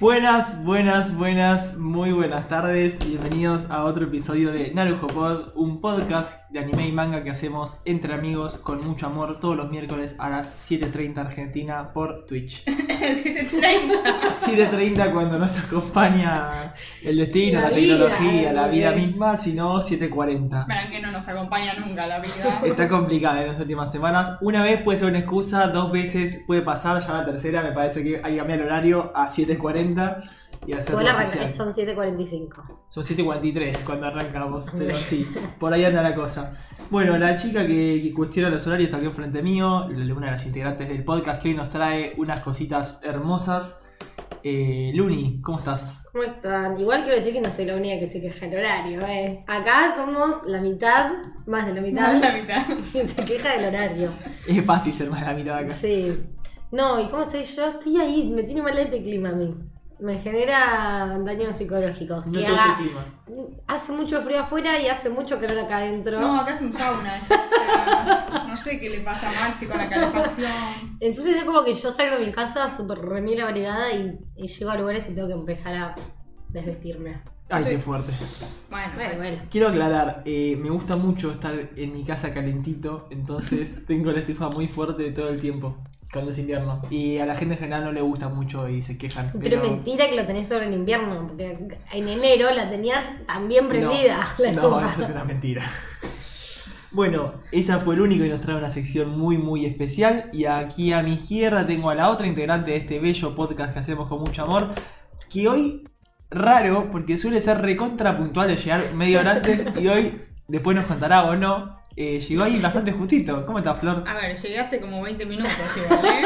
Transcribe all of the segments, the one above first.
Buenas, buenas, buenas, muy buenas tardes y bienvenidos a otro episodio de Narujo Pod, un podcast de anime y manga que hacemos entre amigos con mucho amor todos los miércoles a las 7.30 Argentina por Twitch. 7.30. 7.30 cuando nos acompaña el destino, la, La vida, tecnología, eh, la vida eh. misma, sino 7.40. Verán que no nos acompaña nunca la vida. Está complicada en las últimas semanas. Una vez puede ser una excusa, dos veces puede pasar, ya la tercera me parece que hay que cambiar el horario a 7.40 y hacerlo Igual arranca- oficial. son 7.45. Son 7.43 cuando arrancamos, pero sí, por ahí anda la cosa. Bueno, la chica que, que cuestiona los horarios aquí enfrente mío, una de las integrantes del podcast que hoy nos trae unas cositas hermosas. Eh, Luni, ¿cómo estás? ¿Cómo están? Igual quiero decir que no soy la única que se queja del horario, ¿eh? Acá somos la mitad, más de la Más de la mitad, mitad. que se queja del horario. Es fácil ser más la mitad acá. Sí. No, ¿y cómo estoy yo? Estoy ahí, me tiene mal este clima a mí. Me genera daños psicológicos. No que te haga- gusta el clima. hace mucho frío afuera y hace mucho calor acá adentro. No, acá es un sauna. O sea, No sé qué le pasa a Maxi con la calefacción. Entonces es como que yo salgo de mi casa súper remil abrigada y, y llego a lugares y tengo que empezar a desvestirme. Ay, Sí. qué fuerte. Bueno, Bueno, bueno. Quiero aclarar, eh, me gusta mucho estar en mi casa calentito, entonces tengo la estufa muy fuerte todo el tiempo, cuando es invierno. Y a la gente en general no le gusta mucho y se quejan. Pero, mentira que lo tenés sobre el invierno, porque en enero la tenías también prendida No, la no, estufa. eso es una mentira. Bueno, esa fue el único y nos trae una sección muy muy especial. Y aquí a mi izquierda tengo a la otra integrante de este bello podcast que hacemos con mucho amor. Que hoy, raro, porque suele ser recontra puntual de llegar media hora antes. Y hoy, después nos contará o no, eh, llegó ahí bastante justito. ¿Cómo está Flor? a ver, llegué hace como 20 minutos igual, ¿eh?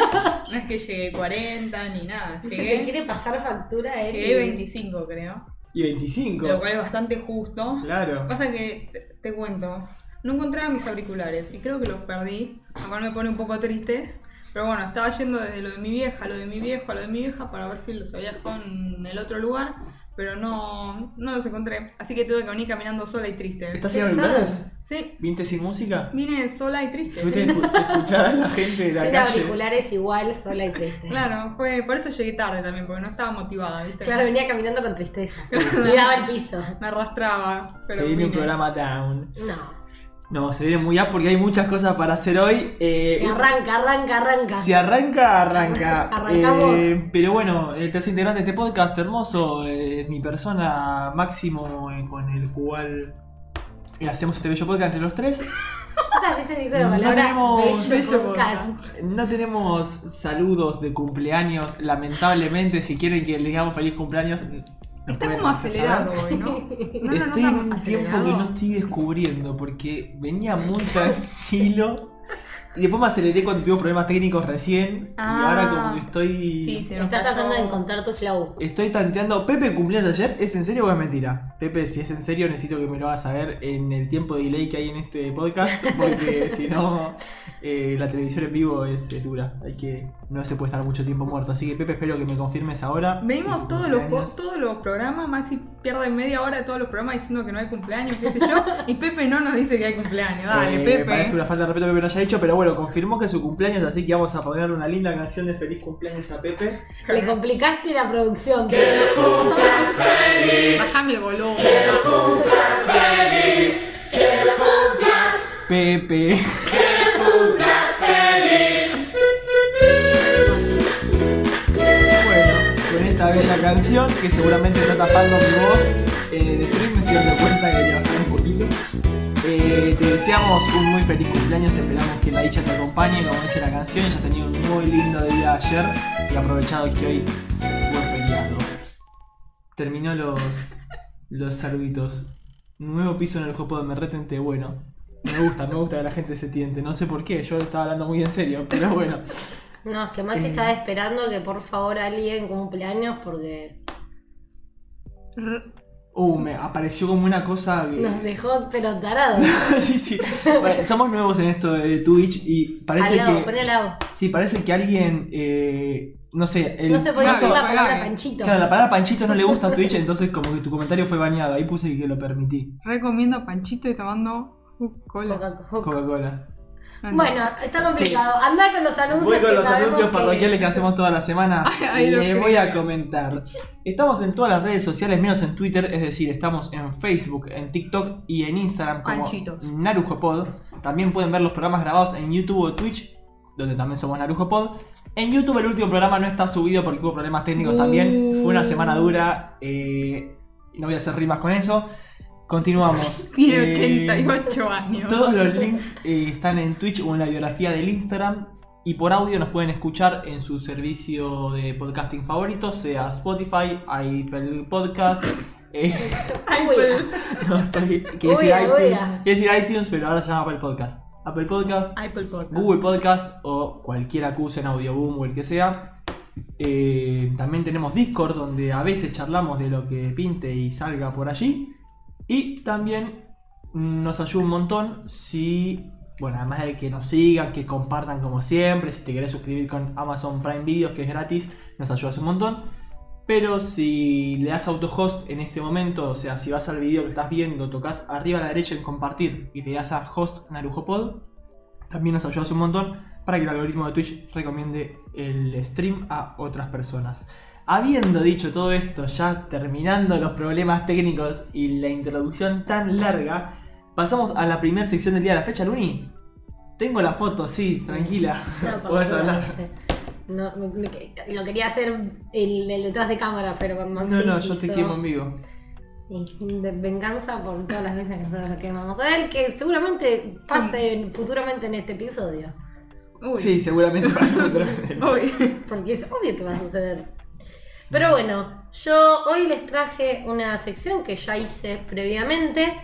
No es que llegué 40 ni nada. Viste que Llegué, quiere pasar factura él. llegué 25, creo. Y 25. Lo cual es bastante justo. Claro. Pasa que te, te cuento, no encontraba mis auriculares y creo que los perdí, lo cual me pone un poco triste. Pero bueno, estaba yendo desde lo de mi vieja, a lo de mi viejo, a lo de mi vieja para ver si los había dejado en el otro lugar, pero no, no los encontré. Así que tuve que venir caminando sola y triste. ¿Estás haciendo Pesado. auriculares? Sí, ¿Vinte sin música? vine sola y triste. ¿Fuiste a escu- a escuchar a la gente de la Sin calle? auriculares igual, sola y triste. Claro, fue, por eso llegué tarde también, porque no estaba motivada, ¿viste? Claro, venía caminando con tristeza. Miraba el piso. Me arrastraba. Pero Se viene un vine. programa down. No. No, se viene muy up porque hay muchas cosas para hacer hoy. Eh, Arranca, arranca, arranca. si arranca, arranca. Arrancamos. Eh, pero bueno, el tercer integrante de este podcast hermoso, eh, mi persona máximo eh, con el cual hacemos este bello podcast entre los tres. ¿Cuántas veces dijo la No palabra tenemos bello bello podcast? No tenemos saludos de cumpleaños, lamentablemente. Si quieren que les digamos feliz cumpleaños, nos Está pueden como hacer saber. acelerado hoy, ¿no? No, no, estoy no está en un tiempo que acelerado. no estoy descubriendo porque venía muy tranquilo y después me aceleré cuando tuve problemas técnicos recién y Ah. ahora como que estoy Sí, se nos Estás cayó. tratando de encontrar tu flow. estoy tanteando Pepe cumpleaños ayer ¿es en serio o es mentira? Pepe si es en serio necesito que me lo hagas saber en el tiempo de delay que hay en este podcast porque si no eh, la televisión en vivo es, es dura hay que no se puede estar mucho tiempo muerto así que Pepe espero que me confirmes ahora Venimos si todos los, po- cumpleaños. todos los programas, Maxi pierde media hora de todos los programas diciendo que no hay cumpleaños, qué sé yo, y Pepe no nos dice que hay cumpleaños, dale, Eh, Me Pepe. parece una falta de respeto que Pepe no haya dicho, pero bueno, confirmó que es su cumpleaños, así que vamos a poner una linda canción de feliz cumpleaños a Pepe. Le complicaste la producción. Bajame el volumen. Pepe. Bueno, con esta bella canción, que seguramente está tapando mi voz, eh, después me estoy dando cuenta que le bajé un poquito. Eh, te deseamos un muy feliz cumpleaños, esperamos que la dicha te acompañe, como dice la canción, y hayas tenido un muy lindo día ayer y aprovechado que hoy fue feriado. Terminó los, los saluditos. Nuevo piso en el juego de Me Retente, bueno. Me gusta, me gusta que la gente se tiente. No sé por qué, yo estaba hablando muy en serio, pero bueno. No, es que Maxi Eh. estaba esperando que por favor alguien cumpleaños porque Uh, me apareció como una cosa. que- nos dejó pero tarados. sí, sí. Bueno, somos nuevos en esto de Twitch y parece al lado, que. poné al lado. Sí, parece que alguien. eh, no sé, el. No se podía no, decir lo la pagá, palabra eh. panchito. Claro, la palabra Panchito no le gusta a Twitch, entonces como que tu comentario fue baneado. Ahí puse que lo permití. Recomiendo Panchito y tomando uh, cola. Coca- Coca- Coca-Cola. Anda. Bueno, está complicado. Anda con los anuncios. Voy que con los sabemos anuncios que- parroquiales que hacemos todas las semanas. ay, lo Le creo. voy a comentar. Estamos en todas las redes sociales, menos en Twitter, es decir, estamos en Facebook, en TikTok y en Instagram como Panchitos. NarujoPod. También pueden ver los programas grabados en YouTube o Twitch, donde también somos NarujoPod. En YouTube el último programa no está subido porque hubo problemas técnicos también. Fue una semana dura. eh, no voy a hacer rimas con eso. Continuamos. Tiene Eh, 88 años. todos los links eh, están en Twitch o en la biografía del Instagram. Y por audio nos pueden escuchar en su servicio de podcasting favorito, sea Spotify, Apple Podcast. eh, Ay, güey. no, estoy. Quiere decir, Oiga, iTunes, oiga. quiere decir iTunes, pero ahora se llama Apple Podcast. Apple Podcast, Apple Podcast. Google Podcast o cualquier acusa en Audioboom o el que sea. Eh, también tenemos Discord, donde a veces charlamos de lo que pinte y salga por allí. Y también mm, nos ayuda un montón si, bueno, además de que nos sigan, que compartan como siempre, si te querés suscribir con Amazon Prime Videos, que es gratis, nos ayudas un montón. Pero si le das autohost en este momento, o sea, si vas al video que estás viendo, tocas arriba a la derecha en compartir y le das a host narujopod, también nos ayudas un montón para que el algoritmo de Twitch recomiende el stream a otras personas. Habiendo dicho todo esto, ya terminando los problemas técnicos y la introducción tan larga, pasamos a la primera sección del día de la fecha, Luni. Tengo la foto, sí, tranquila. No, por Podés favor, hablar. este, No, me- me que- lo quería hacer el, el detrás de cámara, pero Maxi No, no, yo te hizo- quemo en vivo. y de venganza por todas las veces que nosotros lo quemamos. A él que seguramente pase en- futuramente en este episodio. Uy. Sí, seguramente pasa otra vez. Uy. Porque es obvio que va a suceder. Pero bueno, yo hoy les traje una sección que ya hice previamente,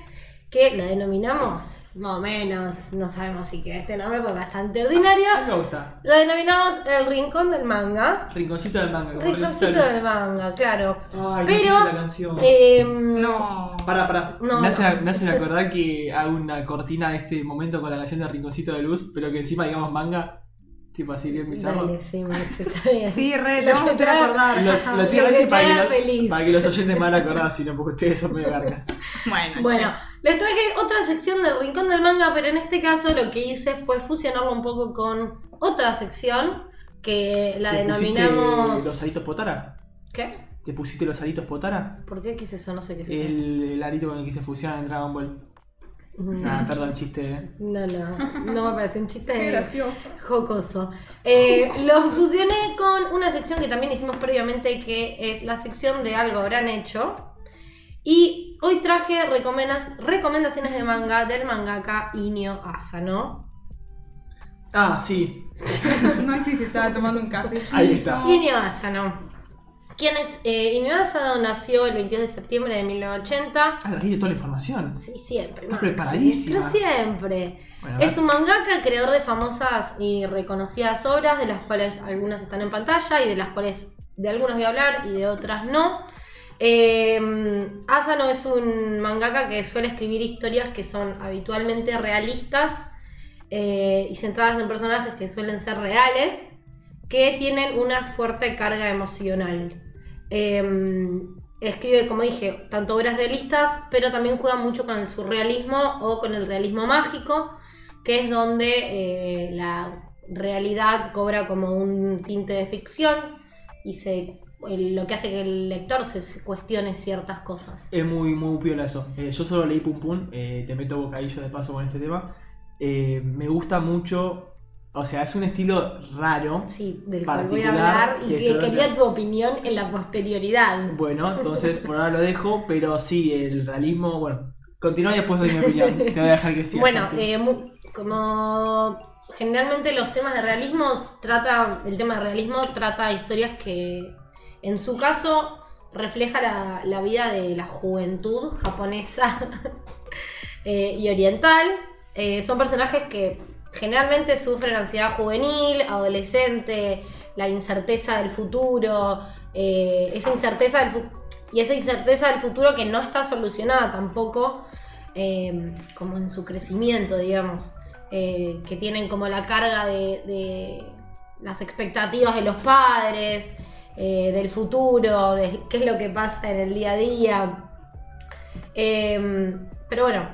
que la denominamos, más o menos, no sabemos si queda este nombre, porque es bastante ordinario. Me gusta. La denominamos el rincón del manga. Rinconcito del manga, como Rinconcito Rinconcito del manga, claro. Ay, no Pero. puse la canción. em, No. Pará, pará. No, me, hacen, no. me hacen acordar que hago una cortina de este momento con la canción de Rinconcito de Luz, pero que encima digamos manga. Tipo así, bien bizarro. Dale, sí, Max, está bien. Sí, re, te Lo vamos a que hacer sea. acordar. Lo, lo Lo tiro que al aire para, te que haga lo- feliz. para que los oyentes me van a acordar, sino porque ustedes son medio vergas. Bueno, Bueno, les traje otra sección del Rincón del Manga, pero en este caso lo que hice fue fusionarlo un poco con otra sección que la ¿Te pusiste denominamos. los aritos potara? ¿Qué? ¿Te pusiste los aritos potara? ¿Por qué? ¿Qué es eso? No sé qué es eso. El, el arito con el que se fusionan en Dragon Ball. Mm, Ah, perdón, chiste. eh. No, no, no me parece un chiste. che. Qué gracioso. Jocoso. Eh, Los fusioné con una sección que también hicimos previamente, que es la sección de algo habrán hecho. Y hoy traje recomendas- recomendaciones de manga del mangaka Inio Asano. Ah, sí. Maxi se estaba tomando un café. Ahí está. Inio Asano. ¿Quién es? Eh, Inio Asano nació el 22 de septiembre de 1980. Ah, trajiste toda la información. Sí, siempre. Está no, preparadísima. sí, Pero siempre. Bueno, a ver. Es un mangaka creador de famosas y reconocidas obras, de las cuales algunas están en pantalla y de las cuales de algunas voy a hablar y de otras no. Eh, Asano es un mangaka que suele escribir historias que son habitualmente realistas eh, y centradas en personajes que suelen ser reales, que tienen una fuerte carga emocional. Eh, escribe, como dije, tanto obras realistas, pero también juega mucho con el surrealismo o con el realismo mágico, que es donde eh, la realidad cobra como un tinte de ficción y se, el- lo que hace que el lector se, se cuestione ciertas cosas. Es muy, muy piola eso. Eh, yo solo leí Pum Pum, eh, te meto bocadillo de paso con este tema. Eh, me gusta mucho, o sea, es un estilo raro. Sí, del cual voy a Particular, hablar y que que seguramente- quería tu opinión en la posterioridad. Bueno, entonces por ahora lo dejo, pero sí, el realismo, bueno, continúa y después doy mi opinión. Te voy a dejar que sigas. Bueno, Martín. eh, mu- como generalmente los temas de realismo trata, el tema de realismo trata historias que en su caso refleja la, la vida de la juventud japonesa eh, y oriental. Eh, son personajes que generalmente sufren ansiedad juvenil, adolescente, la incerteza del futuro, eh, esa incerteza del fu- y esa incerteza del futuro que no está solucionada tampoco eh, como en su crecimiento, digamos, eh, que tienen como la carga de, de las expectativas de los padres, eh, del futuro, de qué es lo que pasa en el día a día. Em, Eh, pero bueno,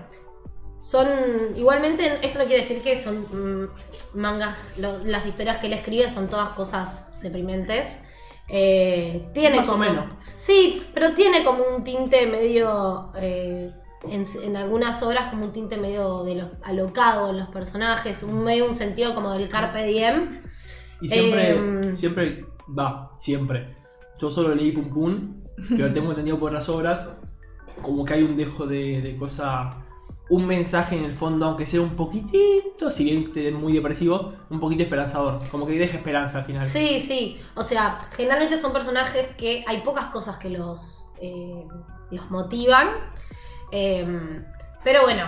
son igualmente, esto no quiere decir que son mm, mangas, lo- las historias que él escribe son todas cosas deprimentes. Eh, tiene Más o como- menos. Sí, pero tiene como un tinte medio. eh, en, en algunas obras, como un tinte medio de los, alocado en los personajes, un medio un sentido como del Carpe Diem. Y siempre, Em. siempre, va, siempre. Yo solo leí Pum Pum, pero tengo entendido por las obras como que hay un dejo de, de cosa, un mensaje en el fondo, aunque sea un poquitito, si bien te- muy depresivo, un poquito esperanzador. Como que deja esperanza al final. Sí, sí. O sea, generalmente son personajes que hay pocas cosas que los, eh, los motivan. Eh, pero bueno,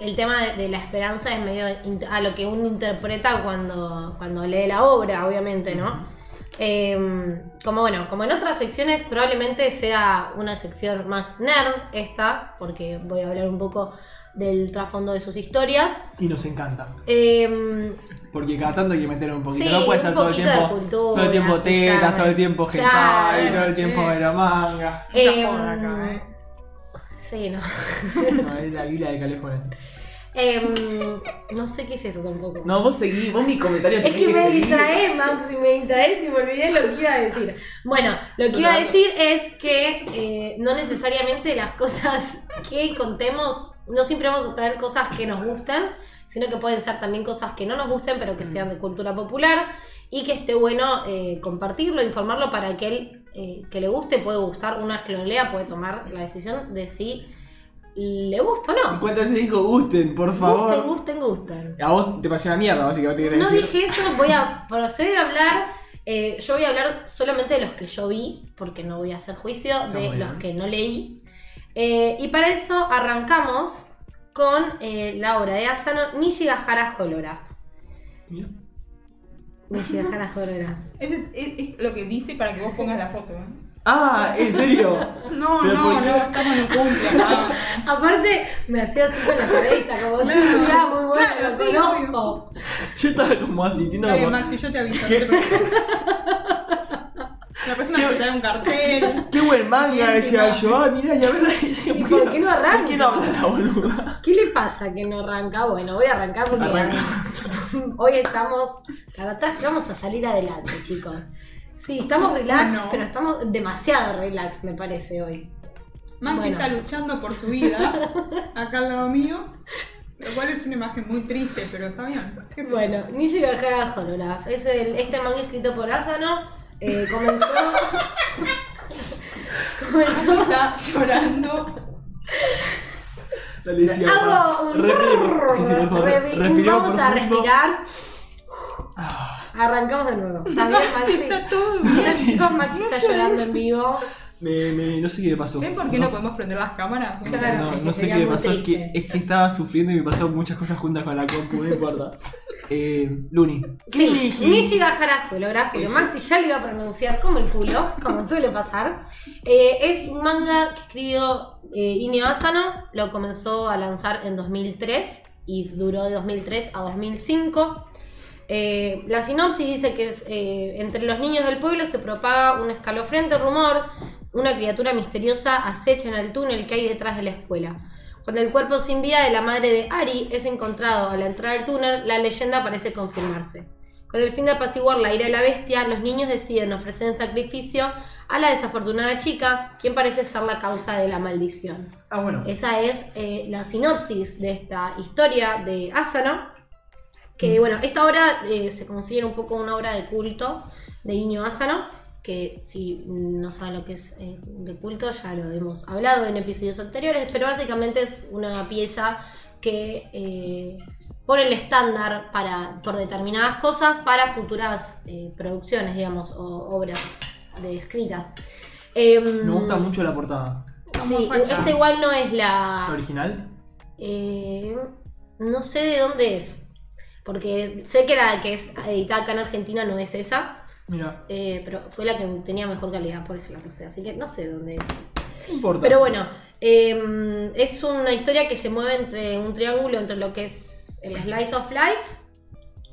el tema de, de la esperanza es medio in- a lo que uno interpreta cuando, cuando lee la obra, obviamente, ¿no? Eh, como bueno, como en otras secciones, probablemente sea una sección más nerd esta, porque voy a hablar un poco del trasfondo de sus historias. Y nos encanta. Eh, Porque cada tanto hay que meter un poquito. Sí, no puede un ser todo el poquito de tiempo. cultura, todo el tiempo tetas, escuchame. todo el tiempo hentai, Claro, todo el sí. tiempo era manga. Mucha Em, joda acá, eh. sí, no. No, es la Biblia de California. Em, no sé qué es eso tampoco. No, vos seguí, vos mi comentario Es que me distrae, Max, y me distraes y me olvidé lo que iba a decir. Bueno, lo que iba a decir es que eh, no necesariamente las cosas que contemos, no siempre vamos a traer cosas que nos gustan, sino que pueden ser también cosas que no nos gusten, pero que sean Mm. de cultura popular y que esté bueno eh, compartirlo, informarlo para aquel eh, que le guste, puede gustar, una vez que lo lea puede tomar la decisión de si le gusta o no. ¿Cuántas veces dijo gusten, por favor? Gusten, gusten, gusten. A vos te pasó una mierda, básicamente. querés No decir. dije eso, voy a proceder a hablar. Eh, yo voy a hablar solamente de los que yo vi, porque no voy a hacer juicio de muy los bien. que no leí. Eh, y para eso arrancamos con eh, la obra de Asano, Nishigahara Holograph. Mira. Nishigahara Holograph. Ese es, es- es lo que dice para que vos pongas la foto. ¿eh? Ah, ¿en serio? No, Pero no, ¿por no, qué? estamos en un cumple. no. Aparte, me hacía así con la cabeza, como si estuviera muy bueno, claro, lo sí, conozco. Yo estaba como asistiendo Está bien, como... Maxi, yo te aviso. no te preocupes. La persona se trae un cartel. Qué buen manga, Sí, decía sí, yo. Ah, mirá, y a ver... ¿Y por qué no arranca? ¿Por qué no habla la boluda? ¿Qué le pasa que no arranca? Bueno, voy a arrancar porque Arranca. hoy estamos para atrás, vamos a salir adelante, chicos. Sí, estamos relax, Bueno. pero estamos demasiado relax, me parece hoy. Maxi Bueno. está luchando por su vida acá al lado mío. Lo cual es una imagen muy triste, pero está bien. ¿Qué sé yo? Bueno, Nishigahara Holograph es el, este manga escrito por Asano. eh, comenzó. Maxi comenzó. está llorando. Dale, decía. Hago un. Respiremos. Sí, sí, por Ah. favor. Revi- Respiremos Vamos a profundo. respirar. Arrancamos de nuevo. ¿Está bien, Maxi? Está todo Mira, bien. chicos, Maxi está llorando en vivo. Me, me, no sé qué me pasó. ¿Ven por qué no podemos prender las cámaras? Claro. No, Es que no sé sería qué me muy pasó, es que, triste. es que estaba sufriendo y me pasaron muchas cosas juntas con la compu, no importa. Eh, Luni, ¿qué Sí, elegí? Nishigahara holográfico. Maxi ya lo iba a pronunciar como el culo, como suele pasar. Eh, es un manga que escribió eh, Inio Asano, lo comenzó a lanzar en 2003 y duró de 2003 a 2005. Eh, la sinopsis dice que es, eh, entre los niños del pueblo se propaga un escalofriante rumor, una criatura misteriosa acecha en el túnel que hay detrás de la escuela. Cuando el cuerpo sin vida de la madre de Ari es encontrado a la entrada del túnel, la leyenda parece confirmarse. Con el fin de apaciguar la ira de la bestia, los niños deciden ofrecer en sacrificio a la desafortunada chica, quien parece ser la causa de la maldición. Ah, bueno. Esa es eh, la sinopsis de esta historia de Asano. Mm. Que bueno, esta obra eh, se considera un poco una obra de culto de Iño Asano. Que si no saben lo que es eh, de culto, ya lo hemos hablado en episodios anteriores. Pero básicamente es una pieza que eh, pone el estándar para, por determinadas cosas para futuras eh, producciones, digamos, o obras de escritas. Em, Me gusta mucho la portada. Sí, facha. esta igual no es ¿La la. original? eh, no sé de dónde es. Porque sé que la que es editada acá en Argentina no es esa. Mira, eh, pero fue la que tenía mejor calidad, por eso la puse. Así que no sé de dónde es. no importa. Pero bueno, eh, es una historia que se mueve entre un triángulo entre lo que es el slice of life,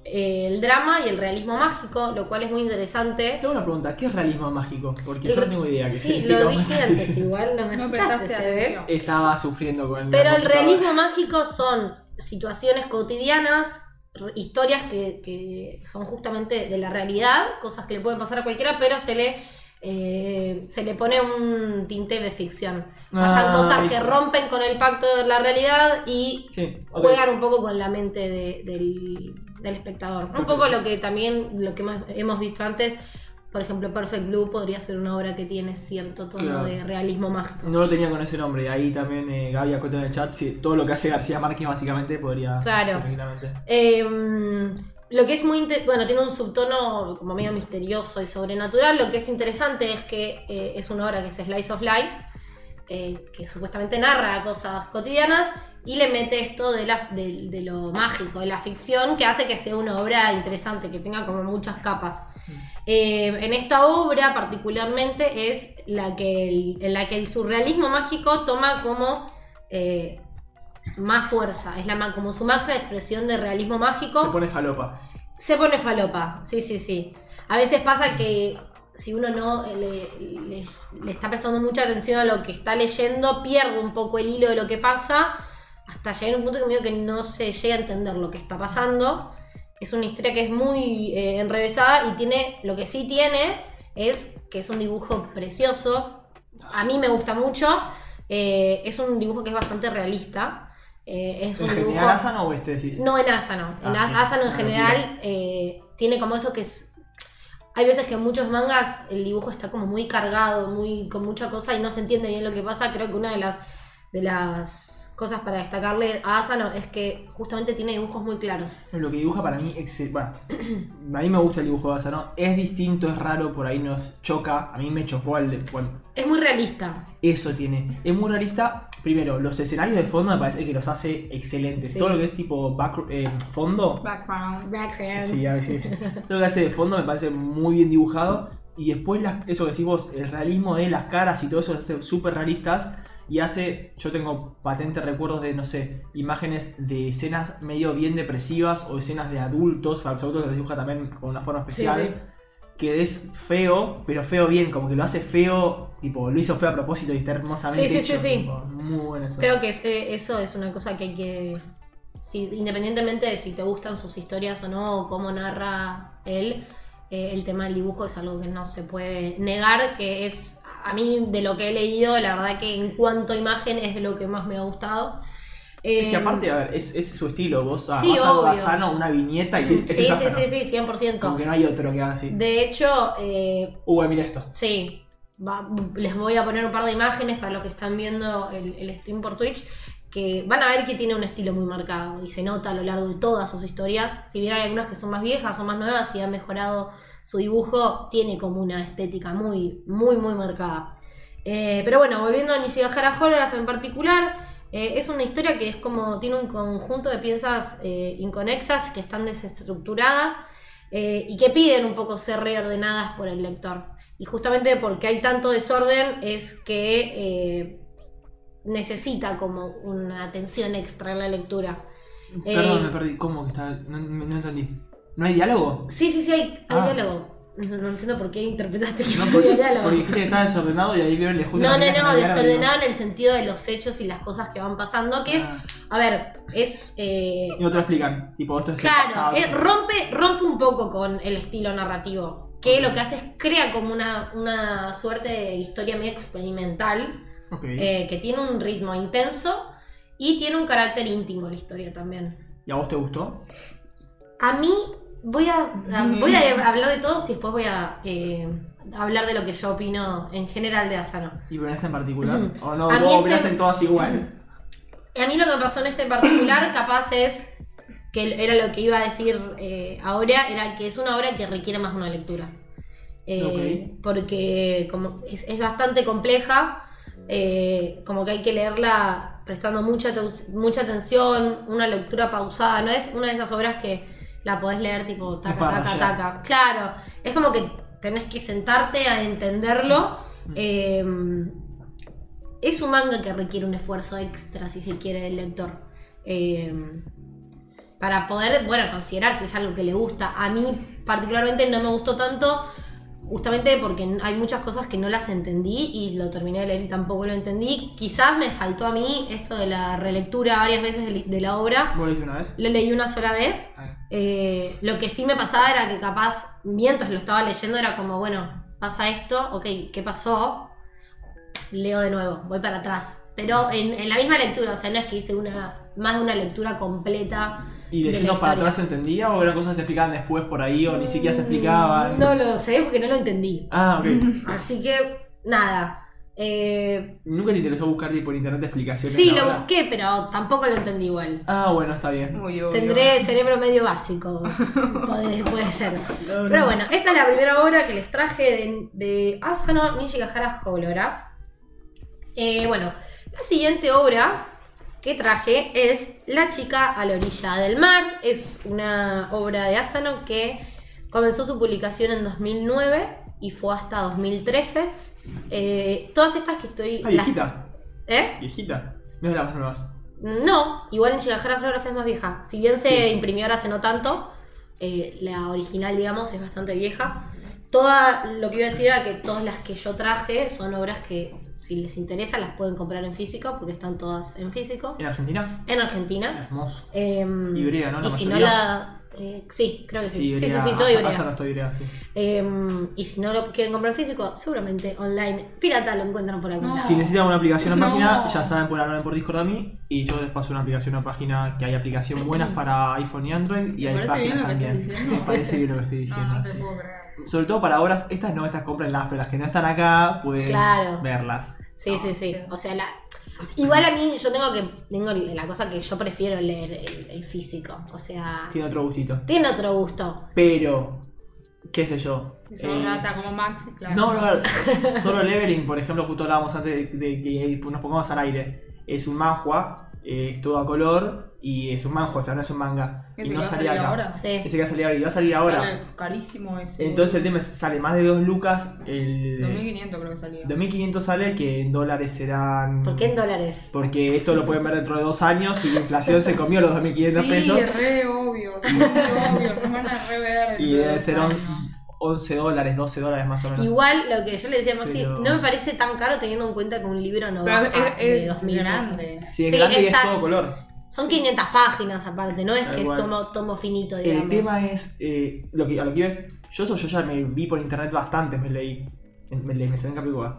eh, el drama y el realismo mágico, lo cual es muy interesante. Tengo una pregunta, ¿qué es realismo mágico? Porque El- yo no tengo idea qué Sí, significa. lo dije más. antes, igual no me No escuchaste, prestaste se ve. atención. Estaba sufriendo con la Pero el computadora. realismo mágico son situaciones cotidianas re- historias que, que son justamente de la realidad, cosas que le pueden pasar a cualquiera, pero se le, eh, se le pone un tinte de ficción. Pasan Ah, cosas ahí que está. rompen con el pacto de la realidad y Sí, ok. juegan un poco con la mente de- del, del espectador. Un poco lo que también, lo que hemos- hemos visto antes, por ejemplo, Perfect Blue podría ser una obra que tiene cierto tono Claro. de realismo mágico. No lo tenía con ese nombre. Ahí también eh, Gaby acotó en el chat. sí, todo lo que hace García Márquez básicamente podría Claro. ser tranquilamente. Eh, lo que es muy inte- bueno, tiene un subtono como medio misterioso y sobrenatural. Lo que es interesante es que eh, es una obra que es Slice of Life, eh, que supuestamente narra cosas cotidianas y le mete esto de, la, de, de lo mágico, de la ficción, que hace que sea una obra interesante, que tenga como muchas capas. Eh, en esta obra particularmente es la que el, en la que el surrealismo mágico toma como eh, más fuerza, es la ma- como su máxima expresión de realismo mágico. Se pone falopa. Se pone falopa, sí, sí, sí. A veces pasa que si uno no eh, le, le- le está prestando mucha atención a lo que está leyendo, pierde un poco el hilo de lo que pasa, hasta llegar a un punto que medio que no se llega a entender lo que está pasando. Es una historia que es muy eh, enrevesada y tiene, lo que sí tiene es que es un dibujo precioso. A mí me gusta mucho. Eh, es un dibujo que es bastante realista. Eh, es ¿En un general dibujo... Asano o este decís? No, en Asano. En Ah, sí, Asano es en una general eh, tiene como eso que es. Hay veces que en muchos mangas el dibujo está como muy cargado, muy con mucha cosa y no se entiende bien lo que pasa. Creo que una de las, de las cosas para destacarle a Asano es que justamente tiene dibujos muy claros. No, Lo que dibuja para mí, excel- bueno, a mí me gusta el dibujo de Asano. Es distinto, es raro, por ahí nos choca. A mí me chocó al de- bueno, Es muy realista. Eso tiene. Es muy realista. Primero, los escenarios de fondo me parece que los hace excelentes. Sí. Todo lo que es tipo back- eh, fondo. Background. Background. Sí, a ver, sí. Todo lo que hace de fondo me parece muy bien dibujado. Y después, las- eso que decís vos, el realismo de las caras y todo eso lo hace súper realistas. Y hace, yo tengo patentes recuerdos de, no sé, imágenes de escenas medio bien depresivas o escenas de adultos, para los adultos los dibuja también con una forma especial Sí, sí. que es feo, pero feo bien, como que lo hace feo, tipo, lo hizo feo a propósito y está hermosamente Sí, sí, sí, hecho, sí. tipo, Muy bueno eso. Creo que es- eh, eso es una cosa que hay que. si- independientemente de si te gustan sus historias o no, o cómo narra él, eh, el tema del dibujo es algo que no se puede negar, que es. A mí, de lo que he leído, la verdad que en cuanto a imagen es de lo que más me ha gustado. es que Eh, aparte, a ver, es, es su estilo, vos ah, Sí, vas a algo de obvio. Asano, una viñeta y decís, "Este Eh, Sí, es sí, Asano". sí, sí, 100%. Como que no hay otro que haga así. De hecho, eh, Uy, mira esto. Sí, va- les voy a poner un par de imágenes para los que están viendo el, el stream por Twitch, que van a ver que tiene un estilo muy marcado y se nota a lo largo de todas sus historias. Si bien hay algunas que son más viejas o más nuevas y han mejorado su dibujo, tiene como una estética muy, muy, muy marcada. Eh, pero bueno, volviendo a Nishigahara Holograph en particular, eh, es una historia que es como, tiene un conjunto de piezas eh, inconexas que están desestructuradas eh, y que piden un poco ser reordenadas por el lector. Y justamente porque hay tanto desorden es que eh, necesita como una atención extra en la lectura. Eh, Perdón, me perdí. ¿Cómo que está? No, me- no entendí. ¿No hay diálogo? Sí, sí, sí, hay, hay Ah. diálogo. No, no entiendo por qué interpretaste que No, no había porque, diálogo. porque dijiste que estaba desordenado y ahí vieron le No, no, no, desordenado en el sentido de los hechos y las cosas que van pasando, que es, a ver, es... eh, Ah. Y no te lo explican. Tipo, esto es el pasado, Claro, eh, sí. rompe, rompe un poco con el estilo narrativo, que lo que hace es crea como una, una suerte de historia medio experimental, Ok. eh, que tiene un ritmo intenso y tiene un carácter íntimo la historia también. ¿Y a vos te gustó? A mí voy a, a- voy a hablar de todos y después voy a eh, hablar de lo que yo opino en general de Asano. ¿Y pero en esta en particular? Ujú. ¿O no? A mí ¿Vos este- opinás en todas igual? Y a mí lo que me pasó en este en particular, capaz es que era lo que iba a decir eh, ahora, era que es una obra que requiere más una lectura. Eh, Porque como es, es bastante compleja, eh, como que hay que leerla prestando mucha, ateu- mucha atención, una lectura pausada, no es una de esas obras que la podés leer tipo taca, para taca, allá. taca. Claro, es como que tenés que sentarte a entenderlo. Eh, es un manga que requiere un esfuerzo extra, si se quiere, del lector. Eh, para poder, bueno, considerar si es algo que le gusta. A mí particularmente no me gustó tanto Justamente porque hay muchas cosas que no las entendí y lo terminé de leer y tampoco lo entendí. Quizás me faltó a mí esto de la relectura varias veces de li- de la obra. ¿Vos leíste una vez? Lo leí una sola vez Ah, eh, lo que sí me pasaba era que capaz, mientras lo estaba leyendo, era como, bueno, pasa esto, ok, ¿qué pasó? Leo de nuevo, voy para atrás. Pero en, en la misma lectura, o sea, no es que hice una más de una lectura completa. ¿Y de la leyendo para historia. Mm, atrás se entendía o eran cosas que se explicaban después por ahí o ni siquiera se explicaban? No lo sé, porque no lo entendí. Ah, ok. Así que, nada. Eh, ¿Nunca te interesó buscar tipo, por internet explicaciones? sí, la lo verdad? busqué, pero tampoco lo entendí igual. Ah, bueno, está bien. Muy obvio. Tendré cerebro medio básico, puede, puede ser. No, no. Pero bueno, esta es la primera obra que les traje de, de Asano Nishikahara Holograph. Eh, bueno, la siguiente obra que traje es La chica a la orilla del mar. Es una obra de Asano que comenzó su publicación en 2009 y fue hasta 2013. Eh, todas estas que estoy... Ah, las- viejita. ¿Eh? Viejita. No es de las más nuevas. No, igual Nishigahara Holograph es más vieja. Si bien se Sí. imprimió ahora hace no tanto, eh, la original, digamos, es bastante vieja. Toda, lo que iba a decir era que todas las que yo traje son obras que, si les interesa, las pueden comprar en físico, porque están todas en físico. ¿En Argentina? En Argentina. Hermoso. Em, Ibrea, ¿no? La y si no mayoría. la. eh, sí, creo que sí. Sí, sí, Ibrea. sí, todo Asa- Ibrea. Asa no estoy Ibrea, sí. Em, y si no lo quieren comprar en físico, seguramente online. Pirata lo encuentran por algún No. lado. Si necesitan una aplicación a No. página, ya saben, pueden hablarme por Discord a mí y yo les paso una aplicación a página que hay aplicaciones buenas para iPhone y Android y ¿Te hay parece páginas bien lo que también. estás diciendo? Me parece bien lo que estoy diciendo. Eh, No, no te sí. puedo creer. Sobre todo para obras, estas no, estas compren las, pero las que no están acá pueden Claro. verlas. Sí, sí, sí. claro. O sea, la... igual a mí yo tengo que tengo la cosa que yo prefiero leer el, el físico. O sea, Tiene otro gustito. tiene otro gusto. Pero, qué sé yo. Si eh, sos rata como Maxi, claro. No, no, no, so- solo Leveling, por ejemplo, justo hablábamos antes de, de que nos pongamos al aire. Es un manhua, eh, es todo a color y es un manhua, o sea, no es un manga. ¿Ese y que no va a salía salir acá. ahora? Sí. Ese que va a salir ahora y va a salir ahora. Sale carísimo ese. Entonces eh, el tema es, sale más de 2 lucas, el 2500 creo que salía. 2500 sale que en dólares serán... ¿Por qué en dólares? Porque esto lo pueden ver dentro de dos años y la inflación se comió los 2500 sí, pesos es re obvio. Sí, muy obvio. Nos van a rever. y deben ser on- 11 dólares, 12 dólares más o menos. Igual lo que yo le decía a Maxi, Pero- no me parece tan caro teniendo en cuenta que un libro no Pero baja es, es de 2000 pesos. grande. Sí, en sí, grande y es exacta- todo color. Son 500 páginas aparte, no es Tal que es cual. tomo, tomo finito, digamos. El tema es, eh, lo que, a lo que iba es, yo eso yo ya me vi por internet bastantes, me leí, me leí, me salió en Capicúa.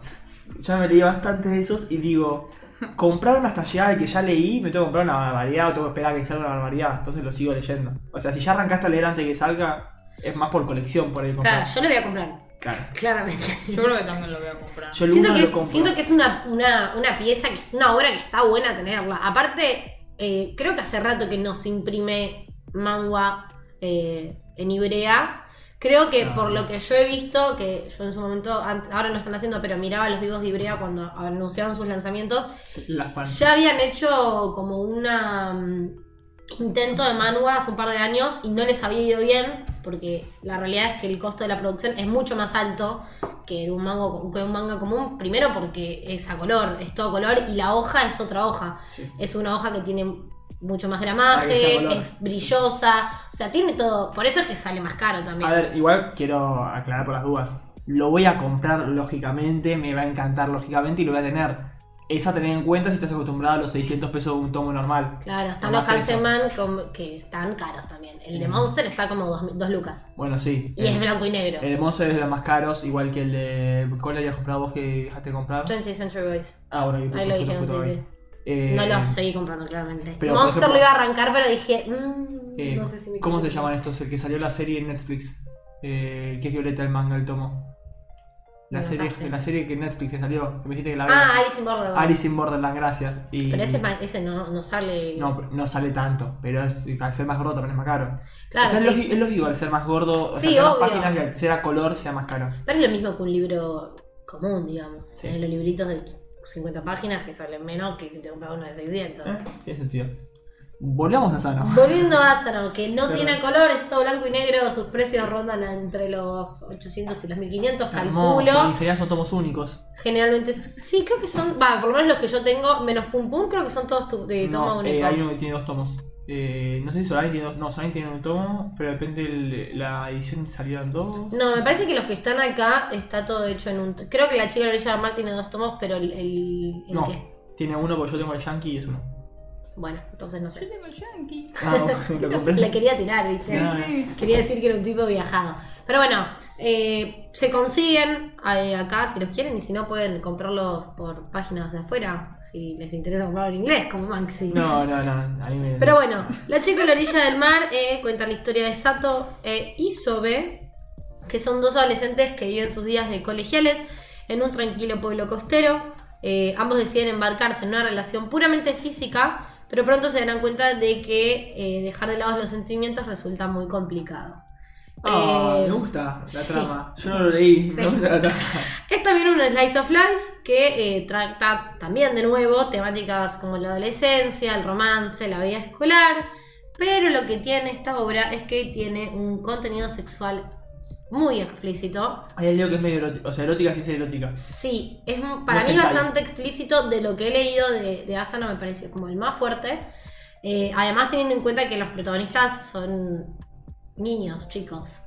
Ya me leí bastantes de esos y digo, compraron hasta llegar al que ya leí, me tengo que comprar una barbaridad o tengo que esperar a que salga una barbaridad, entonces lo sigo leyendo. O sea, si ya arrancaste a leer antes que salga, es más por colección por ahí comprar. Claro, yo lo voy a comprar, Claro. claramente. Yo creo que también lo voy a comprar. Yo el siento, uno que lo es, compro. siento que es una, una- una pieza, que- una obra que está buena tenerla. Aparte, eh, creo que hace rato que no se imprime manga eh, en Ibrea. Creo que Ya. por lo que yo he visto, que yo en su momento, an- ahora no están haciendo, pero miraba los vivos de Ibrea cuando anunciaban sus lanzamientos, La fan. ya habían hecho como una mm, intento de manhwa hace un par de años y no les había ido bien porque la realidad es que el costo de la producción es mucho más alto que de un mango que de un manga común primero porque es a color es todo color y la hoja es otra hoja Sí. es una hoja que tiene mucho más Ah, que sea gramaje color. es brillosa o sea tiene todo por eso es que sale más caro también A ver, igual quiero aclarar por las dudas. Lo voy a comprar lógicamente, me va a encantar lógicamente y lo voy a tener. Es a tener en cuenta si estás acostumbrado a los 600 pesos de un tomo normal. claro están Tomás los eso. Hanselman con- que están caros también el de Mm. Eh. Monster está como dos, mil- dos lucas Bueno, sí. y es el, blanco y negro el Monster es de los más caros, igual que el de... ¿Cuál habías comprado vos que dejaste de comprar? 20th Century Boys Ah, bueno, que Ahí lo dijeron, sí, sí. No lo seguí comprando, claramente. eh, pero, por Monster ejemplo- lo iba a arrancar, pero dije, mm, eh, no sé si me ¿Cómo se conviene. llaman estos? El que salió la serie en Netflix. Eh, que es Violeta el manga, el tomo. La Me serie, mataste. la serie que en Netflix se salió. que Me dijiste que la vea. Ah, Alice in Borderland. Alice in Borderland, gracias. Y... Pero ese, es más- ese no, no sale. No, pero no sale tanto, pero es, al ser más gordo también es más caro. claro, O sea, es, sí. lógico, es lógico, al ser más gordo, o sea, Sí, que las obvio. páginas y al ser a color sea más caro. Pero es lo mismo que un libro común, digamos. Sí. En los libritos de 50 páginas que salen menos que si te compras uno de 600. ¿Eh? Tiene sentido. Volvamos a Sano. Volviendo a Asano, que no Claro. tiene color, es todo blanco y negro, sus precios rondan entre los 800 y los 1500, calculo. Hermoso, y en general son tomos únicos. Generalmente, sí, creo que son, va, por lo menos los que yo tengo, menos Pum Pum, creo que son todos tu- de No, toma única. eh, hay uno que tiene dos tomos. Eh, no sé si Solari tiene dos. No, Solari tiene un tomo, pero de repente el- la edición salieron dos. No, me parece que los que están acá está todo hecho en un. Creo que la chica de la orilla del mar tiene dos tomos, pero el, el, el No, que. tiene uno porque yo tengo el Yankee y es uno. Bueno, entonces no Yo sé. tengo el Yankee. Ah, ok, lo compré. Le quería tirar, ¿viste? No, Sí, Quería decir que era un tipo viajado. Pero bueno, eh, se consiguen eh, acá si los quieren y si no pueden comprarlos por páginas de afuera, si les interesa comprar en inglés, como Maxi. No, no, no. A mí me. Pero bueno, La chica en la orilla del mar eh, cuenta la historia de Sato e Isobe, que son dos adolescentes que viven sus días de colegiales en un tranquilo pueblo costero. Eh, ambos deciden embarcarse en una relación puramente física, pero pronto se darán cuenta de que eh, dejar de lado los sentimientos resulta muy complicado. Ah, Eh, me gusta la sí. trama. Yo no lo leí. Sí. No me gusta la trama. Es también un slice of life que eh, trata también de nuevo temáticas como la adolescencia, el romance, la vida escolar, pero lo que tiene esta obra es que tiene un contenido sexual muy explícito. Hay algo que es medio erótica. O sea, erótica sí es erótica. Sí, es, mu- para No mí es hentai. bastante explícito de lo que he leído de, de Asano, me parece como el más fuerte. Eh, además teniendo en cuenta que los protagonistas son niños, chicos.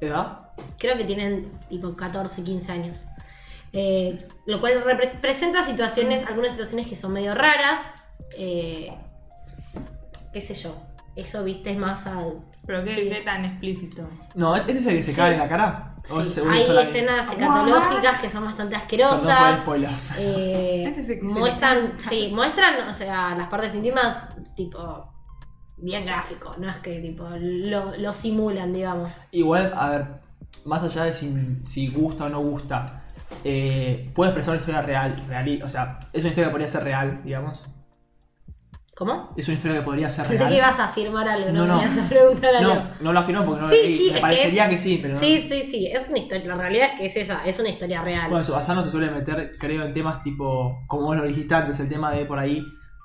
¿Edad? creo que tienen tipo 14, 15 años. Eh, lo cual repre- presenta situaciones, algunas situaciones que son medio raras. eh, qué sé yo. Eso, viste, es más al. pero qué, Sí. qué tan explícito. No, este es el que se Sí. cae en la cara. O ese sí, Oh, seguro hay es Solari. escenas escatológicas que son bastante Perdón por el asquerosas. spoiler. eh, Ese es el que se le muestran, escapa. sí, muestran, o sea, las partes íntimas, tipo, bien gráfico, no es que tipo lo, lo simulan, digamos. Igual, a ver, más allá de si, si gusta o no gusta, eh, puede expresar una historia real, reali- o sea, es una historia que podría ser real, digamos. ¿Cómo? Es una historia que podría ser Pensé que real. ibas a afirmar algo, no, No, no. me ibas a preguntar algo. No, no lo afirmo porque no Sí, lo leí. sí, es que Me parecería es- que, sí, pero no. Sí, sí, sí, es una historia, la realidad es que es esa, es una historia real. Bueno, eso, Asano se suele meter, creo, en temas tipo, como vos lo dijiste antes, el tema de por ahí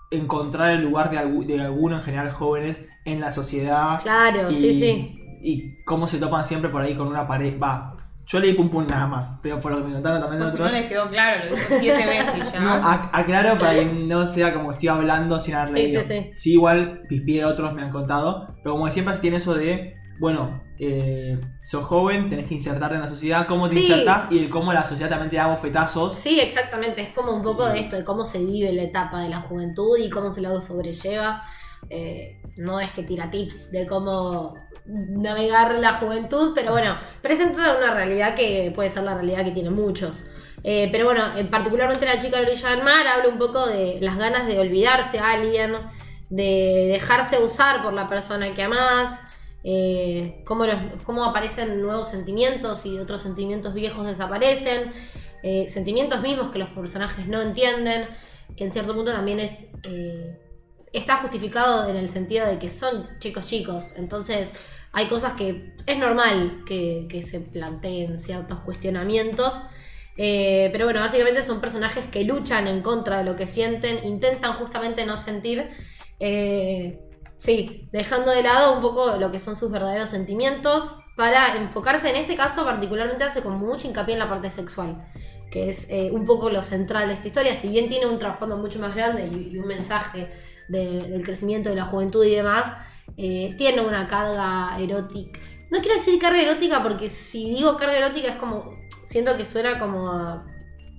encontrar el lugar de, algu- de alguno en general jóvenes en la sociedad. claro, y, sí, sí. Y cómo se topan siempre por ahí con una pared. Va, yo leí Pum Pum nada más, pero por lo que me contaron también de Por si no otros. les quedó claro, lo dijo siete veces ya. No, ah, ac- aclaro para que no sea como estoy hablando sin haber Sí, leído. sí, sí. igual pispié de otros me han contado. Pero como siempre se tiene eso de, bueno, eh, sos joven, tenés que insertarte en la sociedad, cómo te Sí. insertás y el cómo la sociedad también te da bofetazos. Sí, exactamente, es como un poco de esto, de cómo se vive la etapa de la juventud y cómo se la sobrelleva. Eh, no es que tira tips de cómo navegar la juventud, pero bueno, presenta una realidad que puede ser la realidad que tienen muchos. Eh, pero bueno, en particularmente la chica de la orilla del mar habla un poco de las ganas de olvidarse a alguien, de dejarse usar por la persona que amás, eh, cómo, los- cómo aparecen nuevos sentimientos y otros sentimientos viejos desaparecen, eh, sentimientos mismos que los personajes no entienden, que en cierto punto también es... eh, está justificado en el sentido de que son chicos chicos, entonces hay cosas que es normal que, que se planteen ciertos cuestionamientos. Eh, pero bueno, básicamente son personajes que luchan en contra de lo que sienten, intentan justamente no sentir, eh, sí, dejando de lado un poco lo que son sus verdaderos sentimientos para enfocarse en este caso particularmente hace con mucho hincapié en la parte sexual, que es eh, un poco lo central de esta historia, si bien tiene un trasfondo mucho más grande y, y un mensaje de- del crecimiento de la juventud y demás, eh, tiene una carga erótica. No quiero decir carga erótica porque si digo carga erótica es como, siento que suena como a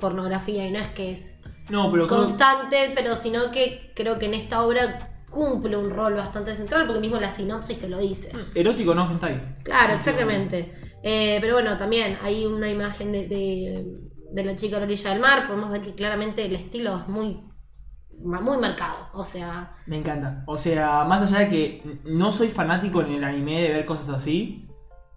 pornografía y no es que es No, pero creo- constante, pero sino que creo que en esta obra cumple un rol bastante central, porque mismo la sinopsis te lo dice. erótico no, hentai. Claro, exactamente. Eh, pero bueno, también hay una imagen de, de- de la chica a la orilla del mar, podemos ver que claramente el estilo es muy, ma- muy marcado, o sea... Me encanta. O sea, más allá de que n- no soy fanático en el anime de ver cosas así,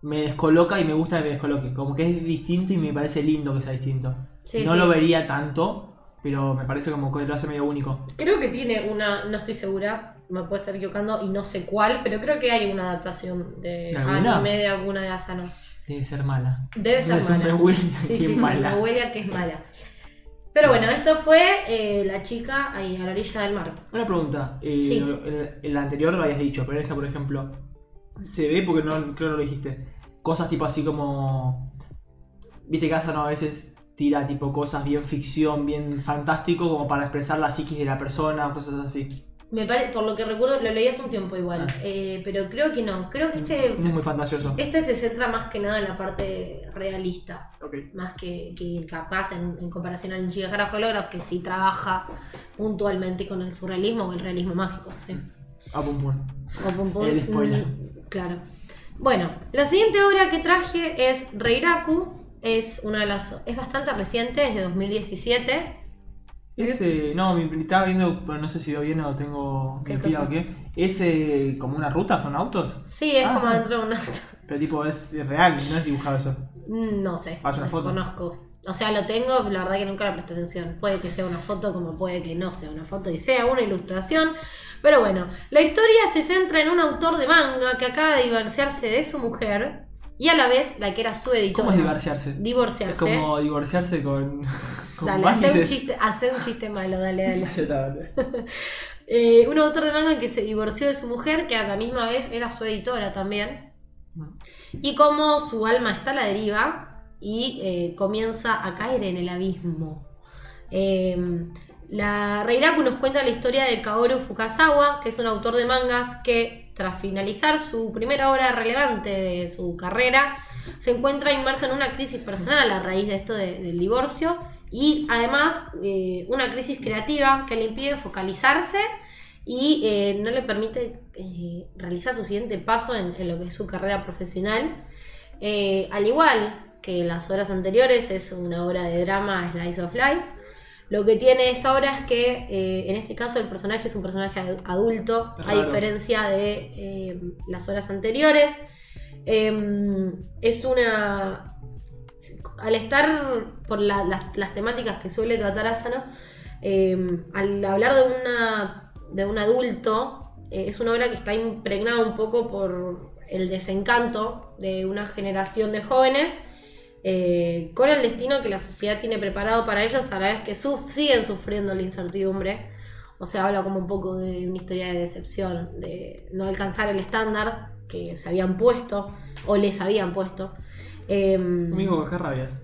me descoloca y me gusta que me descoloque. Como que es distinto y me parece lindo que sea distinto. sí, no sí. lo vería tanto, pero me parece como que lo hace medio único. Creo que tiene una, no estoy segura, me puedo estar equivocando y no sé cuál, pero creo que hay una adaptación de, ¿De alguna? anime de alguna de Asano. Debe ser mala. Debe ser Me mala. supe William, Sí, qué sí, sí, mala. la huella que es mala. Pero bueno, esto fue eh, la chica ahí, a la orilla del mar. Una pregunta. eh, Sí. el, el anterior lo habías dicho, pero en esta, por ejemplo, se ve porque no creo que no lo dijiste. Cosas tipo así como. Viste que Asano a veces tira tipo cosas bien ficción, bien fantástico, como para expresar la psiquis de la persona o cosas así. Me pare- por lo que recuerdo, lo leí hace un tiempo igual, Ah. eh, pero creo que no, creo que este, No es muy fantasioso. este se centra más que nada en la parte realista, Ok. más que, que capaz en, en comparación al Chihara Holograph, que sí trabaja puntualmente con el surrealismo o el realismo mágico. sí. Ah, pum pum. O pum, pum. El spoiler. Mm, Claro. Bueno, la siguiente obra que traje es Reiraku. Es una de las. Es bastante reciente, es de 2017. Ese, no, me estaba viendo, pero no sé si veo bien o tengo ¿Qué miopía o cosa? qué. ¿Es eh, como una ruta? ¿Son autos? Sí, es Ah, como ah. dentro de un auto. Pero tipo, es real, no es dibujado eso. Mm, No sé. Ah, es una no foto. conozco. O sea, lo tengo, la verdad que nunca le presté atención. Puede que sea una foto como puede que no sea una foto y sea una ilustración. Pero bueno, la historia se centra en un autor de manga que acaba de divorciarse de su mujer y a la vez la que era su editora. ¿Cómo es divorciarse? Divorciarse. Es como divorciarse con. con Dale, hace un, varices. chiste, hace un chiste malo, dale, dale. Ya está, dale. Eh, un autor de manga que se divorció de su mujer, que a la misma vez era su editora también. Y como su alma está a la deriva y eh, comienza a caer en el abismo. Eh, la Reiraku nos cuenta la historia de Kaoru Fukasawa, que es un autor de mangas que, tras finalizar su primera obra relevante de su carrera, se encuentra inmerso en una crisis personal a raíz de esto de- del divorcio y además eh, una crisis creativa que le impide focalizarse y eh, no le permite eh, realizar su siguiente paso en, en lo que es su carrera profesional. Eh, al igual que las obras anteriores, es una obra de drama Slice of Life. Lo que tiene esta obra es que eh, en este caso el personaje es un personaje adu- adulto, a Claro. diferencia de eh, las obras anteriores. Eh, es una. Al estar por la- las, las temáticas que suele tratar Asano, eh, al hablar de, una, de un adulto, eh, es una obra que está impregnada un poco por el desencanto de una generación de jóvenes eh, con el destino que la sociedad tiene preparado para ellos a la vez que suf- siguen sufriendo la incertidumbre. O sea, habla como un poco de una historia de decepción, de no alcanzar el estándar que se habían puesto o les habían puesto. Em, Amigo, qué rabias.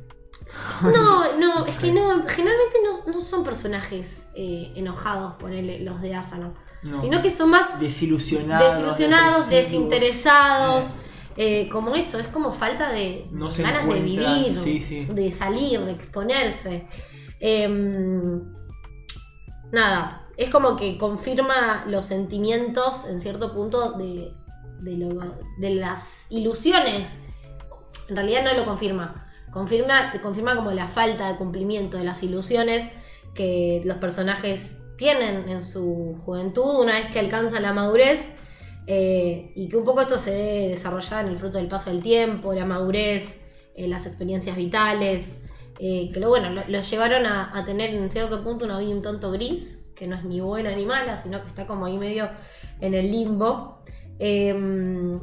no, no, es que no, generalmente no, no son personajes eh, enojados, ponele, los de Asano. No. Sino que son más Desilusionados. desilusionados, depresivos. desinteresados, eh, como eso, es como falta de No se ganas de encuentran, vivir, sí, sí. de salir, de exponerse. Em, nada, es como que confirma los sentimientos en cierto punto de, de lo- de las ilusiones. En realidad no lo confirma. Confirma, confirma como la falta de cumplimiento de las ilusiones que los personajes tienen en su juventud una vez que alcanzan la madurez eh, y que un poco esto se ve desarrollado en el fruto del paso del tiempo, la madurez, eh, las experiencias vitales, eh, que lo bueno, lo, lo llevaron a, a tener en cierto punto una vida un tonto gris, que no es ni buena ni mala, sino que está como ahí medio en el limbo. Eh,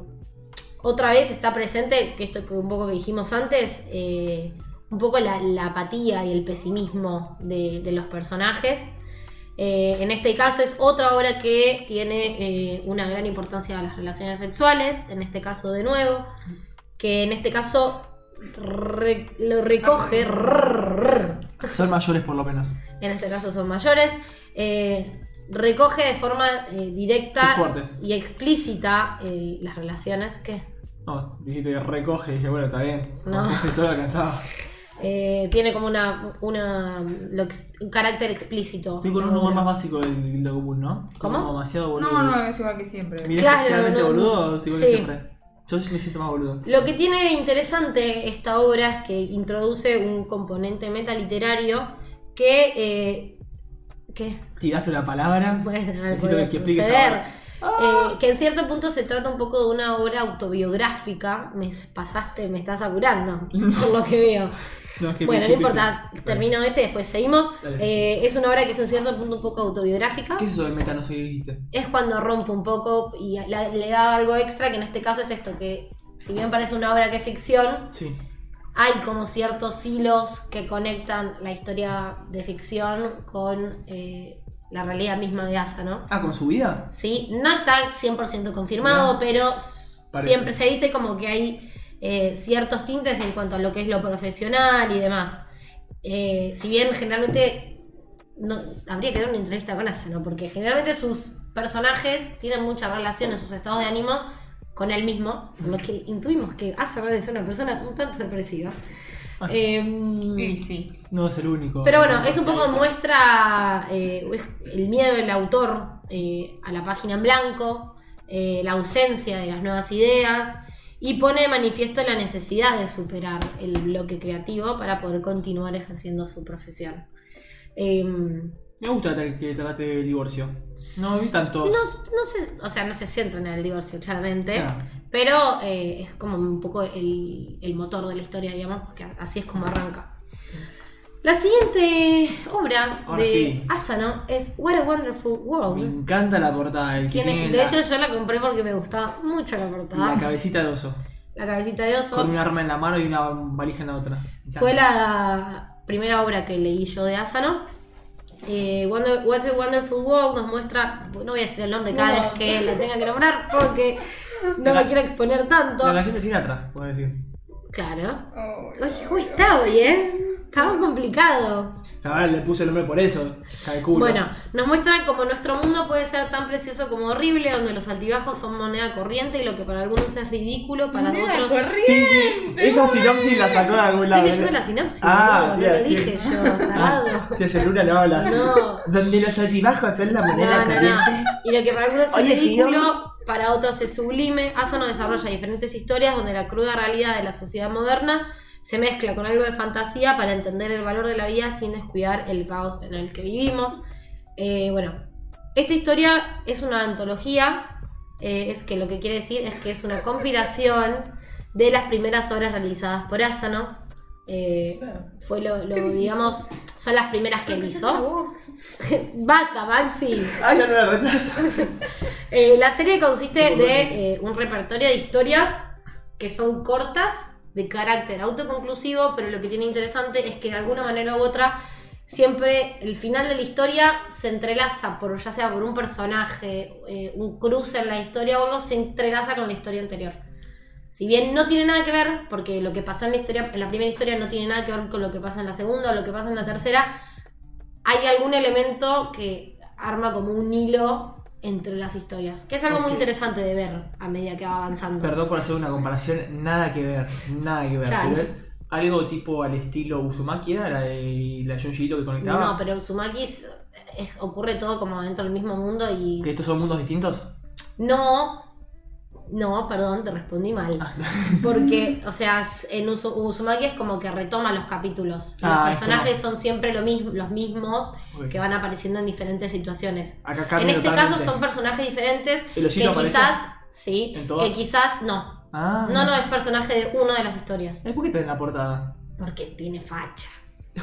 otra vez está presente, que esto que un poco que dijimos antes, eh, un poco la, la apatía y el pesimismo de, de los personajes. Eh, en este caso es otra obra que tiene eh, una gran importancia a las relaciones sexuales, en este caso de nuevo, que en este caso re- lo recoge, Eh, Son mayores por lo menos. en este caso son mayores, eh, recoge de forma eh, Qué directa fuerte. y explícita eh, las relaciones que No, dijiste que recoge. Dije, bueno, está bien. No. Recoge solo alcanzaba. Eh, tiene como una, una lo que- un carácter explícito. Estoy con un La humor obra. más básico del lo común, ¿no? Estoy ¿Cómo? Como demasiado boludo. No, no, es igual que siempre. ¿Miré Claro, especialmente no, no. boludo o es igual que Sí. siempre? Yo me siento más boludo. Lo que tiene interesante esta obra es que introduce un componente metaliterario que... eh, ¿Qué? Tiraste una palabra. Bueno, Necesito puede que expliques suceder. ahora. Eh, que en cierto punto se trata un poco de una obra autobiográfica. Me pasaste, me estás apurando, por lo que veo. No, es que bueno, me- no que- importa, termino este y después seguimos. Dale. Eh, es una obra que es en cierto punto un poco autobiográfica. ¿Qué es eso del meta? No sé qué dijiste. es cuando rompe un poco y la- le da algo extra, que en este caso es esto, que si bien parece una obra que es ficción, Sí. hay como ciertos hilos que conectan la historia de ficción con eh, la realidad misma de Asa, ¿no? Ah, ¿con su vida? Sí, no está 100% confirmado, No. pero s- Parece. siempre se dice como que hay eh, ciertos tintes en cuanto a lo que es lo profesional y demás. Eh, si bien generalmente no, habría que dar una entrevista con Asano, porque generalmente sus personajes tienen mucha relación en sus estados de ánimo con él mismo, por lo que intuimos que Asano es una persona un tanto depresiva. Ah. Em, Sí, sí. No es el único. pero bueno, es un poco muestra eh, es- el miedo del autor eh, a la página en blanco, eh, la ausencia de las nuevas ideas y pone de manifiesto la necesidad de superar el bloque creativo para poder continuar ejerciendo su profesión. Em, Me gusta tra- que trate el divorcio. No vi no, tantos. no se, o sea, no se centran en el divorcio, claramente. Claro. Pero eh, es como un poco el, el motor de la historia, digamos, porque así es como arranca. La siguiente obra Ahora de sí. Asano es What a Wonderful Me World. encanta la portada. El que Oh. Tiene- tiene de la, hecho, yo la compré porque me gustaba mucho la portada. la La, cabecita de oso. cabecita de oso. Con un arma en la mano y una valija en la otra. Me Fue encanta. la primera obra que leí yo de Asano. Eh, Wonder- What a Wonderful World nos muestra, no voy a decir el nombre cada No. vez que la tenga que nombrar porque no me La- quiero exponer tanto. La canción de Sinatra, puedo decir. Claro. Oh, Oye, ¿cómo está hoy, eh? Estaba complicado. A ver, le puse el nombre por eso. Calculo. Bueno, nos muestran cómo nuestro mundo puede ser tan precioso como horrible, donde los altibajos son moneda corriente y lo que para algunos es ridículo, para Moneda otros. corriente. Sí, sí. Esa sinopsis la sacó de algún Estoy lado. leyendo la sinopsis, Ah, boludo, te iba no a lo decir. dije yo, tarado. Si es el luna no hablas. No. Donde los altibajos son la moneda Ah, No, no, corriente. no. Y lo que para algunos es Oye, tío. ridículo, para otros es sublime. Asano desarrolla diferentes historias donde la cruda realidad de la sociedad moderna se mezcla con algo de fantasía para entender el valor de la vida sin descuidar el caos en el que vivimos. Eh, bueno, esta historia es una antología, eh, es que lo que quiere decir es que es una compilación de las primeras obras realizadas por Asano. Eh, fue lo, lo, digamos, son las primeras que él hizo. Bata, Maxi. Ah, ya no la retraso. Eh, la serie consiste de eh, un repertorio de historias que son cortas, de carácter autoconclusivo, pero lo que tiene interesante es que de alguna manera u otra siempre el final de la historia se entrelaza, por, ya sea por un personaje, eh, un cruce en la historia o algo, se entrelaza con la historia anterior. Si bien no tiene nada que ver, porque lo que pasó en la historia, en la primera historia no tiene nada que ver con lo que pasa en la segunda o lo que pasa en la tercera, hay algún elemento que arma como un hilo entre las historias, que es algo muy Ok. interesante de ver a medida que va avanzando. Perdón por hacer una comparación, nada que ver, nada que ver. Claro. Pero es algo tipo al estilo Uzumaki, ¿era la de la Junjiito que conectaba? No, pero Uzumaki es- es- ocurre todo como dentro del mismo mundo y... ¿Que estos son mundos distintos? No, no, perdón, te respondí mal. Ah, Porque, o sea, s- en Uzu- Uzumaki es como que retoma los capítulos. Los Ah, es personajes son siempre lo mismo, los mismos Ok. que van apareciendo en diferentes situaciones. Acá En cambia este totalmente. caso son personajes diferentes ¿El que osito aparece? quizás, sí, ¿En todas? que quizás no. Ah, No, no, es personaje de una de las historias. ¿Eh, ¿Por qué traen la portada? Porque tiene facha. no,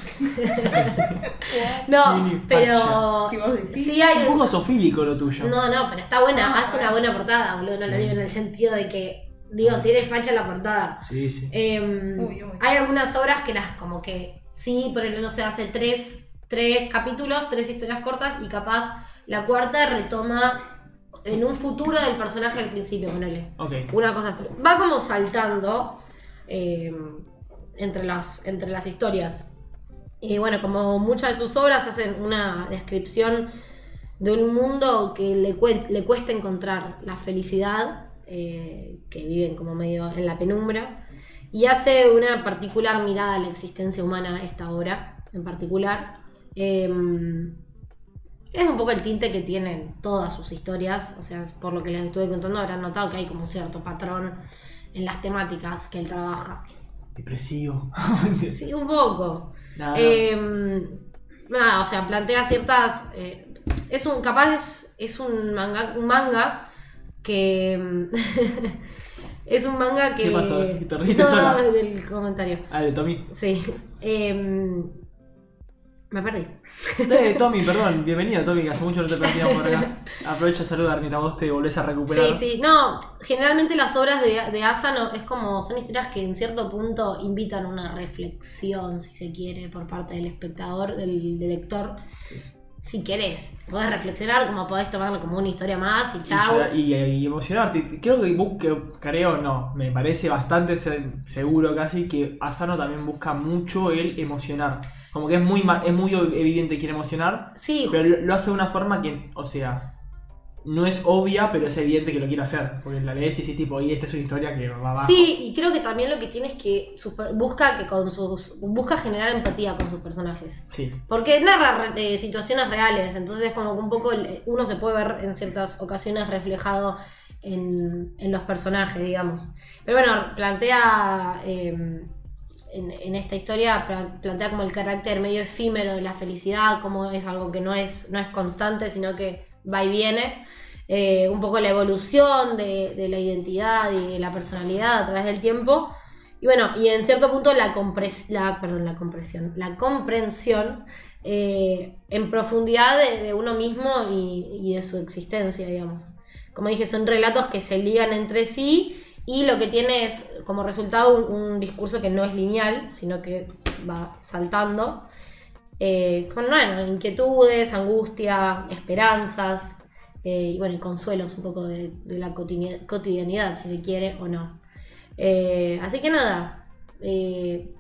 Tiene pero Si vos decís. sí hay Un poco sofílico lo tuyo. no, no, pero está buena, Ah, hace una buena portada, boludo, no lo digo en el sentido de que, Ah. digo, tiene facha la portada. Sí, sí. Em, Uy, uy. Hay algunas obras que las como que, sí, por no sé, hace tres, tres capítulos, tres historias cortas y capaz la cuarta retoma en un futuro del personaje del principio, ponele. Ok. Una cosa así. Va como saltando em, entre, las, entre las historias. Y bueno, como muchas de sus obras hacen una descripción de un mundo que le, cuen- le cuesta encontrar la felicidad, eh, que viven como medio en la penumbra, y hace una particular mirada a la existencia humana esta obra en particular. Em, es un poco el tinte que tienen todas sus historias, o sea, por lo que les estuve contando habrán notado que hay como un cierto patrón en las temáticas que él trabaja. Depresivo. Sí, un poco. Nada, no. Eh, nada, o sea, plantea ciertas. eh, es un. capaz es, es un manga. Un manga que. em, es un manga que. ¿Qué pasó? ¿Te reíste No, sola? no, del comentario. Ah, de Tommy. Sí. em, me perdí. Eh, Tommy, perdón. Bienvenido, Tommy, que hace mucho no te planteamos por acá. Aprovecha a saludar mientras vos te volvés a recuperar. Sí, sí, no, generalmente las obras de, de Asano es como, son historias que en cierto punto invitan a una reflexión, si se quiere, por parte del espectador, del, del lector, si querés, podés reflexionar, como podés tomarlo como una historia más y Y chao. llorar- Y, y emocionarte. Creo que busque, creo no, me parece bastante se- seguro casi que Asano también busca mucho el emocionar. Como que es muy, ma- es muy evidente que quiere emocionar, Sí, pero lo, lo hace de una forma que, o sea, no es obvia, pero es evidente que lo quiere hacer. Porque la lees y decís tipo, y esta es una historia que va abajo. Sí, y creo que también lo que tiene es que super- busca que con sus busca generar empatía con sus personajes. Sí. Porque narra re- eh, situaciones reales, entonces como que un poco el- uno se puede ver en ciertas ocasiones reflejado en, en los personajes, digamos. Pero bueno, plantea eh, en, en esta historia, pla- plantea como el carácter medio efímero de la felicidad, como es algo que no es, no es constante, sino que va y viene. Eh, un poco la evolución de, de la identidad y de la personalidad a través del tiempo. Y bueno, y en cierto punto la, compres- la, perdón, la compresión, la comprensión eh, en profundidad de, de uno mismo y, y de su existencia, digamos. Como dije, son relatos que se ligan entre sí y lo que tiene es como resultado un, un discurso que no es lineal, sino que va saltando, eh, con bueno, inquietudes, angustia, esperanzas eh, y bueno, y consuelos un poco de, de la cotidea- cotidianidad, si se quiere o no. Eh, así que nada. eh,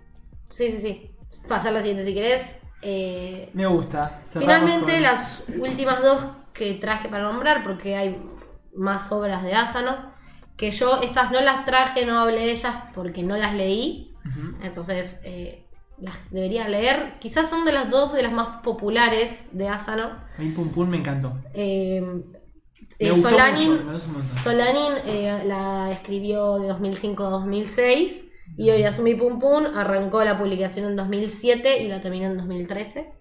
sí, sí, sí. Pasar la siguiente si querés. Eh, Me gusta. Cerramos finalmente, con- las últimas dos que traje para nombrar, porque hay más obras de Asano. Que yo estas no las traje, no hablé de ellas porque no las leí. Ujú. Entonces, eh, las deberías leer. Quizás son de las dos de las más populares de Asano. Pim Pum Pum me encantó. Me Eh, eh, gustó Solanin- mucho, me gustó un montón. Solanin eh, la escribió de 2005 a 2006 y hoy Asumi Pum Pum arrancó la publicación en 2007 y la terminó en 2013.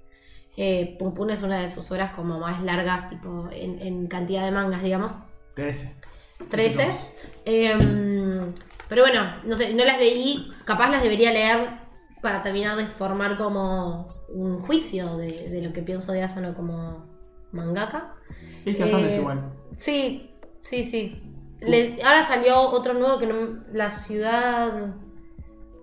Eh, Pum Pum es una de sus obras como más largas, tipo en, en cantidad de mangas, digamos. Trece. 13. Dos. Em, pero bueno, no sé, no las leí, capaz las debería leer para terminar de formar como un juicio de, de lo que pienso de Asano como mangaka. Es que bastante Eh, es igual. Sí, sí, sí. Le- ahora salió otro nuevo que no. La ciudad.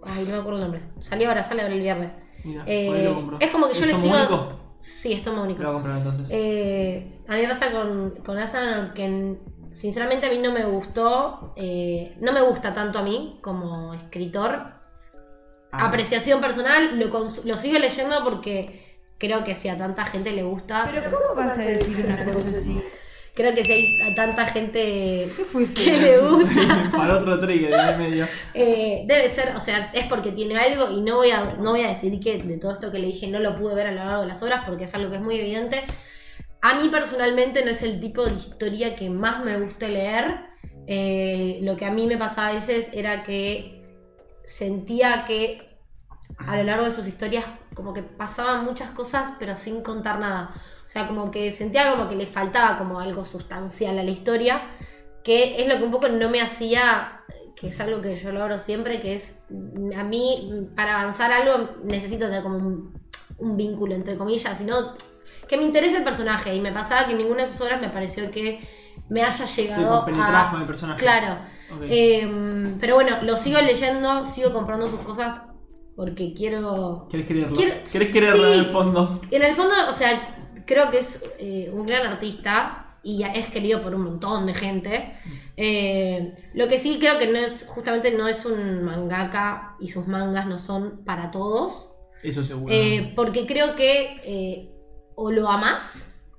Ay, no me acuerdo el nombre. Salió ahora, sale ahora el viernes. Mira, Eh, por ahí lo compro. es como que yo le ¿Esto sigo. único? Sí, esto es muy Lo voy a único. comprar entonces. Eh, a mí me pasa con, con Asano que n- sinceramente a mí no me gustó. eh, no me gusta tanto a mí como escritor. Ah, Apreciación personal, lo, cons- lo sigo leyendo porque creo que si a tanta gente le gusta. Pero ¿cómo vas a decir una cosa así? Creo que si hay a tanta gente fuiste? que le gusta. Para otro trigger en el medio. Eh, debe ser, o sea, es porque tiene algo y no voy, a, no voy a decir que de todo esto que le dije no lo pude ver a lo largo de las horas porque es algo que es muy evidente. A mí personalmente no es el tipo de historia que más me gusta leer. Eh, lo que a mí me pasaba a veces era que sentía que a lo largo de sus historias como que pasaban muchas cosas pero sin contar nada. O sea, como que sentía como que le faltaba como algo sustancial a la historia, que es lo que un poco no me hacía, que es algo que yo logro siempre, que es, mm, a mí mm, para avanzar algo necesito de como un, un vínculo, entre comillas, sino que me interese el personaje. Y me pasaba que ninguna de sus obras me pareció que me haya Tipo, llegado penetras con a... el personaje. ah, Claro. Ok. Em, pero bueno, lo sigo leyendo, sigo comprando sus cosas porque quiero. ¿Querés quererlo? quiero- ¿Querés quererlo en el Sí. fondo? En el fondo, o sea, creo que es eh, un gran artista y ya es querido por un montón de gente. Eh, lo que sí creo que no es, justamente no es un mangaka y sus mangas no son para todos. Eso seguro. Eh, porque creo que eh, o lo amás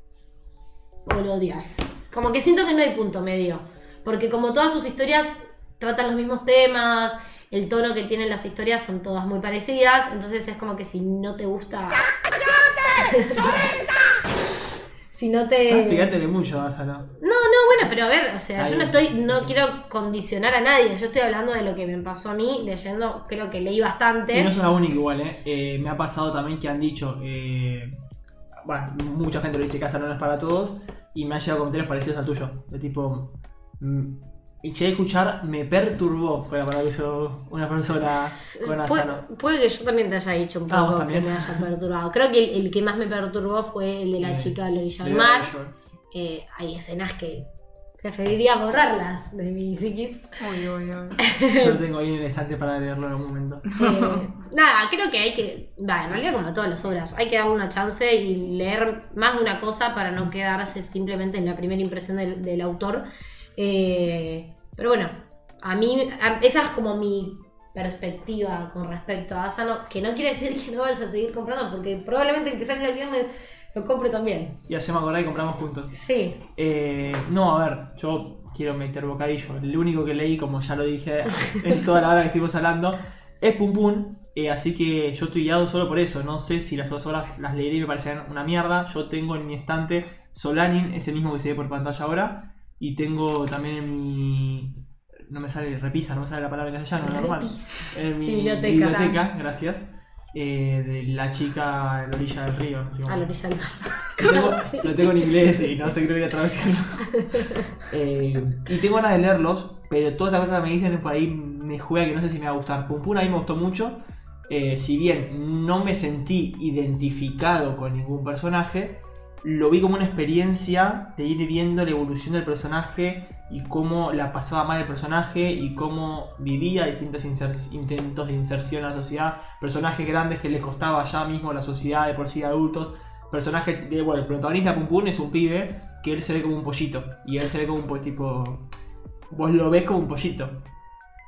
o lo odias. Como que siento que no hay punto medio. Porque como todas sus historias tratan los mismos temas, el tono que tienen las historias son todas muy parecidas. Entonces es como que si no te gusta. si no Estás te. pegándole mucho, Asano. No, no, bueno, pero a ver, o sea, Ah, Ahí. yo no estoy, no quiero condicionar a nadie, yo estoy hablando de lo que me pasó a mí leyendo, creo que leí bastante. Y no es la única igual, ¿eh? Eh, Me ha pasado también que han dicho. eh, bueno, mucha gente lo dice que Asano no es para todos. Y me han llegado comentarios parecidos al tuyo. De tipo. mm, y llegué a escuchar, me perturbó. Fue la palabra que usó una persona con Pu- Asano. puede que yo también te haya dicho un Ah, vos poco que también. me haya perturbado. Creo que el, el que más me perturbó fue el de la Eh, chica de la orilla De del mar. Shore. Eh, hay escenas que preferiría borrarlas de mi psiquis. Uy, uy, uy. Yo lo tengo ahí en el estante para leerlo en algún momento. Eh, nada, creo que hay que, va, en realidad como todas las obras, hay que dar una chance y leer más de una cosa para no quedarse simplemente en la primera impresión del, del autor. Eh, pero bueno, a mí, a- esa es como mi perspectiva con respecto a Asano, que no quiere decir que no vaya a seguir comprando, porque probablemente el que salga el viernes lo compre también. Y hacemos acordar y compramos juntos. Sí, Eh, no, a ver, yo quiero meter bocadillo. El único que leí, como ya lo dije en toda la hora que estuvimos hablando, es Pum Pum. eh, así que yo estoy guiado solo por eso. No sé si las otras horas las leeré y me parecerán una mierda. Yo tengo en mi estante Solanin, ese mismo que se ve por pantalla ahora. Y tengo también en mi. No me sale repisa, no me sale la palabra en castellano, Ah, normal. En mi Biblioteca. biblioteca, gracias. eh, de la chica en la orilla del río. no sé cómo- a Ah, lo que salga. lo tengo, lo tengo en inglés y no sé creo que voy a traducirlo. Eh, y tengo ganas de leerlos, pero todas las cosas que me dicen por ahí me juega que no sé si me va a gustar. Pum Pum a mí me gustó mucho. Eh, si bien no me sentí identificado con ningún personaje, lo vi como una experiencia de ir viendo la evolución del personaje y cómo la pasaba mal el personaje y cómo vivía distintos inser- intentos de inserción a la sociedad. Personajes grandes que les costaba ya mismo la sociedad de por sí de adultos. Personajes de, bueno, el protagonista Pum Pum es un pibe que él se ve como un pollito y él se ve como un po- tipo. Vos lo ves como un pollito.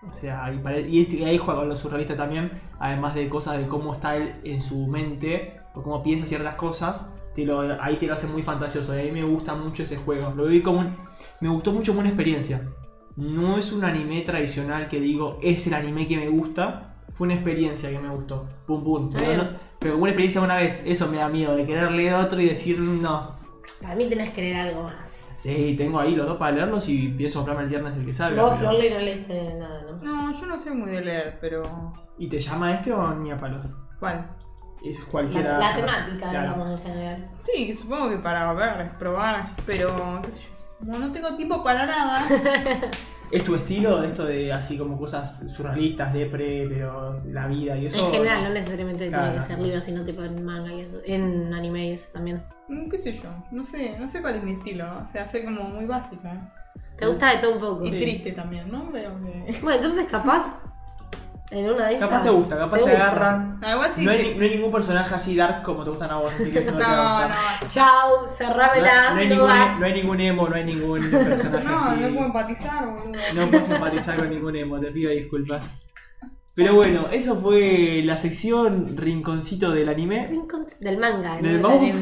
O sea, y, pare- y es- y ahí juega con lo surrealista también, además de cosas de cómo está él en su mente o cómo piensa ciertas cosas, te lo, ahí te lo hace muy fantasioso. Y a mí me gusta mucho ese juego. Lo vi como un- me gustó mucho como una experiencia. No es un anime tradicional que digo es el anime que me gusta. Fue una experiencia que me gustó. Pum pum. Está Pero, bien. no- pero como una experiencia una vez, eso me da miedo de querer leer otro y decir no. Para mí tenés que leer algo más. Sí, tengo ahí los dos para leerlos y pienso comprarme el viernes el que salga. Vos, pero- Florley, no leíste nada, ¿no? No, yo no soy muy de leer, pero. ¿Y te llama este o ni a palos? ¿Cuál? Es La, cualquiera. la temática, Claro. digamos, en general. Sí, supongo que para ver, probar, pero. qué sé yo. Como no tengo tiempo para nada. ¿Es tu estilo esto de así como cosas surrealistas, depre, pero la vida y eso? en general, no ¿no? necesariamente Claro, tiene que sí. ser libro, sino tipo en manga y eso, en anime y eso también. Mm, ¿Qué sé yo? No sé, no sé cuál es mi estilo. O sea, soy como muy básica. Te gusta de todo un poco. Y Sí. triste también, ¿no? Pero que. Bueno, entonces capaz en una de esas. Capaz te gusta, capaz te, gusta. agarra. No, Ah, igual sí. no, hay, sí. ni- no hay ningún personaje así dark como te gustan a vos, así que eso no, te va a no, gustar. Chau, cerrámela, No- no hay, no ningún, e, va. no hay ningún emo, no hay ningún personaje no, así. no puedo empatizar, boludo. No puedes empatizar con ningún emo, te pido disculpas. Pero bueno, eso fue la sección Rinconcito del anime. Rincón del manga, Del ¿no? anime.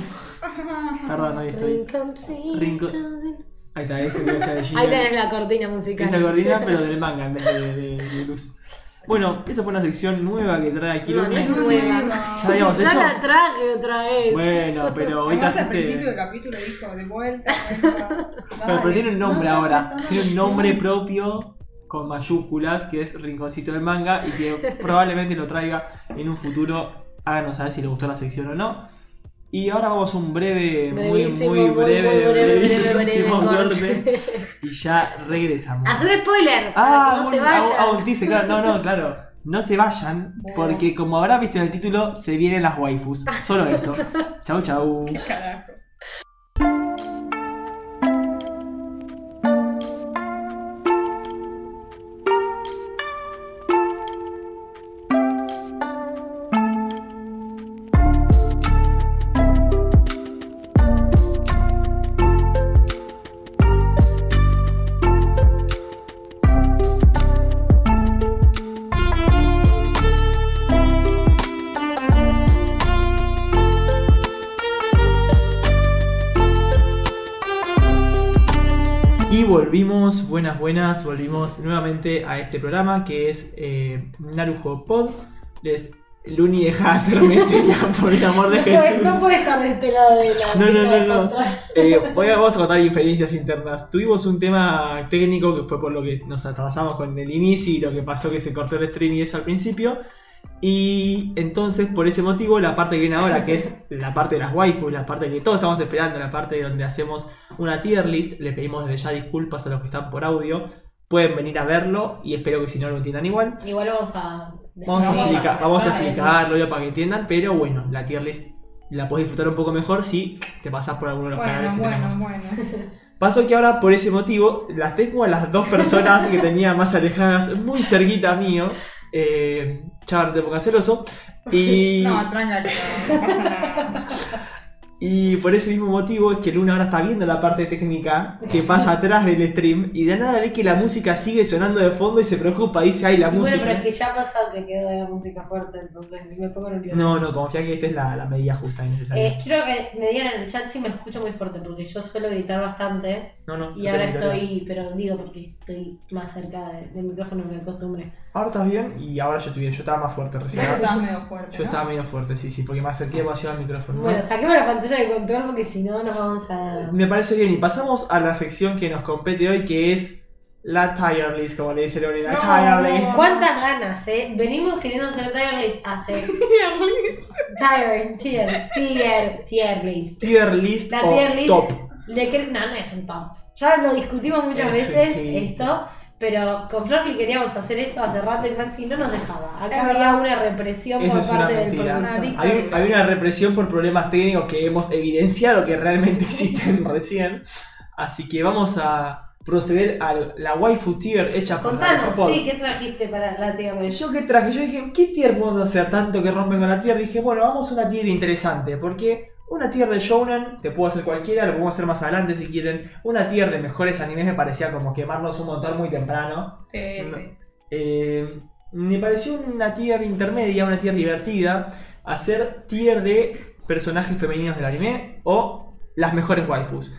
Perdón, ahí estoy. Rinconcito Rincon- del- Ahí está, ese que hace de Ahí Gina. tenés la cortina musical. Esa gordina, pero del manga en vez de, de- de luz. Bueno, esa fue una sección nueva que trae No, no Hirone. es nueva. ¿Ya la habíamos Ya hecho? la traje otra vez. Bueno, pero hoy Además, al principio del trajiste. capítulo dijo de vuelta. de vuelta. Bueno, pero Dale. tiene un nombre No, no, ahora. no, no. Tiene un nombre propio con mayúsculas que es Rinconcito del Manga y que probablemente lo traiga en un futuro. Háganos saber si le gustó la sección o no. Y ahora vamos a un breve, muy, Brevísimo, muy breve, brevísimo corte. corte. Y ya regresamos. Haz un spoiler. para Ah, que no un- se a- a vaya. un teaser, claro. No, no, claro. No se vayan, porque como habrá visto en el título, se vienen las waifus. Solo eso. Chau, chau. Carajo. Y volvimos, buenas, buenas. Volvimos nuevamente a este programa que es eh, Narujo Pod. Les. Luni deja de hacerme señas por el amor de No Jesús. puede, no puede estar de este lado de la No, no, pista no, de no. control. Eh, voy a- vamos a contar inferencias internas. Tuvimos un tema técnico que fue por lo que nos atrasamos con el inicio y lo que pasó que se cortó el stream y eso al principio. Y entonces, por ese motivo, la parte que viene ahora, que es la parte de las waifus, la parte que todos estamos esperando, la parte donde hacemos una tier list, les pedimos desde ya disculpas a los que están por audio. Pueden venir a verlo y espero que si no lo entiendan igual. Igual vamos a. Vamos a después explicar, vamos a eso. explicarlo ya para que entiendan, pero bueno, la tier list la podés disfrutar un poco mejor si te pasás por alguno de los Bueno, canales que bueno, tenemos. bueno. Pasó que ahora por ese motivo las tengo a las dos personas que tenía más alejadas muy cerquita mío. Eh, Chava, no te pongas celoso. Y, No, tranca, que no, no pasa nada. y por ese mismo motivo es que Luna ahora está viendo la parte técnica que pasa atrás del stream y de nada ve que la música sigue sonando de fondo y se preocupa. Dice, ay, la Y música. bueno, pero es que ya ha pasado que quedó la música fuerte, entonces me pongo nerviosa. No, no, confía que esta es la, la medida justa y necesaria. Eh, quiero que me digan en el chat si me escucho muy fuerte, porque yo suelo gritar bastante no, no, y yo ahora te miro bien. estoy, pero digo porque estoy más cerca de- del micrófono que de costumbre. Ahora estás bien y ahora yo estoy bien. Yo estaba más fuerte Vos recién. estabas medio fuerte. Yo ¿no? estaba medio fuerte, sí, sí, porque me acerqué demasiado al micrófono. Bueno, saquemos la pantalla de control porque si no nos vamos a... Me parece bien, y pasamos a la sección que nos compete hoy, que es la tier list, como le dice Lori, la No. tier list. ¿Cuántas ganas, eh? Venimos queriendo hacer tier list hace... tier, tier, tier, tier list. Tier list La o tier list. top. Le que- No, no es un top. Ya lo discutimos muchas Ese, veces Eh, sí. esto, pero con Flor le queríamos hacer esto hace rato y Maxi no nos dejaba. Acá Es había verdad. una represión Eso por es una parte del mentira. producto. Nadie- Hay, un- hay una represión por problemas técnicos que hemos evidenciado que realmente existen recién. Así que vamos a proceder a la waifu tier hecha por Contanos, Radiopop. sí, ¿qué trajiste para la tierra? Yo que traje, yo dije, ¿qué tier podemos hacer tanto que rompen con la tier? Dije, bueno, vamos a una tier interesante, porque una tier de Shounen, te puedo hacer cualquiera, lo podemos hacer más adelante si quieren. Una tier de mejores animes me parecía como quemarnos un montón muy temprano. Sí, No. sí. Eh, me pareció una tier intermedia, una tier divertida, hacer tier de personajes femeninos del anime o las mejores waifus.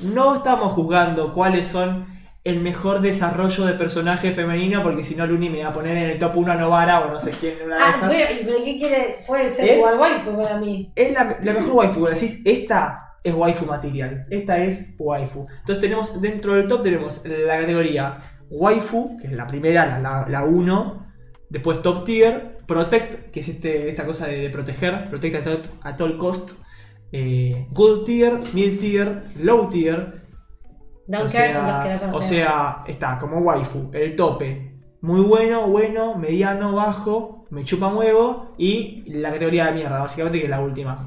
No estamos juzgando cuáles son el mejor desarrollo de personaje femenino, porque si no, Luni me va a poner en el top 1 a Novara o no sé quién, una de Ah, esas. bueno, pero ¿qué quiere? Puede ser Es- igual waifu para mí. Es la, la mejor waifu, cuando decís, esta es waifu material, esta es waifu. Entonces tenemos, dentro del top tenemos la categoría waifu, que es la primera, la- la 1, después top tier, protect, que es este, esta cosa de, de proteger, protect at all, at all cost, eh, good tier, mid tier, low tier, Don't o care sea, son los que no o conocemos. sea, está como waifu, el tope. Muy bueno, bueno, mediano, bajo, me chupa un huevo y la categoría de mierda, básicamente que es la última.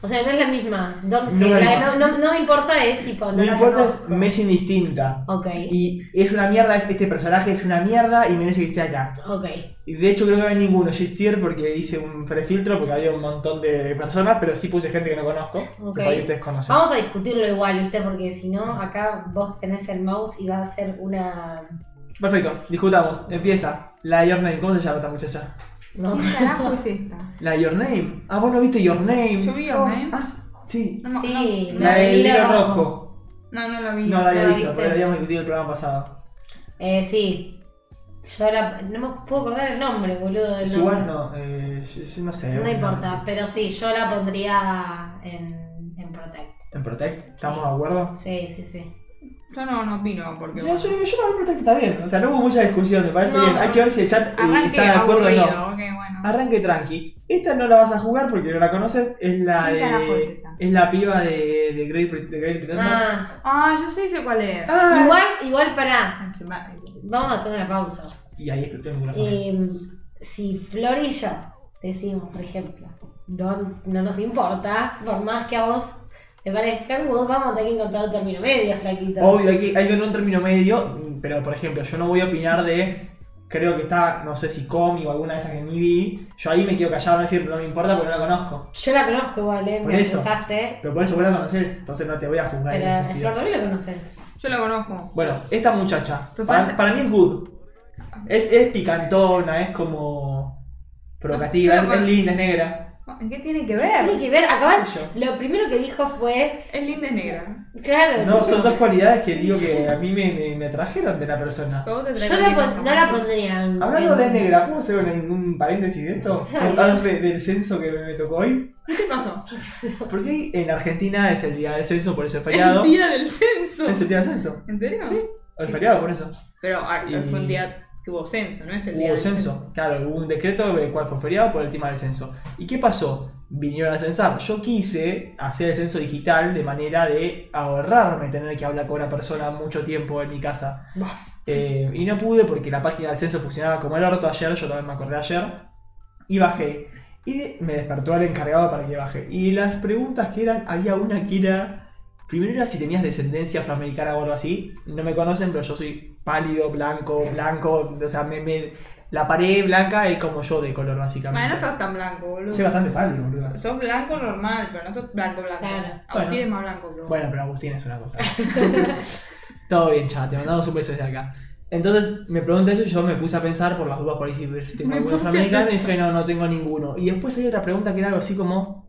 O sea, no es la misma. Don't- No eh, es la la- misma. no- no- no me importa, es tipo. No, No la importa, es, conozco. me es indistinta. Ok, Y es una mierda, es- este personaje es una mierda y merece que esté acá. ok. Y de hecho creo que no hay ninguno, shit tier, porque hice un prefiltro porque había un montón de personas, pero sí puse gente que no conozco. Ok. Ah. Que por ahí ustedes conocen. Vamos a discutirlo igual, ¿viste? Porque si no, acá vos tenés el mouse y va a ser una. Perfecto, discutamos. Empieza. La de Your Name, ¿cómo se llama esta muchacha? No. ¿Qué carajo es esta? La de Your Name. Ah, vos no viste Your Name. Yo vi Your Oh, Name. Ah, sí. No, me- Sí, no, La del del hilo hilo rojo. rojo. no, no la vi. No la había ¿La visto, viste? porque la habíamos discutido el programa pasado. Eh, sí. Yo la- no me puedo acordar el nombre, boludo. del Suban nombre. no, eh, yo- yo no sé. No un- importa, pero sí, yo la pondría en, en Protect. ¿En Protect? ¿Estamos de acuerdo? Sí, sí, sí. Yo no, no opino porque. Yo, yo, bueno, yo no creo que está bien. O sea, no hubo mucha discusión, me parece No. bien. Hay que ver si el chat eh, Arranque está de acuerdo aburrido, o no. ok, bueno. Arranque tranqui. Esta no la vas a jugar porque no la conoces. Es la ¿Quién carajo es de. esta? Es la piba de, de Great Brit- de Great Britain. Ah, Ah, yo sí sé cuál es. Ah. igual, igual pará. Ah, qué mal. Vamos a hacer una pausa. Y ahí explotó el micrófono. Eh, si Flor y yo decimos, por ejemplo, don, no nos importa, por más que a vos te parezca, vos vamos a tener que encontrar un término medio, flaquita. Obvio, hay que, hay que tener un término medio, pero por ejemplo, yo no voy a opinar de. Creo que está, no sé si Comi o alguna de esas que ni vi. Yo ahí me quedo callado, no decir, no me importa porque no la conozco. Yo la conozco igual, ¿eh? Por me eso. acusaste, Pero por eso vos la conocés, entonces no te voy a juzgar. en ese pero sentido. Flor también la conoce. Eh. Yo la conozco. Bueno, esta muchacha, Pero para, parece- para mí es good. Es, es picantona, es como. provocativa, Pero es, es por- linda, es negra. Ah, ¿Qué tiene que Tiene ver? que ver, acabas, Yo. lo primero que dijo fue, Es linda y negra. claro, No, tipo, son dos cualidades que digo que a mí me, me, me atrajeron de la persona. Pero vos te traes yo la cualquier pon- cosa, no la Maxi. pondría en- Hablando en- de negra, ¿puedo hacer un, un paréntesis de esto? Ay, Contar de- del censo que me me tocó hoy. ¿Qué pasó? Porque en Argentina es el día del censo, por eso es El feriado. día del censo. Es el día del censo. ¿En serio? Sí. O el feriado, por eso. Pero ah, Y- fue un día que hubo censo, no es el día Hubo del censo. censo. Claro, hubo un decreto del cual fue feriado por el tema del censo. ¿Y qué pasó? Vinieron a censar. Yo quise hacer el censo digital de manera de ahorrarme tener que hablar con una persona mucho tiempo en mi casa. Eh, y no pude porque la página del censo funcionaba como el orto ayer, yo también me acordé ayer. Y bajé. Y de- me despertó el encargado para que baje. Y las preguntas que eran, había una que era. Primero era si tenías descendencia afroamericana o algo así. No me conocen, pero yo soy pálido, blanco, blanco. O sea, me, me- La pared blanca es como yo de color, básicamente. Bueno, no sos tan blanco, boludo. Soy bastante pálido, boludo. Sos blanco normal, pero no sos blanco blanco. Claro. Agustín Bueno. es más blanco que vos. Bueno, pero Agustín es una cosa. Todo bien, chat, te mandamos un beso desde acá. Entonces me pregunta eso y yo me puse a pensar por las dudas por ahí si, ver si tengo Me algunos puse a americanos y pensar. dije no, no tengo ninguno. Y después hay otra pregunta que era algo así como.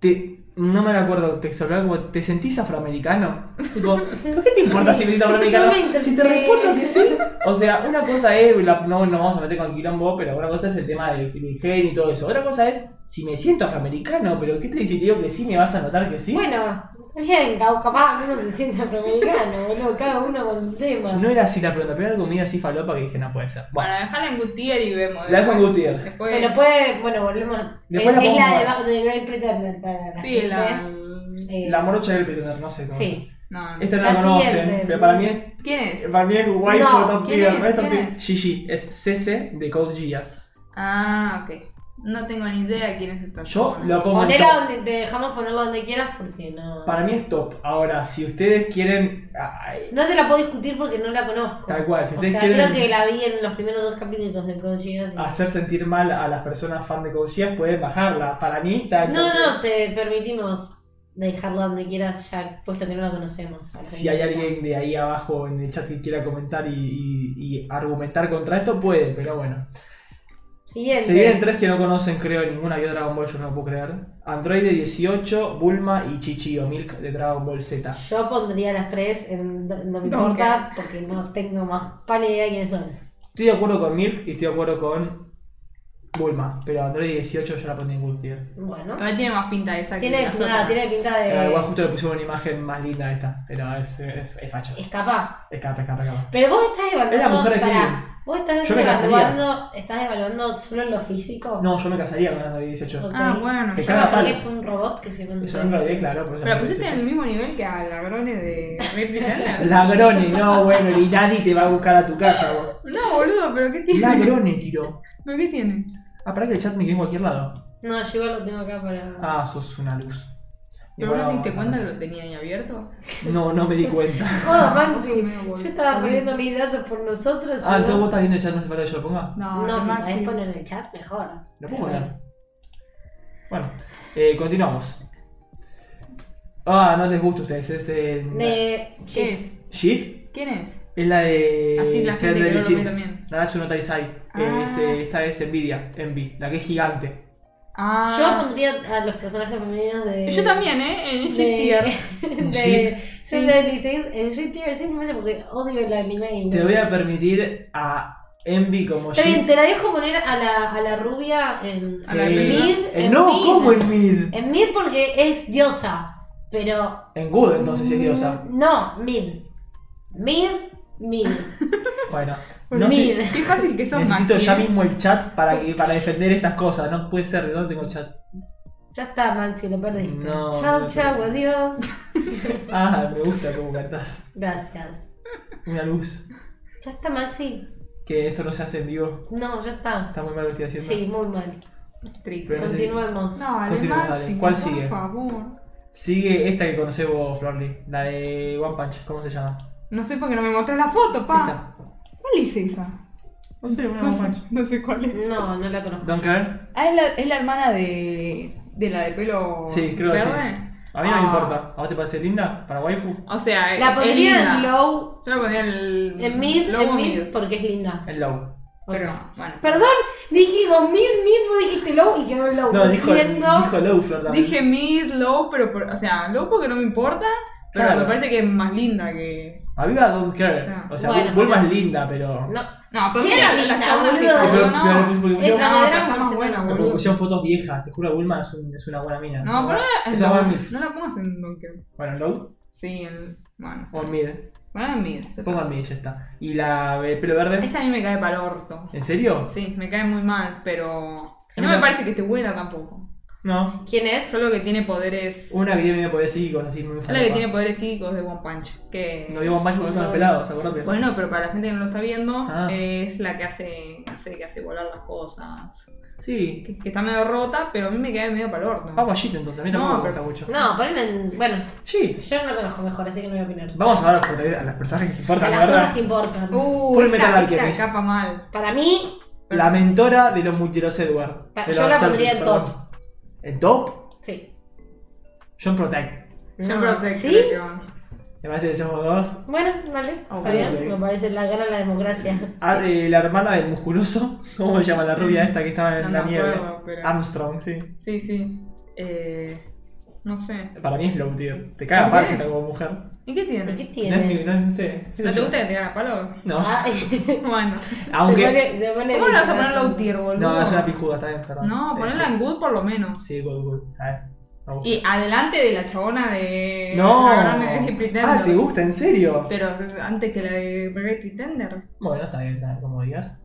Te, no me la acuerdo textual, como ¿te sentís afroamericano? Tipo, ¿por qué te importa si me siento afroamericano? Yo me Si te interpreté. respondo que sí. O sea, una cosa es, la- no nos vamos a meter con el quilombo, pero una cosa es el tema del del gen y todo eso. Otra cosa es si me siento afroamericano, pero ¿qué te dice? Si te digo que sí, me vas a notar que sí. Bueno, está bien, ca- capaz uno se siente afroamericano, boludo, cada uno con su tema. No era así la pregunta, pero era comida así falopa que dije, no puede ser. Bueno, Bueno, dejala en Gutiérrez y vemos. la dejo en después. Gutiérrez. Después- Pero puede, bueno, volvemos. Después es, la es podemos la guardar. de, de Great Pretender para la Sí, gente. la. Eh, La morocha del pretender, no sé cómo. Sí. No, no. Esta no la, La conocen, siguiente. pero para mí es, ¿Quién es? para mí es Wife No, o Top ¿quién Tier. es? No es Top ¿quién Tier. GG, es CC de Code Geass. Ah, ok. No tengo ni idea de quién es esta Yo persona. lo pongo en Ponela top. donde te dejamos ponerla donde quieras porque no. Para mí es top. Ahora, si ustedes quieren. ay, No te la puedo discutir porque no la conozco. Tal cual, si o ustedes sea, quieren- Ah, creo que la vi en los primeros dos capítulos de Code Geass y- hacer sentir mal a las personas fan de Code Geass, pueden bajarla. Para mí está. en No, top. no, te permitimos dejarla donde quieras ya, puesto que no la conocemos. Si hay alguien de ahí abajo en el chat que quiera comentar y, y- y argumentar contra esto, puede, pero bueno. Siguiente. Se vienen tres que no conocen, creo, ninguna que Dragon Ball, yo no lo puedo creer. Android 18, Bulma y Chichi o Milk de Dragon Ball Z. Yo pondría las tres, en, no me No, importa, porque no tengo más pálida idea de quiénes son. Estoy de acuerdo con Milk y estoy de acuerdo con Bulma, pero Android 18 yo la pondría en Good Eh. Tier. Bueno. Igual tiene más pinta esa que Tiene, las nada, otras. tiene pinta Eh, Igual de. justo le pusieron una imagen más linda a esta, pero es, es, es facha. Escapa. Escapa, escapa, escapa. Pero vos estás evaluando. Es la mujer de pará, Hitler. vos estás Yo me casaría. evaluando. ¿Estás evaluando solo lo físico? No, yo me casaría con Android 18. Ok. Ah, bueno. Se Se caga llama porque palo. es un robot que se Eso no lo diré, claro, por eso Pero Android pusiste en 18. el mismo nivel que a Lagrones de Rick Pitana. Lagrone, no, bueno, y nadie te va a buscar a tu casa vos. No, boludo, pero ¿qué tiene? Lagrone, tiro. ¿Pero qué tiene? Ah, pará que el chat me quedé en cualquier lado. No, yo igual lo tengo acá para. Ah, sos una luz. ¿Pero Igual no te vamos diste a cuenta que ganar. lo tenía ahí abierto? No, no me di cuenta. Joder, Maxi. Me voy. Yo estaba poniendo mis datos por nosotros. y Ah, entonces vos vos- estás viendo el chat, no hace falta que yo lo ponga. No, No, si Maxi. podés poner en el chat, mejor. Lo puedo poner. Bueno, eh, continuamos. Ah, no les gusta a ustedes, es el... De. ¿Qué Shit. es? ¿Shit? ¿Quién es? Es la de... Así la gente que no lo ve Sins, también. Nanatsu no Taizai. Ah. Es, eh, esta es Nvidia, Envy, la que es gigante. Ah. Yo pondría a los personajes femeninos de. Yo también, ¿eh? En G-Tier. de, Shit. de Sentai 6 en GTR simplemente porque odio el anime y no- Te voy a permitir a Envy como Está bien, Shit. te la dejo poner a la, a la rubia en, a la Sí. Mid, Eh, en no, Mid. ¿cómo en Mid? en Mid porque es diosa, pero En Good, entonces, es diosa. no, Mid. Mid, Mid. Bueno, Bueno, no sé- Mid. Qué fácil que sos, Necesito Maxi. ya mismo el chat para, que, para defender estas cosas. No puede ser, ¿de dónde tengo el chat? Ya está, Maxi, lo perdiste. No, chau, no te- chau, adiós. Ah, me gusta cómo cantás. Gracias. Una luz. Ya está, Maxi. Que esto no se hace en vivo. No, ya está. Está muy mal lo que estoy haciendo. Sí, muy mal. Triste. Pero no sé si- Continuemos. Dale, Continúa, Maxi, dale. ¿Cuál por sigue? favor. Sigue esta que conocés vos, Florly. La de One Punch. ¿Cómo se llama? No sé por qué no me mostré la foto, pa. Esta. ¿Cuál es esa? No sé, una No One sé, Punch. no sé cuál es. No, no la conozco. ¿Don't care? Ah, es la, es la hermana de. de la de pelo. Sí, creo que sí. verde. A mí no me Ah. importa. ¿A vos te parece linda? ¿Para waifu? O sea, La es pondría en linda. low, Yo la pondría en el. en mid, logo en mid, porque es linda. En low. Pero, bueno. Perdón, dijimos mid, mid, vos dijiste low y quedó low. No, dijo, Entiendo. dijo low, Flor también. Dije mid, low, pero. por- o sea, low porque no me importa. Pero Claro. me parece que es más linda que. A mí va Don't care. Ah. O sea, Bueno, Bulma para- es linda, pero. No, No, pero ¿Quién mira, es la linda, chabona se boludo? Pero, pero, no. porque pusieron- es la no, de capaz Dragon más Ball buena, Z. Porque boludo. pusieron fotos viejas, te juro, Bulma es, un- es una buena mina. No, pero en Esa low. va en mid. no la pongas en Dunker. Bueno, low Sí, en. Bueno. o en mid. Bueno, en mid. Pongan mid, ya está. ¿Y la de pelo verde? Esa a mí me cae para el orto. ¿En serio? Sí, me cae muy mal, pero. y A no mí me no. parece que esté buena tampoco. No. ¿Quién es? Solo que tiene poderes. Una que tiene medio poderes psíquicos, así muy Es la que falopa. tiene poderes psíquicos de One Punch. Que... No vimos más porque no estaban pelados, acordate. Bueno, pero para la gente que no lo está viendo, Ah. es la que hace, hace que hace volar las cosas. Sí. Que, que está medio rota, pero a mí me queda medio para el horno. Vamos a Shit entonces, a mí No, tampoco me pero- gusta mucho. No, ponen en. Bueno, Shit. yo no la conozco mejor, así que no voy a opinar. Vamos a hablar a los personajes que A importan, la las cosas verdad. que importan. Uh, Full esta- Metal esta Alchemist. capa mal. Para mí, La mentora de los multiros Edward. Pa- De yo los la pondría en Selfies, perdón. ¿En top? sí. John Protect. Yo No. protecto, ¿Sí? creo. Me parece que somos dos. Bueno, vale. Ah, Está bueno, bien. ok. Me parece la gana la democracia. Ah, eh, la hermana del musculoso. ¿Cómo se llama la rubia esta que estaba en No la me nieve? acuerdo, pero- Armstrong, sí. Sí, sí. Eh, no sé. Para mí es low tier. Te caga ¿Por palo qué? si está como mujer. ¿Y qué ¿Y tiene? ¿Qué No es mi, tiene? no, es- no sé. ¿Qué sé ¿No te yo? gusta que te hagan a palo? No. Ah, Bueno. Se Aunque. pone, se pone ¿Cómo le vas a poner delicioso. low tier, boludo? No, es una pijuda, está bien, perdón. No, ponerla Eso en es- good por lo menos. Sí, good, good. Está bien. Me gusta. Y adelante de la chabona de. No. la gran de Pretender. Ah, ¿te gusta? ¿En serio? Pero antes que la de Great Pretender. Bueno, está bien, está bien, como digas.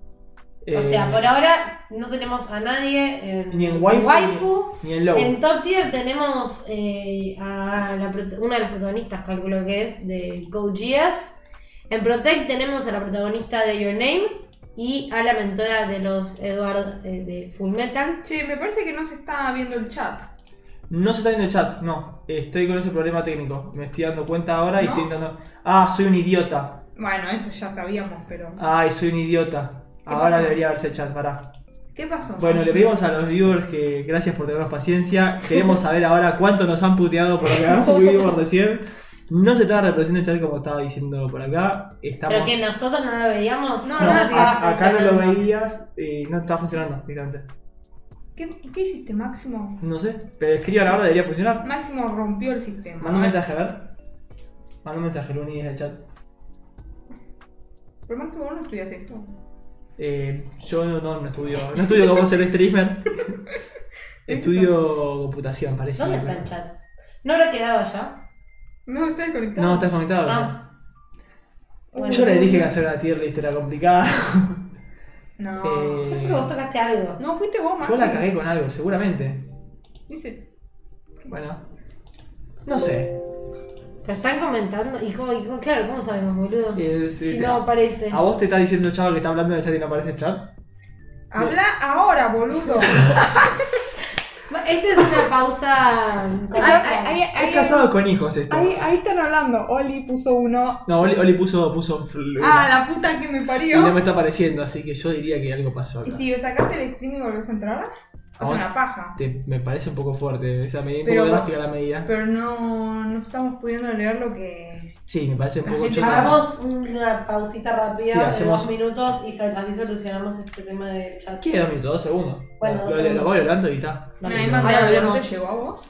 O Eh, sea, por ahora no tenemos a nadie en, Ni en waifu. waifu. Ni en low. En top tier tenemos eh, a la prot- una de las protagonistas, calculo que es, de Go Geass. En Protect tenemos a la protagonista de Your Name y a la mentora de los Edward eh, de Full Metal. Che, me parece que no se está viendo el chat. No se está viendo el chat, no. Estoy con ese problema técnico. Me estoy dando cuenta ahora y ¿No? estoy intentando. Ah, soy un idiota. Bueno, eso ya sabíamos, pero. Ay, soy un idiota. ¿Qué Ahora pasó? debería verse el chat, pará. ¿Qué pasó? Bueno, le pedimos a los viewers que gracias por tenernos paciencia. Queremos saber ahora cuánto nos han puteado por acá. Vivimos recién. No se estaba reproduciendo el chat como estaba diciendo por acá. Estamos... Pero que nosotros no Ah, lo veíamos. No, No, no, a- estaba acá no lo funcionando. veías, eh, no estaba funcionando directamente. ¿Qué, qué hiciste, Máximo? No sé, pero escriban ahora, debería funcionar. Máximo rompió el sistema. Manda un mensaje, a ver. Manda un mensaje, Luni, desde el chat. Pero Máximo, vos no estudias esto. Eh, yo no, no, no estudio, no estudio cómo ser streamer. estudio computación, parece. ¿Dónde está el chat? ¿No habrá quedado ya? No, está desconectado. No, está desconectado. ya. Ah, bueno. Yo le dije que hacer una tier list era complicada. No. Eh, creo que vos tocaste algo. No, fuiste vos, Máximo. yo la cagué con algo, seguramente. Dice. Bueno. No sé. pues, Pero están comentando. Y, cómo- y cómo- claro, ¿cómo sabemos, boludo? Es- si es- no aparece. Eh, ¿A vos te está diciendo chavo que está hablando en el chat y no aparece el chat? Habla ahora, boludo. Esta es una pausa. Ah, ahí- ahí- es casado con hijos esto. Ahí, ahí están hablando. Oli puso uno. No, Oli, Oli puso, puso fl- Ah, la puta que me y no parió. me está apareciendo, así que yo diría que algo pasó. ¿Y acá. si sacaste el stream y volvés a entrar? O sea, Ahora- una paja. Te- me parece un poco fuerte, esa medida, un Pero- poco drástica la medida. Pero no, no estamos pudiendo leer lo que. Sí, me parece un La poco gente- chota. Hagamos una pausita rápida Sí, de hacemos- dos minutos y sol- así solucionamos este tema del chat. ¿Qué? Dos minutos, dos segundos. Bueno, lo, dos lo- segundos. lo voy hablando y está. Dale, Nadie no. mandó, Ahora ¿no te hablamos. llegó a vos?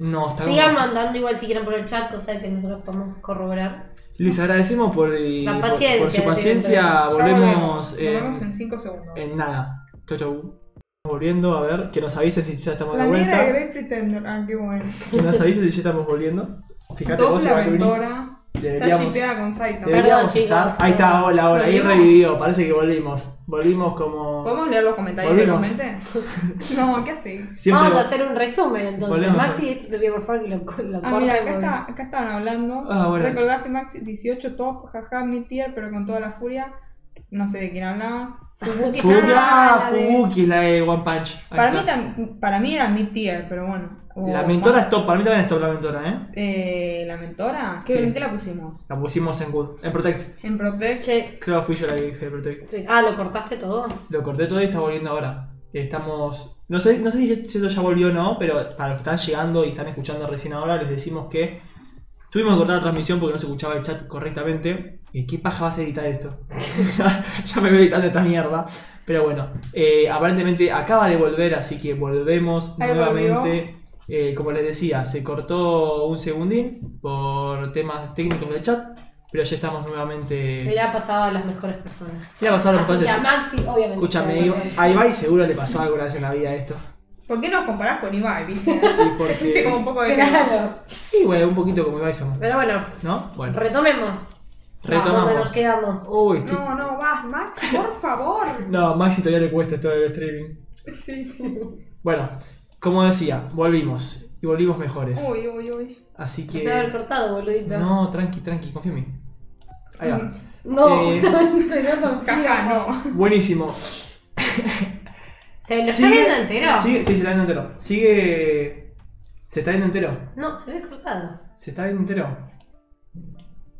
No, está Sigan como- mandando igual si quieren por el chat, cosa que nosotros podemos corroborar. Les agradecemos por, eh, La por- paciencia, por su decimos paciencia. Ya Ah, Volvemos, eh, volvemos. en- Volvemos en 5 segundos. en, nada. Chau, chau. Volviendo, a ver, que nos avise si ya estamos La de negra de vuelta. Great Pretender. Ah, qué bueno. Que nos avise si ya estamos volviendo. Fíjate Top vos, la Evaluni, mentora. Está Deberíamos. shippeada con Saito. Debe- deberíamos Perdón, estar- chicos. Ahí está, hola, hola. Ahí ¿Volvimos? revivió. Parece que volvimos. Volvimos como. ¿Podemos leer los comentarios que Volvimos. comenten? No, ¿qué hace? Siempre. Vamos a hacer un resumen entonces. Volvemos. Maxi, esto te pido por favor que lo, co- lo Ah, mira, corte, acá, porque- está, acá estaban hablando. Ah, bueno. Recordaste Maxi 18 top, jaja, mi tier, pero con toda la furia. No sé de quién hablaban. Fubuki. Fubuki, Ah, ah, la de- Fubuki es la de One Punch. Ahí Para mí, está. tam- para mí era mi tier, pero bueno. O- La mentora es top. Para mí también es top la mentora, ¿eh? Eh, ¿La mentora? ¿Qué, Sí. ¿En qué la pusimos? La pusimos en Good. En Protect. En Protect. Che, Creo que fui yo la que dije Protect. sí. Ah, ¿lo cortaste todo? Lo corté todo y está volviendo ahora. Estamos. No sé, no sé si esto ya volvió o no, pero para los que están llegando y están escuchando recién ahora, les decimos que tuvimos que cortar la transmisión porque no se escuchaba el chat correctamente. Eh, ¿Qué paja vas a editar esto? ya, ya me veo editando esta mierda. Pero bueno, eh, aparentemente acaba de volver, así que volvemos Ahí nuevamente. Eh, como les decía, se cortó un segundín por temas técnicos del chat, pero ya estamos Me nuevamente. le ha pasado a las mejores personas. Ya pasaron Así cosas- que a Maxi, obviamente. Escúchame, le va a digo, pasar. a Ibai seguro le pasó alguna vez en la vida esto. ¿Por qué nos comparás con Ibai, viste? Y Viste como porque. un poco de... Claro. Y bueno, un poquito como Ibai somos. Pero bueno, ¿No? Bueno, retomemos. ¿Dónde nos retomamos. quedamos? Uy, estoy- No, no, vas, Max, por favor. No, Maxi todavía le cuesta esto del streaming. Sí. Bueno, Como decía, volvimos. Y volvimos mejores. Uy, uy, uy. Así que. Se va a haber cortado, boludita. No, tranqui, tranqui, confía en mí. Ahí va. No, Eh. justamente no confía. Caja, no. Buenísimo. ¿Se lo está viendo entero? Sigue, sí, se está viendo entero. Sigue. Se está viendo entero. No, se ve cortado. Se está viendo entero.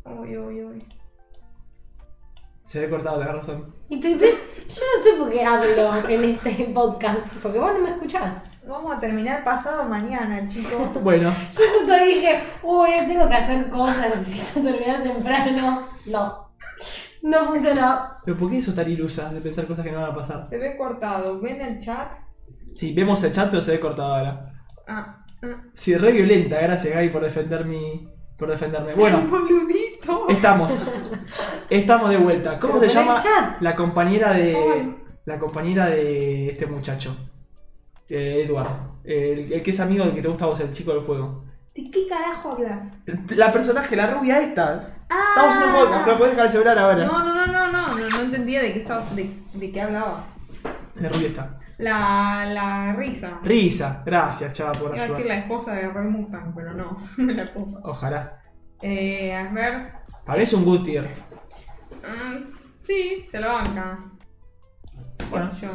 Uy, uy, uy. Se ve cortado, tenés razón. Y Pipes, yo no sé por qué hablo en este podcast, porque vos no me escuchás. Vamos a terminar pasado mañana, chicos. Bueno, Yo justo dije, uy, tengo que hacer cosas, necesito terminar temprano. No, no funcionó. pero ¿por qué eso estar ilusa de pensar cosas que no van a pasar? Se ve cortado. ¿Ven el chat? Sí, vemos el chat, pero se ve cortado ahora. Ah, ah. Sí, re violenta, gracias Gaby por defender mi. por defenderme. Bueno, Boludito. estamos. Estamos de vuelta. ¿Cómo se Pero pon llama el chat. la compañera de. Ay. La compañera de este muchacho? Eh, Eduardo. El, el que es amigo del que te gusta a vos, el chico del fuego. ¿De qué carajo hablas? Ah. La personaje, la rubia esta. Estamos en un podcast, pero podés dejar el celular ahora. No, no, no, no, no, no, no entendía de qué, estabas, de, de qué hablabas. La rubia está. La, la risa. Risa, gracias, chava, por Iba a decir ayudar. la esposa de Roy Mustang, pero no, la esposa. Ojalá. Eh, a ver. Parece un good tier. mm, sí, se la banca. ¿Qué Bueno. sé yo?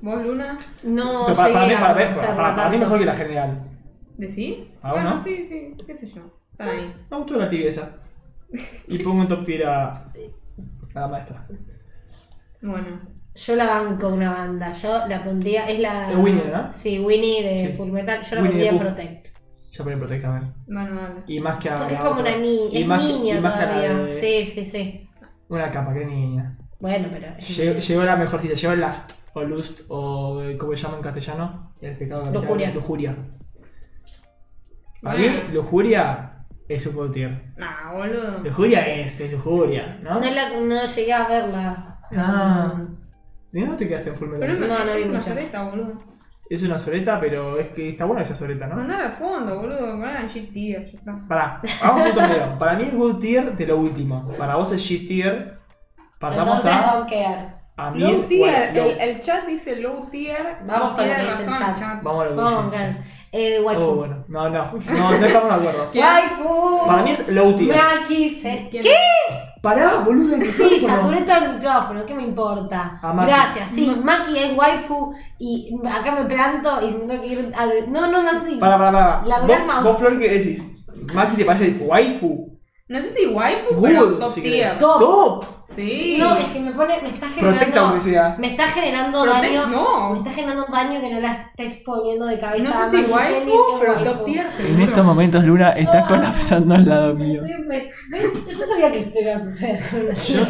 ¿Vos, Luna? No, Pero para, para mí, llegué a para, ver, conocer para- para- para mí tanto. mejor que la general. ¿Decís? Ah, bueno, ¿no? Ah. sí, sí, qué sé yo. Está ahí. Me gustó la tibieza. Y pongo en top tier a, a la maestra. Bueno. Yo la banco una banda, yo la pondría, es la... Es Winnie, ¿verdad? Sí, Winnie de Sí. Full Metal, yo la Winnie the pondría en Pooh. Protect. Ya ponen Protect también. Bueno, dale. Y más que a. Ah, Porque la es como otra. una niña, Y es más que- niña y más que a la todavía. de- Sí, sí, sí. Una capa, qué niña. Bueno, pero... Lle- Llevó la mejor cita, llevó el last. O lust, o eh, ¿cómo se llama en castellano? El pecado capital. Lujuria. Ah. Lujuria. Para mí, lujuria es un good tier. Nah, boludo. Lujuria es, es lujuria, ¿no? No, la, no llegué a verla. Ah. ¿De dónde te quedaste en Full Metal? Pero es una- No, no es vi una mucho. soleta, boludo. Es una soleta, pero es que está buena esa soleta, ¿no? Mandar al fondo, boludo. Mandar al shit, tío. Ya está. Pará, vamos a un punto medio. Para mí es good tier de lo último. Para vos es shit tier. Partamos Entonces, a, don't care. a mí. Low tier. bueno, low- el, el chat dice low tier. Vamos y con lo tiene que dice el razón chat. Vamos a lo que Vamos, dice. Gal. Eh, waifu. Oh, bueno. No, no, no, no estamos de acuerdo. Waifu. Para mí es low tier. Maki se- ¿Quién? ¿Qué? Pará, boludo, el Sí, micrófono. saturé todo el micrófono, ¿qué me importa? A Maki. Gracias, sí, Maki es waifu y acá me planto y tengo que ir a... No, no, Maxi. Pará, pará, pará. Largar Vos, mouse. vos, Flor, ¿qué decís? Maki te parece waifu. No sé si waifu, pero Good, top si tier. querés. Top. Top. Sí. No, es que me pone, me está generando... Protecta aunque sea. Me está generando Pero te- daño. Me no. está generando daño que no la estés poniendo de cabeza. No sé si Maki Zenny waifu, es pero waifu. top tier seguro. En estos momentos, Luna está No. colapsando al lado mío. Estoy- me- ¿ves? Yo sabía que esto iba a suceder con la Yo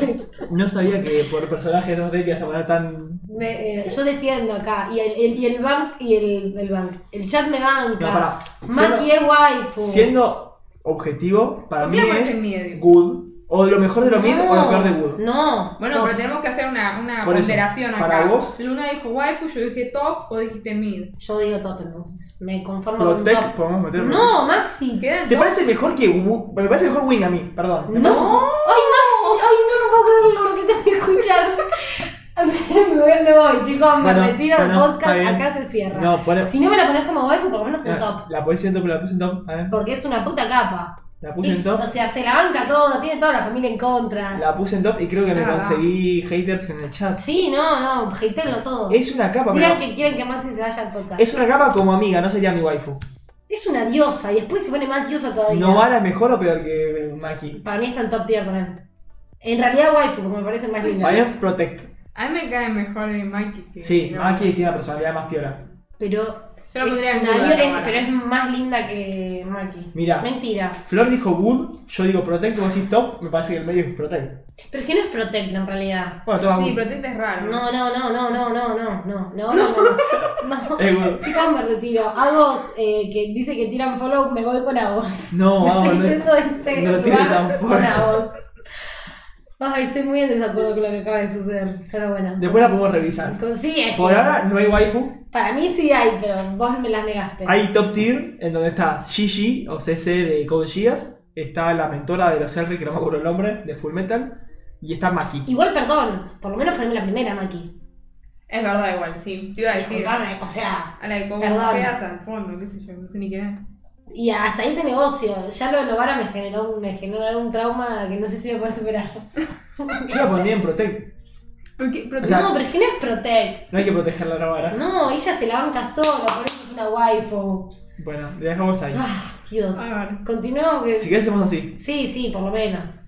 no sabía que por personajes 2D te ibas a poner tan. Me, eh, yo defiendo acá. Y el, el- y el bank. Y el, el bank. El chat me banca. No, pará. Maki es waifu. Siendo objetivo, para mí Pongamos es en medio. good. O lo mejor de lo mid o lo peor de good. No. Bueno, no. pero tenemos que hacer una, una Por eso, ponderación acá. para vos. Luna dijo waifu, yo dije top, o dijiste mid. Yo digo top entonces. Me conformo con Protect, top. podemos meterlo. No, Maxi. Quedan ¿Te top. parece mejor que Wu- Me parece mejor Win a mí, perdón. Me No. parece- Ay, Maxi. Ay, no, no puedo creerlo lo que tengo que escuchar. me voy, me voy, chicos. Me Bueno, retiro del bueno, podcast. está bien. Acá se cierra. No, pone. Si no me la pones como waifu, por lo menos en top. La puse en top, la puse en top. a ver. Porque es una puta capa. La puse en Es- top. o sea, se la banca toda, tiene toda la familia en contra. La puse en top y creo que me Ah. conseguí haters en el chat. Sí, no, no, hatenlo todo. Es una capa, Digan pero. que quieren que Maxi se vaya al podcast. Es, Es una capa como amiga, no sería mi waifu. una diosa y después se pone más diosa todavía. Novara es mejor o peor que Maki. Para mí está en top tier también. En realidad waifu, porque me parece más linda. Para mí es Protect. A mí me cae mejor de Mikey que. Sí, no. Maki tiene una personalidad más piola. Pero, Yo la es pondría en una duda, dio- es- Novara. pero es más linda que Maki. Mirá. Mentira. Flor dijo good, yo digo protect, vos decís top, me parece que el medio es protect. Pero es que no es protecta en realidad. Bueno, toma Sí, good. Protect este es raro. No, no, no, no, no, no, no, no, no, no, no. no. Eh, bueno. Chicas, me retiro. Agos, eh, que dice que tiran follow, me voy con Agos. No, me vamos, estoy no, yendo de este no tires a un lugar follow. con Agos. Ay, estoy muy en desacuerdo con lo que acaba de suceder. Pero bueno. Después la podemos revisar. Con- sí, es Por que- ahora no hay waifu, Para mí sí hay, pero vos me las negaste. hay top tier, en donde está Gigi o CC de Code Geass, está la mentora de los Henry, que no me acuerdo el nombre, de Full Metal, y está Maki. Igual, perdón, por lo menos poneme la primera, Maki. Es verdad, igual, sí. Te iba a decir. Disculpame, o sea, A la que Perdón. cogujeas al fondo, qué sé yo, no sé ni qué es. y hasta ahí este negocio. Ya lo de Novara me generó, me generó un trauma que no sé si voy a poder superar. Yo la pondría en Protect. ¿Por qué? Pero O sea- ¿Eh? no, pero es que no es Protect. No hay que proteger la vara. No, ella se la banca sola, por eso es una waifu. Bueno, le dejamos ahí. Ah, Dios. A ver. Continuamos. que- Si querés hacemos así. Sí, sí, por lo menos.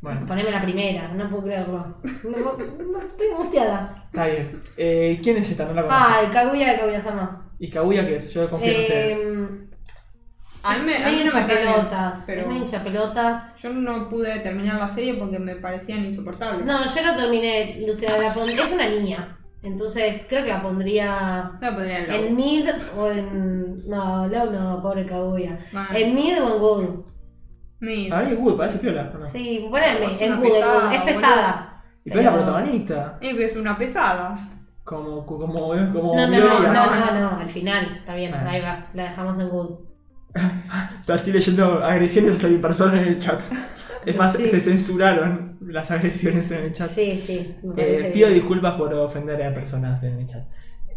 Bueno, Poneme la primera, no puedo creerlo. No, no- no, estoy angustiada. está bien. Eh, ¿Quién es esta? No la conozco. Ah, el Kaguya de Kaguya-sama. ¿Y Kaguya qué es? Yo confío en ustedes. Eh, A mí me. a mí medio me hincha chocaron, pelotas. pero Es medio hincha pelotas. Yo no pude terminar la serie porque me parecían insoportables. No, yo no terminé. Luciana, la pondría. Es una niña. Entonces creo que la pondría No podría hablar. en mid o en. No, low no, pobre Kaguya. Mal. En mid o en good. Mira. A ver, Wood, parece piola. ¿o no? mm. Sí, poneme. Es En una good, en good. pesada, Es pesada. Y pero es la Pero- protagonista. Eh, pero es una pesada. Como, como, como No, no, no, Gloria. no, no, no, al final, está bien, Bueno. ahí va, la dejamos en good. La estoy leyendo agresiones a mi persona en el chat. Es más, Sí. se censuraron las agresiones en el chat. Sí, sí, me Eh, parece pido bien. disculpas por ofender a personas en el chat.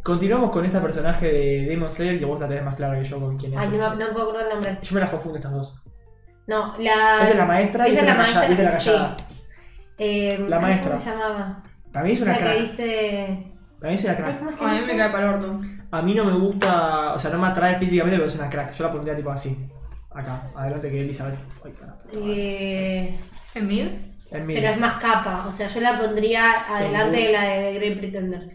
Continuamos con esta personaje de Demon Slayer que vos la tenés más clara que yo con quién es. Ay, no, me- no me puedo acordar el nombre. Yo me las confundo estas dos. No, la. Esta es la maestra y esta esa es es la la, calla- maestra, esta es la sí. callada. eh, La ay, maestra. ¿Cómo se llamaba? Para mí es una la que crack. dice. Para mí es una Ay, crack. ¿Cómo es que A mí dice? me cae para el orto. A mí no me gusta, o sea, no me atrae físicamente, pero es una crack. Yo la pondría tipo así. Acá, adelante que Elizabeth. Ay, carajo. Eh, ¿En mid? Es mi. pero es más capa, o sea, yo la pondría adelante de la de, The Great Pretender.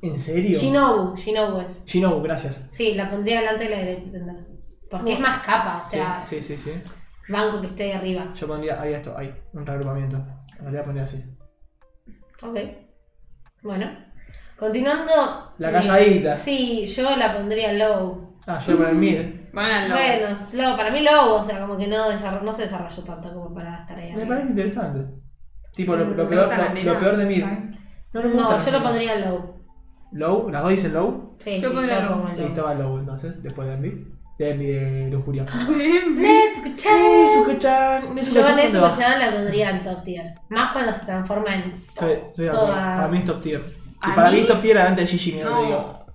¿En serio? Shinobu, Shinobu es. Shinobu, gracias. Sí, la pondría adelante de la de Great Pretender. Porque es más capa, o sea, sí, sí, sí, sí. banco que esté ahí arriba. Yo pondría ahí esto, ahí, un reagrupamiento. En realidad pondría así. Ok. Bueno. Continuando. La eh, calladita. sí, yo la pondría low. Ah, yo voy a poner mid. Bueno, Bueno, Lobo, para mí Lobo, o sea, como que no, desarro- no se desarrolló tanto como para estar ahí. Me arriba. parece interesante. Tipo, lo, lo Me peor, gusta la lo, nena, lo peor de mid. ¿sabes? No, me No, gustan yo lo las pondría en Lobo. nenas. Low, las dos dicen low. Sí, Yo sí, pondría Lobo. como en Y Low. estaba low entonces, después de mid. De mid de lujuria. Ah. Let's go, chan. Nezuko-chan, Yo Nezuko-chan, en ¿dónde eso va? Chan la pondría en top tier. Más cuando se transforma en Estoy, estoy de acuerdo. toda- Para mí es top tier. Y ¿A para mí mí? top tier adelante de Gigi, mira, te digo.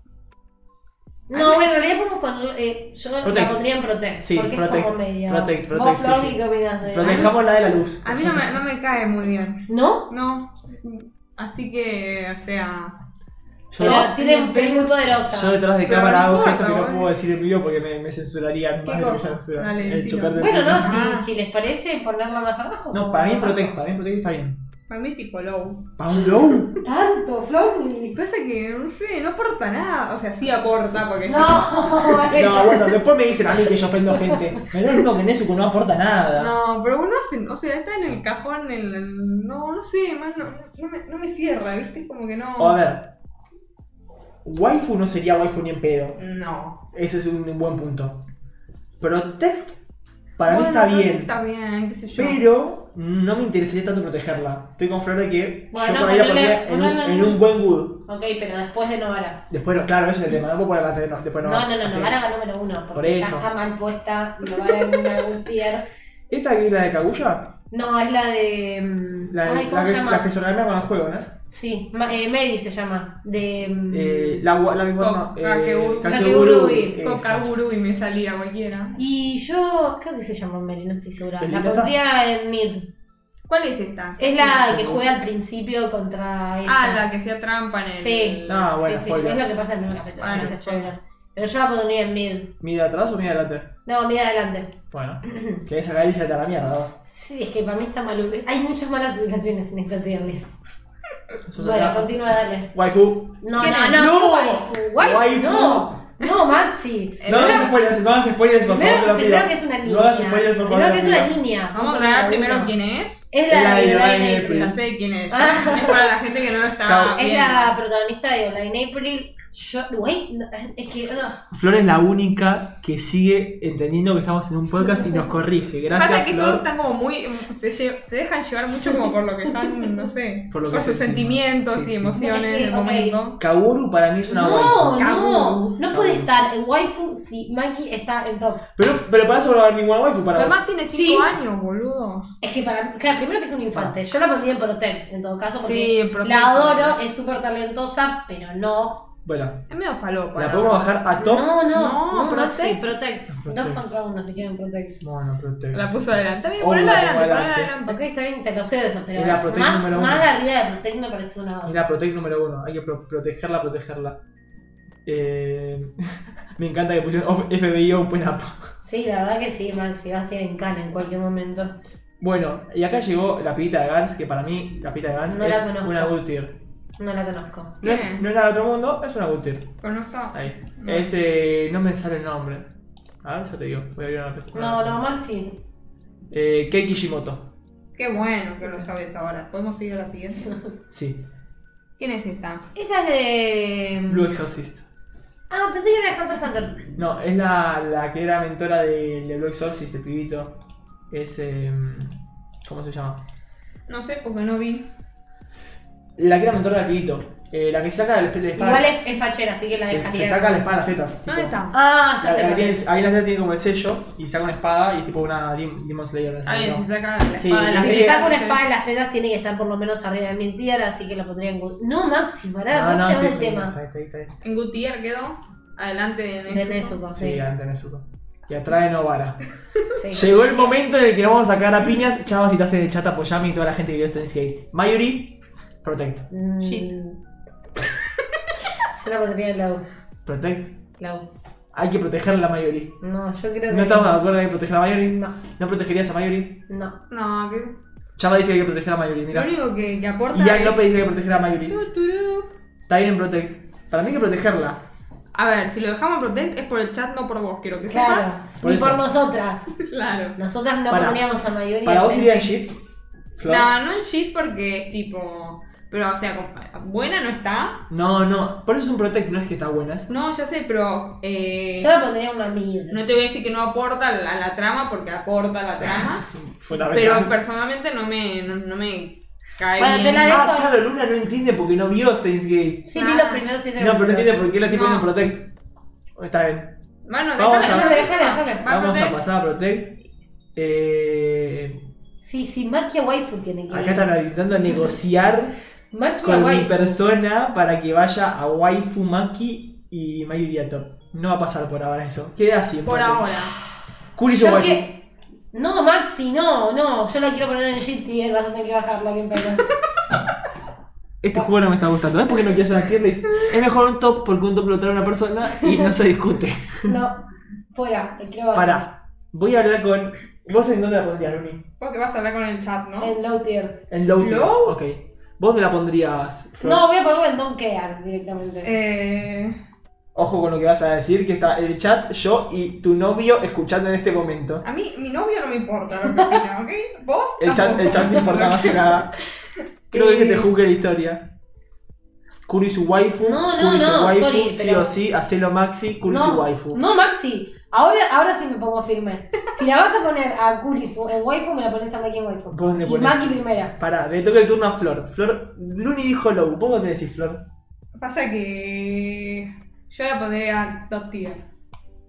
No. No, bueno, en realidad podemos poner. eh, yo la Ah, Protect. pondría en Protect. Sí, porque es Protect, como media. Protect, Vos, Protect, sí, Flor, sí. ¿qué opinás de Protejamos la de la luz. A mí no me, no me cae muy bien. ¿No? No. Así que, o sea. Yo, Pero, tiene, pero es muy yo poderosa. detrás de Pero cámara no hago importa, gestos que no boludo. puedo decir en vivo porque me, me censurarían ¿Qué más de lo que cosa? ya censuran. Dale, El decilo. chocar de Bueno, no, Ah. si, si les parece ponerla más abajo. No, como para mí más abajo. Protect, para mí Protect está bien. Para mí es tipo low. ¿Para un low? Tanto, Florly. Y pasa que, no sé, no aporta nada. O sea, sí aporta porque. No, No, bueno, después me dicen a mí que yo ofendo gente. Me lo digo que Nezuko no aporta nada. No, pero uno hace, o sea, está en el cajón, en el, no, no sé, más no, no, me, no me cierra, ¿viste? Es como que O a no. ver. Waifu no sería waifu ni en pedo. No. Ese es un buen punto. Protect para Bueno, mí está no, bien. Está bien, qué sé yo. Pero no me interesaría tanto protegerla. Estoy con Flor de que Bueno, yo por ahí la ponele- pondría en, un, ponele- en un buen good. Ok, pero después de Novara. Después, no, claro, ese es el tema. No puedo ponerla antes de no, después No, no. no, no, así. Novara va número uno. Porque Por ya eso. está mal puesta. Novara en una good tier. ¿Esta que es la de Kaguya? No, es la de. mm, La, de- Ay, ¿cómo la se que, llama? la que se organiza con el juego, ¿no es? Sí, Ma- eh, Mary se llama. De. mm, Eh, la gua- la que guarda- ah, Kak- eh, Kakegurui. Kakegurui. Kakegurui. Esa. Kokaguru y me salía cualquiera. Y yo creo que se llama Mary, no estoy segura. ¿Es La linda? pondría en mid. ¿Cuál es esta? Es la que juega al principio contra ella. Ah, la que se trampa en el. Sí. Ah, bueno, sí, sí, spoiler. es lo que pasa en el primer capítulo, Ah, no, no es spoiler. Pero yo la pondría en mid. ¿Mira atrás o mira adelante? No, mid adelante. Bueno, querés sacar y saltar a la mierda. vos. Sí, es que para mí está mal. ubi- Hay muchas malas ubicaciones en esta tier list. Sos Bueno, acá. continúa, dale. Waifu. No, ¿Quién no, es? no, ¡No! ¿qué waifu? Waifu, ¡Waifu! no. No, Maxi. No hagas spoilers, no hagas spoilers, por favor, te Eh, Primero, lo pido. primero que es una niña. No hagas spoilers, por favor. primero que te es lo una pido. niña. Vamos a punto aclarar número primero uno. quién es. Es la de Online April. April. Ya sé quién es. Ah. Es para la gente que no lo está. Cau- Es viendo. la protagonista de Online April. Yo, güey, no, es que no. Flor es la única que sigue entendiendo que estamos en un podcast y nos corrige. Gracias, Pasa que todos Flor. están como muy. Se, lle- se dejan llevar mucho como por lo que están, no sé. Por Por, lo que sus se estiman. sentimientos Sí, y sí. emociones Es que, del ok. momento. Kaworu para mí es una No, waifu. no, Kaworu. no Kaworu. puede estar en waifu si Maki está en top. Pero, pero para eso no va a haber ninguna waifu para vos. Además tiene 5 Sí. años, boludo. Es que para. Claro, primero que es un infante. Yo la pondría en Protem, en todo caso, porque Sí, pero la adoro, es súper talentosa, pero no. Bueno, Es medio falopa. la podemos bajar a top. No, no, No, no, Protect. Maxi, Protect. Protect. Dos contra uno se quedan Protect. Bueno, protege. La puso adelante. Bien, Oh, ponela la adelante, pongo ponela adelante. adelante. Ok, está bien, te lo cedo eso, pero Era Protect más, número uno. más de arriba de Protect me parece una Es obra. la Protect número uno. Hay que pro- protegerla, protegerla. Eh, me encanta que pusieron off- FBI Open Up. Sí, la verdad que sí, Maxi, va a ser en cana en cualquier momento. Bueno, y acá llegó la pita de Gans, que para mí la pita de Gans No la es conozco. una good tier. No la conozco. No, ¿Quién es? no es nada del otro mundo, es una good tier. Conozca. Ahí. No. Es, eh, no me sale el nombre. A ver, yo te digo. Voy a abrir una No, no, Maxi. Eh, Kei Kishimoto. Qué bueno que lo sabes ahora. ¿Podemos ir a la siguiente? Sí. ¿Quién es esta? Esa es de. mm, Blue Exorcist. Ah, pensé que era de Hunter x Hunter. No, es la, la que era mentora de, de Blue Exorcist, el pibito. Es. em, ¿Cómo se llama? No sé, porque no vi. La que era mentora del pibito. Eh, la que se saca la, la espada. Igual es, es fachera, así que la se, dejaría. se saca la espada de las tetas. ¿Dónde tipo. está? Ah, ya La- sé. la cuál tiene- es. ahí la teta tiene como el sello y saca una espada y es tipo una Dim- Demon Slayer. Ah, bien, ¿no? si saca la Sí, espada la de la Si se serie- saca una espada en las tetas, tiene que estar por lo menos arriba de mi tierra, así que la pondría en good. No, Maxi, pará, no, no, no, te estoy vas del jodiendo, tema. está- está- está- está- En Gutiérrez quedó. Adelante de De Nezuko. Nezuko, Sí, sí. adelante Nezuko. Y atrás de Novara. sí. Llegó el momento en el que nos vamos a sacar a piñas, chavas y tazas de chat apoyame y toda la gente que vio este Gate. Mayuri, Protect. Mm, Shit. Yo la pondría en Lau. Protect. Lau. Hay que proteger a la Mayuri. No, yo creo que. ¿No estamos de acuerdo en que proteger a la Mayuri? No, ¿No protegerías a Mayuri? no. No, que. Chava dice que hay que proteger a Mayuri, Lo mira. único que, que aporta. Y Ian es- López dice que hay que proteger a Mayuri. Tu, tu, tu. Está bien en Protect. Para mí hay que protegerla. A ver, si lo dejamos Protect es por el chat, no por vos, quiero que Claro. sepas. Por Ni eso. por nosotras. Claro. Nosotras no Para- pondríamos a mayoría. ¿Para vos iría en shit? Flor. No, no es shit porque es tipo. Pero, o sea, como- buena no está. No, no. Por eso es un Protect, no es que está buena. es- No, ya sé, pero. eh, Yo la pondría en una mid. no te voy a decir que no aporta a la, la trama porque aporta a la trama. pero Fundamental. personalmente no me, no, no me cae Bueno, bien. te la Ah, dejo. claro, Luna no entiende porque no vio Steins Gate. Sí, vi los primeros siete No, pero no entiende capítulos. por qué la estoy No. poniendo en Protect. Está bien. Bueno, Vamos déjala, a- Déjala, déjala. Va, Vamos a Protect. pasar a Protect. Eh, Sí, sí, Maki a Waifu tiene que acá ir. están intentando negociar Maki a con mi Waifu. persona para que vaya a Waifu Maki y Mayuri a top. No va a pasar por ahora eso. Queda así. en Por Protect. ahora. Kurisu Yo Waifu. que... No, Maxi, no, no. Yo la quiero poner en el GT, vas a tener que bajarla, que pena. Este juego no me está gustando. ¿Ves por qué no quiero hacer la tier list? Es mejor un top porque un top lo trae una persona y no se discute. No, fuera, la quiero bajar. Pará. Voy a hablar con. ¿Vos en dónde la pondrías, Luni? Porque vas a hablar con el chat, ¿no? En low tier. En low tier. ¿Low? Ok. ¿Vos dónde la pondrías? Flor? No, voy a ponerla en Don't Care directamente. Eh, Ojo con lo que vas a decir, que está el chat, yo y tu novio escuchando en este momento. a mí, mi novio no me importa lo que opina, ¿ok? Vos. El chat, el chat te importa más que nada. Creo que te juzgue la historia. Kuri su waifu, No, no, Kuri su no, waifu, sorry, sí pero- o sí, hacelo maxi, Kuri su no, waifu. no, Maxi, ahora, ahora sí me pongo firme. Si la vas a poner a Kurisu en Waifu, me la pones a Maki en Waifu. ¿Vos dónde y ponés? Maki primera. Pará, le toca el turno a Flor. Flor, Luni dijo low, ¿vos dónde decís Flor? Pasa que. Yo la pondría top tier.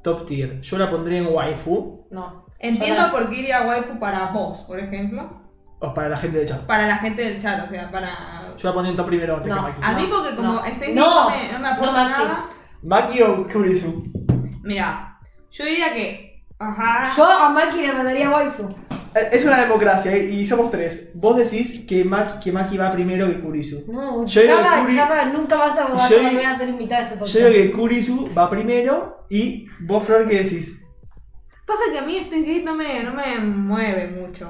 Top tier. Yo la pondría en waifu, No. Entiendo Yo la- por qué iría waifu para vos, por ejemplo. o para la gente del chat. Para la gente del chat, o sea, para. Yo la pondría en top primero antes No. que Maki. A mí, porque como No. estoy No. me, no me No, aporta Maxi. nada. ¿Maki o Kurisu? Mira, yo diría que. Ajá. Yo a Maki le mandaría a Waifu. Eh, Es una democracia eh, y somos tres. Vos decís que Maki, que Maki va primero que Kurisu. No, Yo digo Chava, Kuri- Chava, nunca vas a, vas Yo a digo- volver a ser invitada a este podcast. Yo digo que Kurisu va primero y vos Flor, ¿qué decís? Pasa que a mí este gate no me, no me mueve mucho.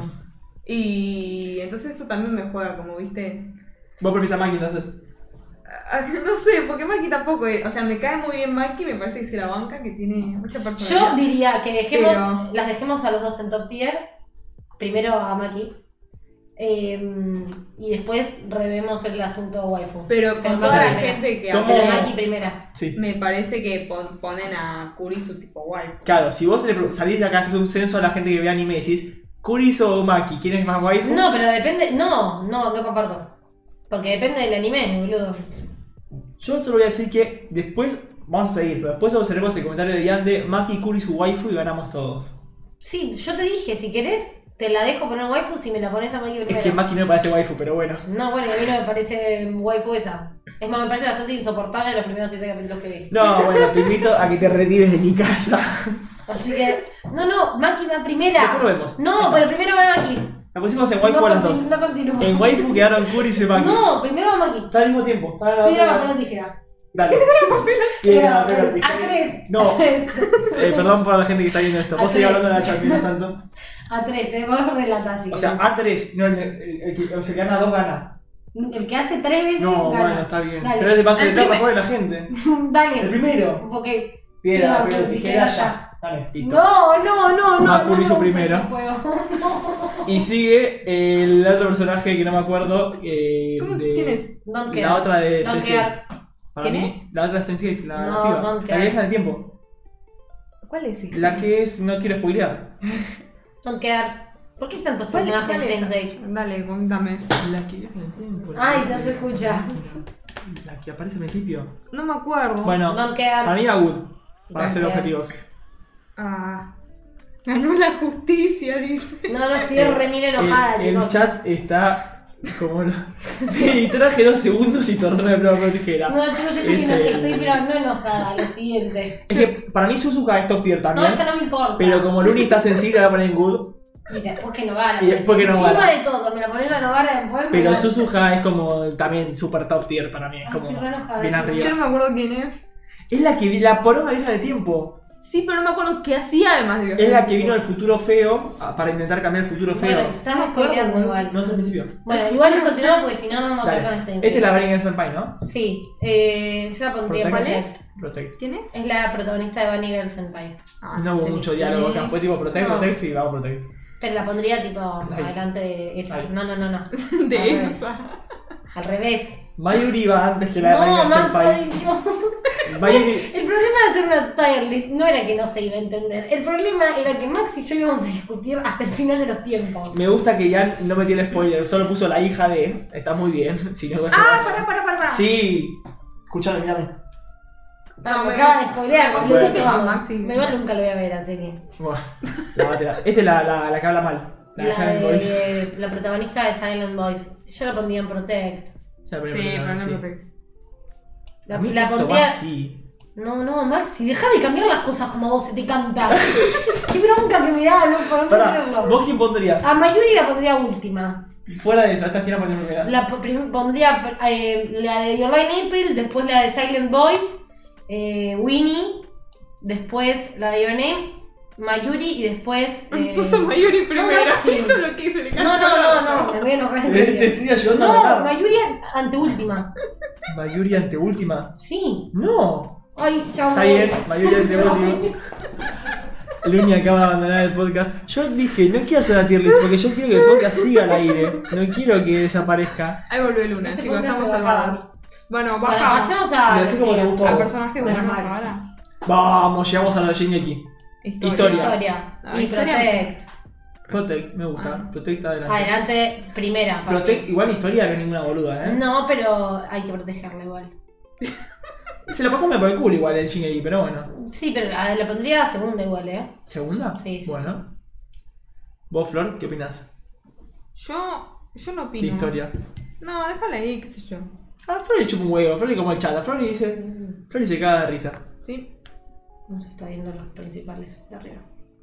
Y entonces eso también me juega, como viste. Vos preferís a Maki entonces. Ah, No sé, porque Maki tampoco. eh, O sea, me cae muy bien Maki, me parece que se la banca, que tiene mucha personalidad. Yo diría que dejemos, Pero- las dejemos a los dos en top tier. Primero a Maki. Eh, y después revemos el asunto waifu. Pero con Maki toda la primera. gente que ¿Cómo? Pero hablé, Maki primera. Sí. me parece que pon- ponen a Kurisu tipo waifu. Claro, si vos le pre- salís de acá, haces un censo a la gente que ve anime y decís, Kuriso o Maki, ¿quién es más waifu? No, pero depende. No, no, no comparto. Porque depende del anime, boludo. Yo solo voy a decir que después vamos a seguir, pero después observemos el comentario de Ian de Maki, Kurisu, waifu y ganamos todos. Sí, yo te dije, si querés, te la dejo poner waifu si me la pones a Maki primera. Es que Maki no me parece waifu, pero bueno. No, bueno, a mí no me parece waifu esa. Es más, me parece bastante insoportable los primeros siete capítulos que vi. No, bueno, te invito a que te retires de mi casa. Así que. No, no, Maki va primera. Después lo vemos. No, pero primero va Maki. La pusimos en waifu no, a las continu- dos. no continúo. En waifu quedaron Kurisu y Maki. No, primero va Maki. Está al mismo tiempo. Está a la Piedra, otra- papel o tijera. Dale. Piedra, papel o tijera. A tres. No, eh, perdón por la gente que está viendo esto. A Vos seguís tres. hablando de la Charmy, no tanto. A tres, eh, vos relatás. así O que- sea, A3, no, el, el- el que, o sea, el que gana dos gana. el que hace tres veces No, gana. bueno, está bien. Dale. Pero es de paso de El etapa, primer- joder la gente. El Dale. primero. Ok. Piedra, Piedra, papel, pero tijera, tijera, ya. Dale, listo. No, no, no, no. Macuri no, hizo no, primero. no puedo. Y sigue el otro personaje que no me acuerdo. Eh, ¿Cómo de- se quién es? Don't care. La otra de Don't Sense8. care. Para ¿Quién mí, La otra es Sense8, la No, piba. don't La care. que deja el tiempo. ¿Cuál es ese? La que es, no quiero spoilear. Don't care. ¿Por qué hay tantos ¿Cuál- personajes cuál en es? Tensei? Dale, contame. La que viaja en el tiempo. Ay, ya se escucha. La que aparece al principio. No me acuerdo. Bueno, Don't care. para mí era Wood. Para Don't ser care. objetivos. Ah, Ganó la justicia, dice. No, no, estoy re mil enojada, el, el chicos. chat está como. lo- y traje dos segundos y torneo de prueba con tijera. No, chicos, yo estoy, Es eno- el- estoy pero no enojada, lo siguiente. Es que para mí Suzuka es top tier No, también. eso no me importa. pero como Luni está sensible, la ponen good. Y después que no gana. Y después que no encima gana. de todo, me la pones a Novara después. me Pero gana. Suzuka es como también super top tier para mí. Es Ay, como estoy re enojada, bien yo- arriba. yo no me acuerdo quién es. Es la que vi, la poronga vieja de tiempo. Sí, pero no me acuerdo qué hacía además de viajar Es la en que tiempo. vino el futuro feo a- para intentar cambiar el futuro Bueno, feo. estás spoileando igual. No es al principio. Bueno, igual continuamos porque si no, no me acuerdo Dale. este. Esta es la Bernie Senpai, ¿no? Sí, eh, yo la pondría en ¿Protagonista? protest. Protect. ¿Quién es? Es la protagonista de Bunny Girl Senpai. Ah, No hubo sé mucho ni quién diálogo acá. es. Fue tipo Protect, No. Protect, sí, vamos Protect. Pero la pondría tipo Ahí. adelante de esa. Ahí. No, no, no, no. De Al revés. Ah, esa. Al revés. Mayuri va antes que la de No, Bernie Manta, Senpai. ay, Dios. Mayuri. El problema de hacer una tier list no era que no se iba a entender. El problema era que Max y yo íbamos a discutir hasta el final de los tiempos. Me gusta que Jan no metió el spoiler, solo puso la hija de. Está muy bien. Si no, voy a Ah, llorar. pará, pará, pará. Sí. Escuchame, mírame. Ah, me bueno. acaba de spoilear, Bueno. boludo. Bueno. Vamos. Maxi. Me va nunca lo voy a ver, así que. Buah, la batera. Esta Este es la, la, la que habla mal. La, de La, Silent Voice. de, la protagonista de Silent Boys. Yo la pondría en Protect. La Sí, primera pero persona, no sí. protege. La, A mí la esto va pondría. así. No, no, Maxi, deja de cambiar las cosas como a vos se te canta. Qué bronca que me da, loco, no puedo Pará, creerlo. ¿vos quién pondrías? A Mayuri la pondría última. Fuera de eso, estas quién la poner primeras. La po- prim- pondría eh, la de Your Line April, después la de Silent Boys, eh, Winnie, después la de Your Name, Mayuri y después. eh, Puso Mayuri primero. Maxi. Hizo lo que se le No, no, no, no, me voy a enojar en Te, Eh, te serio. estoy ayudando a No, ganar. Mayuri anteúltima. Mayuri anteúltima. Sí. No. Ay, chao. Está me voy. bien, Mayuri anteúltima. Luni acaba de abandonar el podcast. Yo dije, no quiero hacer la tier list porque yo quiero que el podcast siga al aire. No quiero que desaparezca. Ahí volvió Luna, Este chicos, podcast estamos se va a salvados. Bueno, Bueno, bajamos pasemos a. Me dejé como sí, le gustó. al personaje que Menos tenemos mal. ahora. Vamos, llegamos a la de Shingeki. Historia. Historia. Ah, Y historia. Protect. Protect, me gusta. Protect adelante. Adelante, primera. papi. Protect, igual historia no es ninguna boluda, ¿eh? No, pero hay que protegerla igual. Se la pasame por el culo igual el Shingeki, pero bueno. Sí, pero la la pondría segunda igual, ¿eh? ¿Segunda? Sí, sí, Bueno. Vos, Flor, ¿qué opinás Yo, yo no de opino. historia? No, déjala ahí, qué sé yo. A Flor le chupa un huevo, a Flor le como el chat, a Flor le dice. Flor le se caga de risa. Sí. No se está viendo los principales de arriba.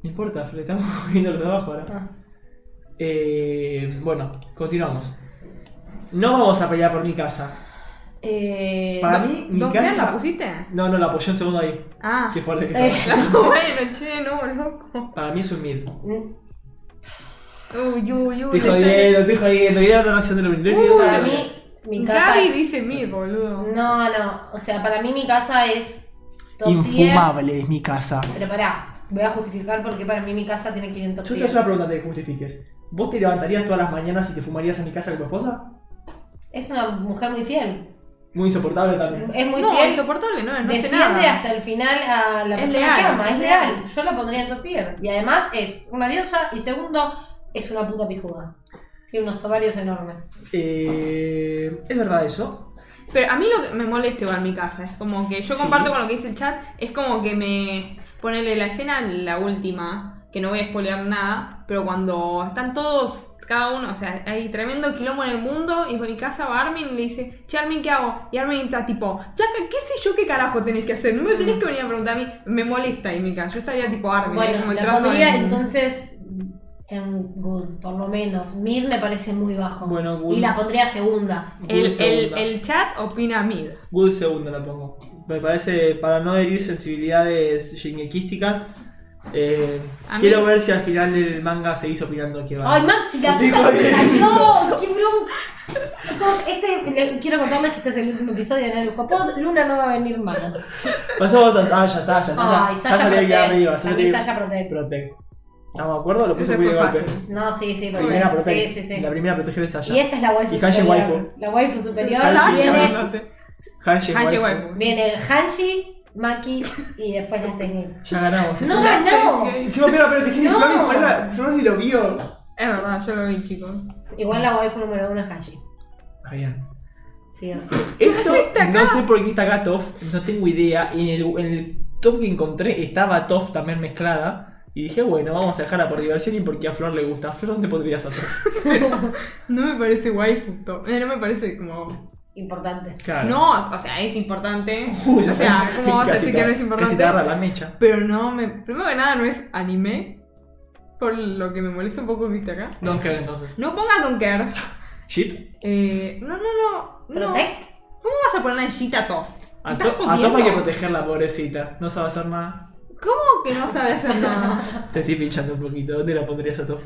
No importa, Flor, estamos viendo los de abajo ahora. Ah. Eh, bueno, continuamos. No vamos a pelear por mi casa. Eh, Para no. mí, mi ¿Dos creas la casa. pusiste? No, no, la apoyó en segundo ahí. Ah. Qué fuerte que Eh. Uh, estaba. bueno, che, no, loco. Para mí es un mil. Uy, uy, uy. Te eh. jodiendo, te jodiendo. Voy a dar la reacción de Luni. Luni, Uh, Para dale. mí, mi casa. Gaby dice mil, boludo. No, no. O sea, para mí mi casa es Top 10. Infumable es mi casa. Pero pará, voy a justificar porque para mí mi casa tiene que ir en top Yo te voy a hacer una 10. pregunta antes de que justifiques. ¿Vos te levantarías todas las mañanas y te fumarías a mi casa con tu esposa? Es una mujer muy fiel. Muy insoportable también. Pues Es muy no, fiel. insoportable, no, no sé defiende nada. hasta el final a la Es persona que leal, ama, es es leal. leal. Yo la pondría en top tier. Y además es una diosa y segundo, es una puta pijuda. Tiene unos ovarios enormes. Eh, ¿Es verdad eso? Pero a mí lo que me molesta igual mi casa es como que yo Sí. comparto con lo que dice el chat, es como que me ponerle la escena, la última, que no voy a spoilear nada, pero cuando están todos, cada uno, o sea, hay tremendo quilombo en el mundo y mi casa va Armin y le dice, che Armin, ¿qué hago? Y Armin está tipo, flaca, qué sé yo qué carajo tenés que hacer, no me lo tenés que venir a preguntar a mí, me molesta y mi casa, yo estaría tipo Armin, ahí Bueno, como la entrando pondría en- entonces en good, por lo menos. Mid me parece muy bajo. Bueno, good. Y la pondría segunda. El, Good el, segunda. el chat opina mid. Good segunda la pongo. Me parece, para no herir sensibilidades shingekísticas, eh, A mí- quiero ver si al final del manga seguís opinando que va. Ay, Maxi, la Dijo puta que bien. cayó. ¡Qué bronca! Chicos, este, le- quiero contarles que este es el último episodio de Naruto Pod. Luna no va a venir más. Pasamos a Sasha, Sasha, Sasha. Ay, Sasha le queda Protect. arriba, A Sasha mí le- Sasha Protect. Protect. ¿Estamos de acuerdo? Lo puse Ese muy de fue golpe. fácil. No, sí, La sí, Protect. primera sí, Protect. sí, sí. La primera Protege de Sasha. Y esta es la waifu Y Hanshi superior. waifu. La waifu superior Hanshi viene, waifu. Hanshi Hanshi waifu. waifu. viene Hanshi, Maki y después las Tengen. Ya ganamos. No ganó. Encima, pero Protege de No. Flori fue la. Flor ni lo vio. Es verdad, yo lo vi, chicos. Igual la waifu número uno es Hanshi. Está bien. Sí, o sí. Esto no sé por qué está acá Toff, no tengo idea. En el, en el top que encontré estaba Toff también mezclada. Y dije, bueno, vamos a dejarla por diversión y porque a Flor le gusta. Flor, ¿dónde podrías a Toff? No me parece waifu, to- eh, no me parece como... Importante. Claro. No, o sea, es importante. Uy, o sea, casi ¿cómo vas a te- decir que no es Casi te agarra importante? la mecha. Pero no, me, primero que nada no es anime, por lo que me molesta un poco que esté acá. Don't care entonces. No pongas Don't Care. Shit. Eh, no, no, no, no. Protect. ¿Cómo vas a poner a Shita Toff? A, ¿Estás Toph- a Toph jodiendo? hay que protegerla, pobrecita. No sabe hacer nada. ¿Cómo que no sabe hacer nada? Te estoy pinchando un poquito. ¿Dónde la pondrías a Toff?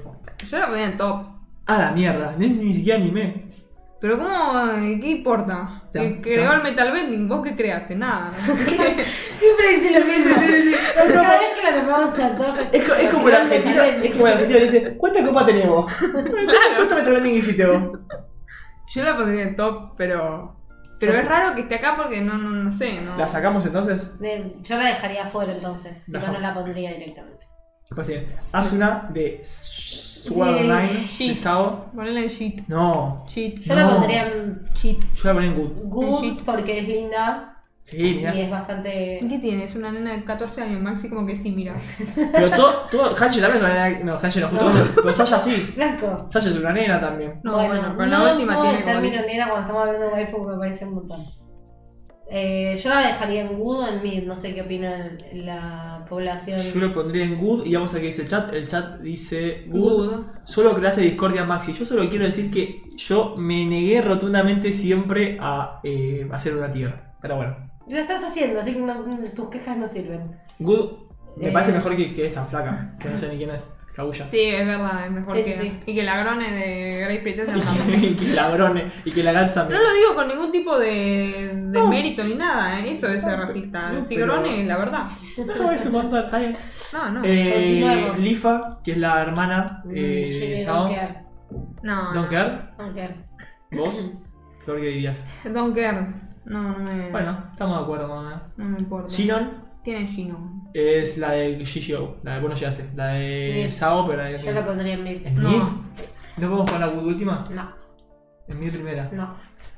Yo la ponía en top. A la mierda. Ni, ni siquiera anime. Pero ¿cómo? eh, ¿Qué importa? Ya, Que creó ya. el Metal Bending, vos que creaste, nada. Siempre dice lo mismo. Cada vez que lo nombramos a todos. Es, co- es como el argentino. Es como el argentino que dice: ¿Cuánta copa tenés vos? ¿Cuánta metraleta hiciste vos? Yo la pondría en top, pero. Pero es raro que esté acá porque no, no, no sé, ¿no? ¿La sacamos entonces? De- Yo la dejaría fuera entonces. Tipo, Ajá. no la pondría directamente. Pues bien, Asuna de Sword De- Online, Shit. de Sao. Ponle en shit. No, Shit. Yo No. la pondría en Shit. yo la ponía en Good. good Shit. porque es linda Sí, y mira. es bastante. ¿Qué tiene? Es una nena de 14 años, Maxi, como que sí, mira. Pero todo, todo, Hanshi también es una nena. No, Hanshi no, justo. No. Pero Sasha sí. Blanco. Sasha es una nena también. No, bueno, bueno, con no la última usamos tiene el como término 10. nena cuando estamos hablando de waifu que me parece un montón. Eh, yo la dejaría en good o en mid, no sé qué opina la población. Yo lo pondría en Good y vamos a ver qué dice el chat. El chat dice Good. Good. Solo creaste discordia, Maxi. Yo solo quiero decir que yo me negué rotundamente siempre a eh, hacer una tierra. Pero bueno, La estás haciendo, así que no- tus quejas no sirven. Good me Eh. parece mejor que, que esta flaca, que no sé ni quién es. Kaguya. Sí, es verdad, es mejor Sí, que. sí, sí. Y que la grone de Grey Pretender también. y que ladrone y que la gansa No lo digo con ningún tipo de, de mérito ni nada, ¿eh? eso es ser racista. no, Si pero- grone, la verdad. No, es un montón, está bien. No, no. Eh, Continuemos. Mm, Lifa, que es la hermana eh, Sí, de Sao. don't care. No, Don't care. Don't care. ¿Vos? Flor, ¿qué dirías? no. Don't care. No, no me. Bueno, estamos de acuerdo, mamá. No me importa. Sinon Tiene Shino. es la de GGO. La de, vos no llegaste. La de Mid. Sao, pero la de. Yo la pondría en mid. ¿En No. mid? ¿No podemos con la última? No, En mi primera. no,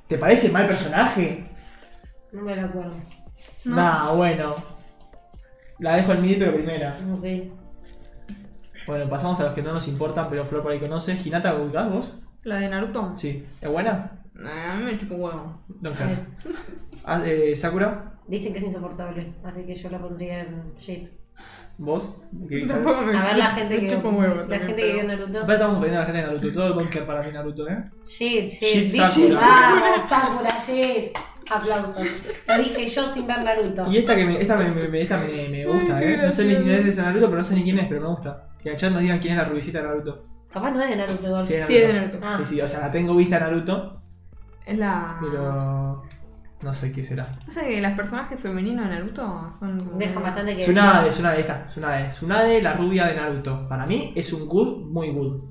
¿Te parece mal personaje? no me lo acuerdo. No. Nah, bueno. La dejo en mid, pero primera. Ok. Bueno, pasamos a los que no nos importan, pero Flor por ahí conoce. ¿Hinata ubicás vos? ¿La de Naruto? Sí. ¿Es buena? Eh, a mí me chupa un huevo. Don't care. Ah, eh, ¿Sakura? Dicen que es insoportable, así que yo la pondría en shit. ¿Vos? ¿Qué- Tampoco me A ver la gente me que, chupa un huevo la también, gente que pero- vio Naruto. Ahora estamos ofendiendo a la gente de Naruto. Todo el bunker para mí, Naruto, ¿eh? Shit, Shit, shit, shit, Sakura. Vamos, Sakura, shit. Aplausos. Lo dije yo sin ver Naruto. Y esta que me, esta me, me- me- esta me, me gusta, ¿eh? No sé ni quién es de ese Naruto, pero no sé ni quién es, pero me gusta. Que allá nos digan quién es la rubicita de Naruto. Capaz no es de Naruto igual. Sí, Sí, es de Naruto. Ah, Sí, sí, o sea, la tengo vista a Naruto, Es la. pero. No sé qué será. Pasa que las personajes femeninos de Naruto son como- Dejan bastante que Tsunade, Tsunade, esta, Tsunade. Tsunade, la rubia de Naruto. Para mí es un good, muy good.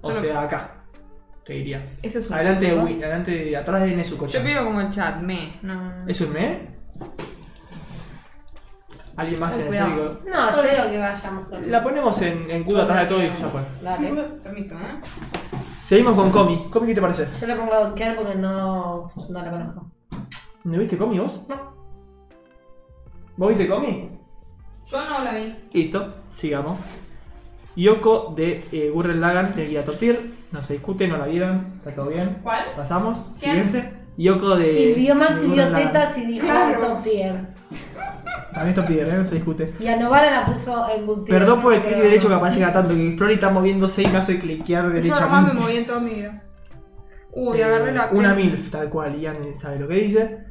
O Solo- sea, acá. Te diría. Eso es un Adelante de punto. Win, adelante de atrás de Nezuko. Yo pido como el chat, me. No. ¿Es un me? ¿Alguien más Ten en el cuidado. chat dijo- No, yo digo que vayamos con. La ponemos en, en good atrás de todo y ya fue. Dale. Permiso, ¿eh? Seguimos con Comi. ¿Comi qué te parece? Yo le pongo a Care porque no, no la conozco. ¿No viste Comi vos? No. ¿Vos viste Comi? Yo no la vi. Listo, sigamos. Yoko de eh, Gurren Lagan de Guía Top Tier. No se discute, no la vieron. Está todo bien. ¿Cuál? Pasamos. Bien. Siguiente. Yoko de. Y vio Max de y Gurren vio Lagann. tetas y dijo "Ah, Claro. top tier. Para mí es Top Tier, eh, no se discute. Y a Novara la puso en good tier. Perdón por el clic Pero- derecho que aparece cada tanto, que Explore está moviéndose y me hace cliquear Yo jamás me derechamente. moví en toda mi vida. Uy, Eh, agarré la. Una MILF, tal cual, Ian sabe lo que dice.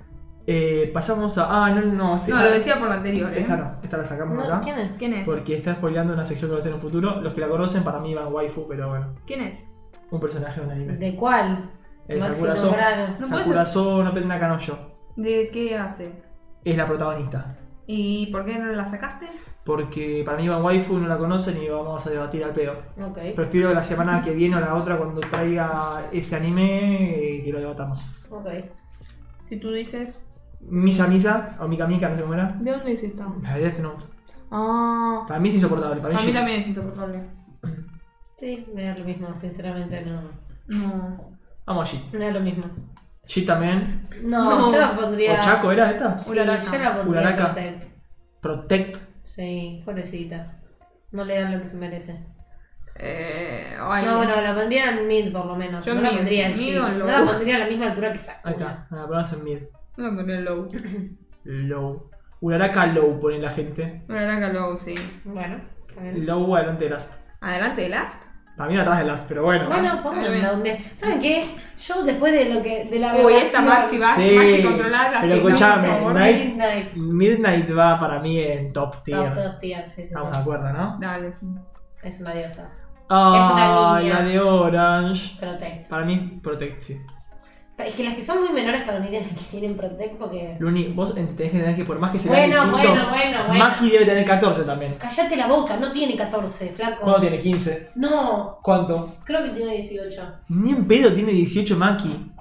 Eh, pasamos a. Ah, no, no, no. Esta, No, lo decía por la anterior, ¿eh? Esta no, esta la sacamos de No, acá. ¿Quién es? ¿Quién es? Porque está spoileando una sección que va a ser en un futuro. Los que la conocen para mí van waifu, pero bueno. ¿Quién es? Un personaje de un anime. ¿De cuál? es Maxi Sakura So. Nobrano. No Sakura So no Perna Kanoyo. ¿De qué hace? Es la protagonista. ¿Y por qué no la sacaste? Porque para mí van waifu, no la conocen y vamos a debatir al pedo. Ok. Prefiero la semana que viene o la otra cuando traiga este anime eh, que lo debatamos. Ok. Si tú dices. Misa Misa, o Mika Mika, no sé cómo era. ¿De dónde es esta? La de Death Note. Ah. Para mí es insoportable. Para mí, A mí yo- también es insoportable. Sí, me da lo mismo, sinceramente no. No. Vamos allí. Me da lo mismo. She también. No, No. yo la pondría. ¿O Chaco era esta? Sí, Uraraka. yo la pondría Uraraka. Protect. Protect. Sí, pobrecita. No le dan lo que se merece. Eh, ay, No, bueno, la pondría en mid por lo menos. Yo no mid, la pondría en mid shit. o en No low. la pondría a la misma altura que Ahí Sakura. está. Ah, La ponemos en mid. No la pondría low. Low. Uraraka Low pone la gente. Una naranja low, sí. Bueno, está bien. Low adelante de Last. Adelante, Last. También atrás de Last, pero bueno. Bueno, Está bien. pónganla donde. ¿Saben qué? Yo después de lo que. de la Uy, esta Maxi va Sí, Maxi controlada. pero escuchame, Escuchame, por favor. Night- Midnight. Midnight va para mí en top tier. No, top tier, sí, sí, Estamos sí. de acuerdo, ¿no? Dale, sí. Es una diosa. Ah, niña. la de Orange. Protect. Para mí, Protect, sí. Pero Es que las que son muy menores para mí tienen que ir en Protect porque. Luni, vos entendés que tenés que, por más que se vean Bueno, bueno, distintos, bueno, bueno. Maki debe tener 14 también. Cállate la boca, no tiene 14, flaco. ¿Cuándo tiene 15? No, ¿Cuánto? creo que tiene 18. Ni en pedo tiene 18 Maki.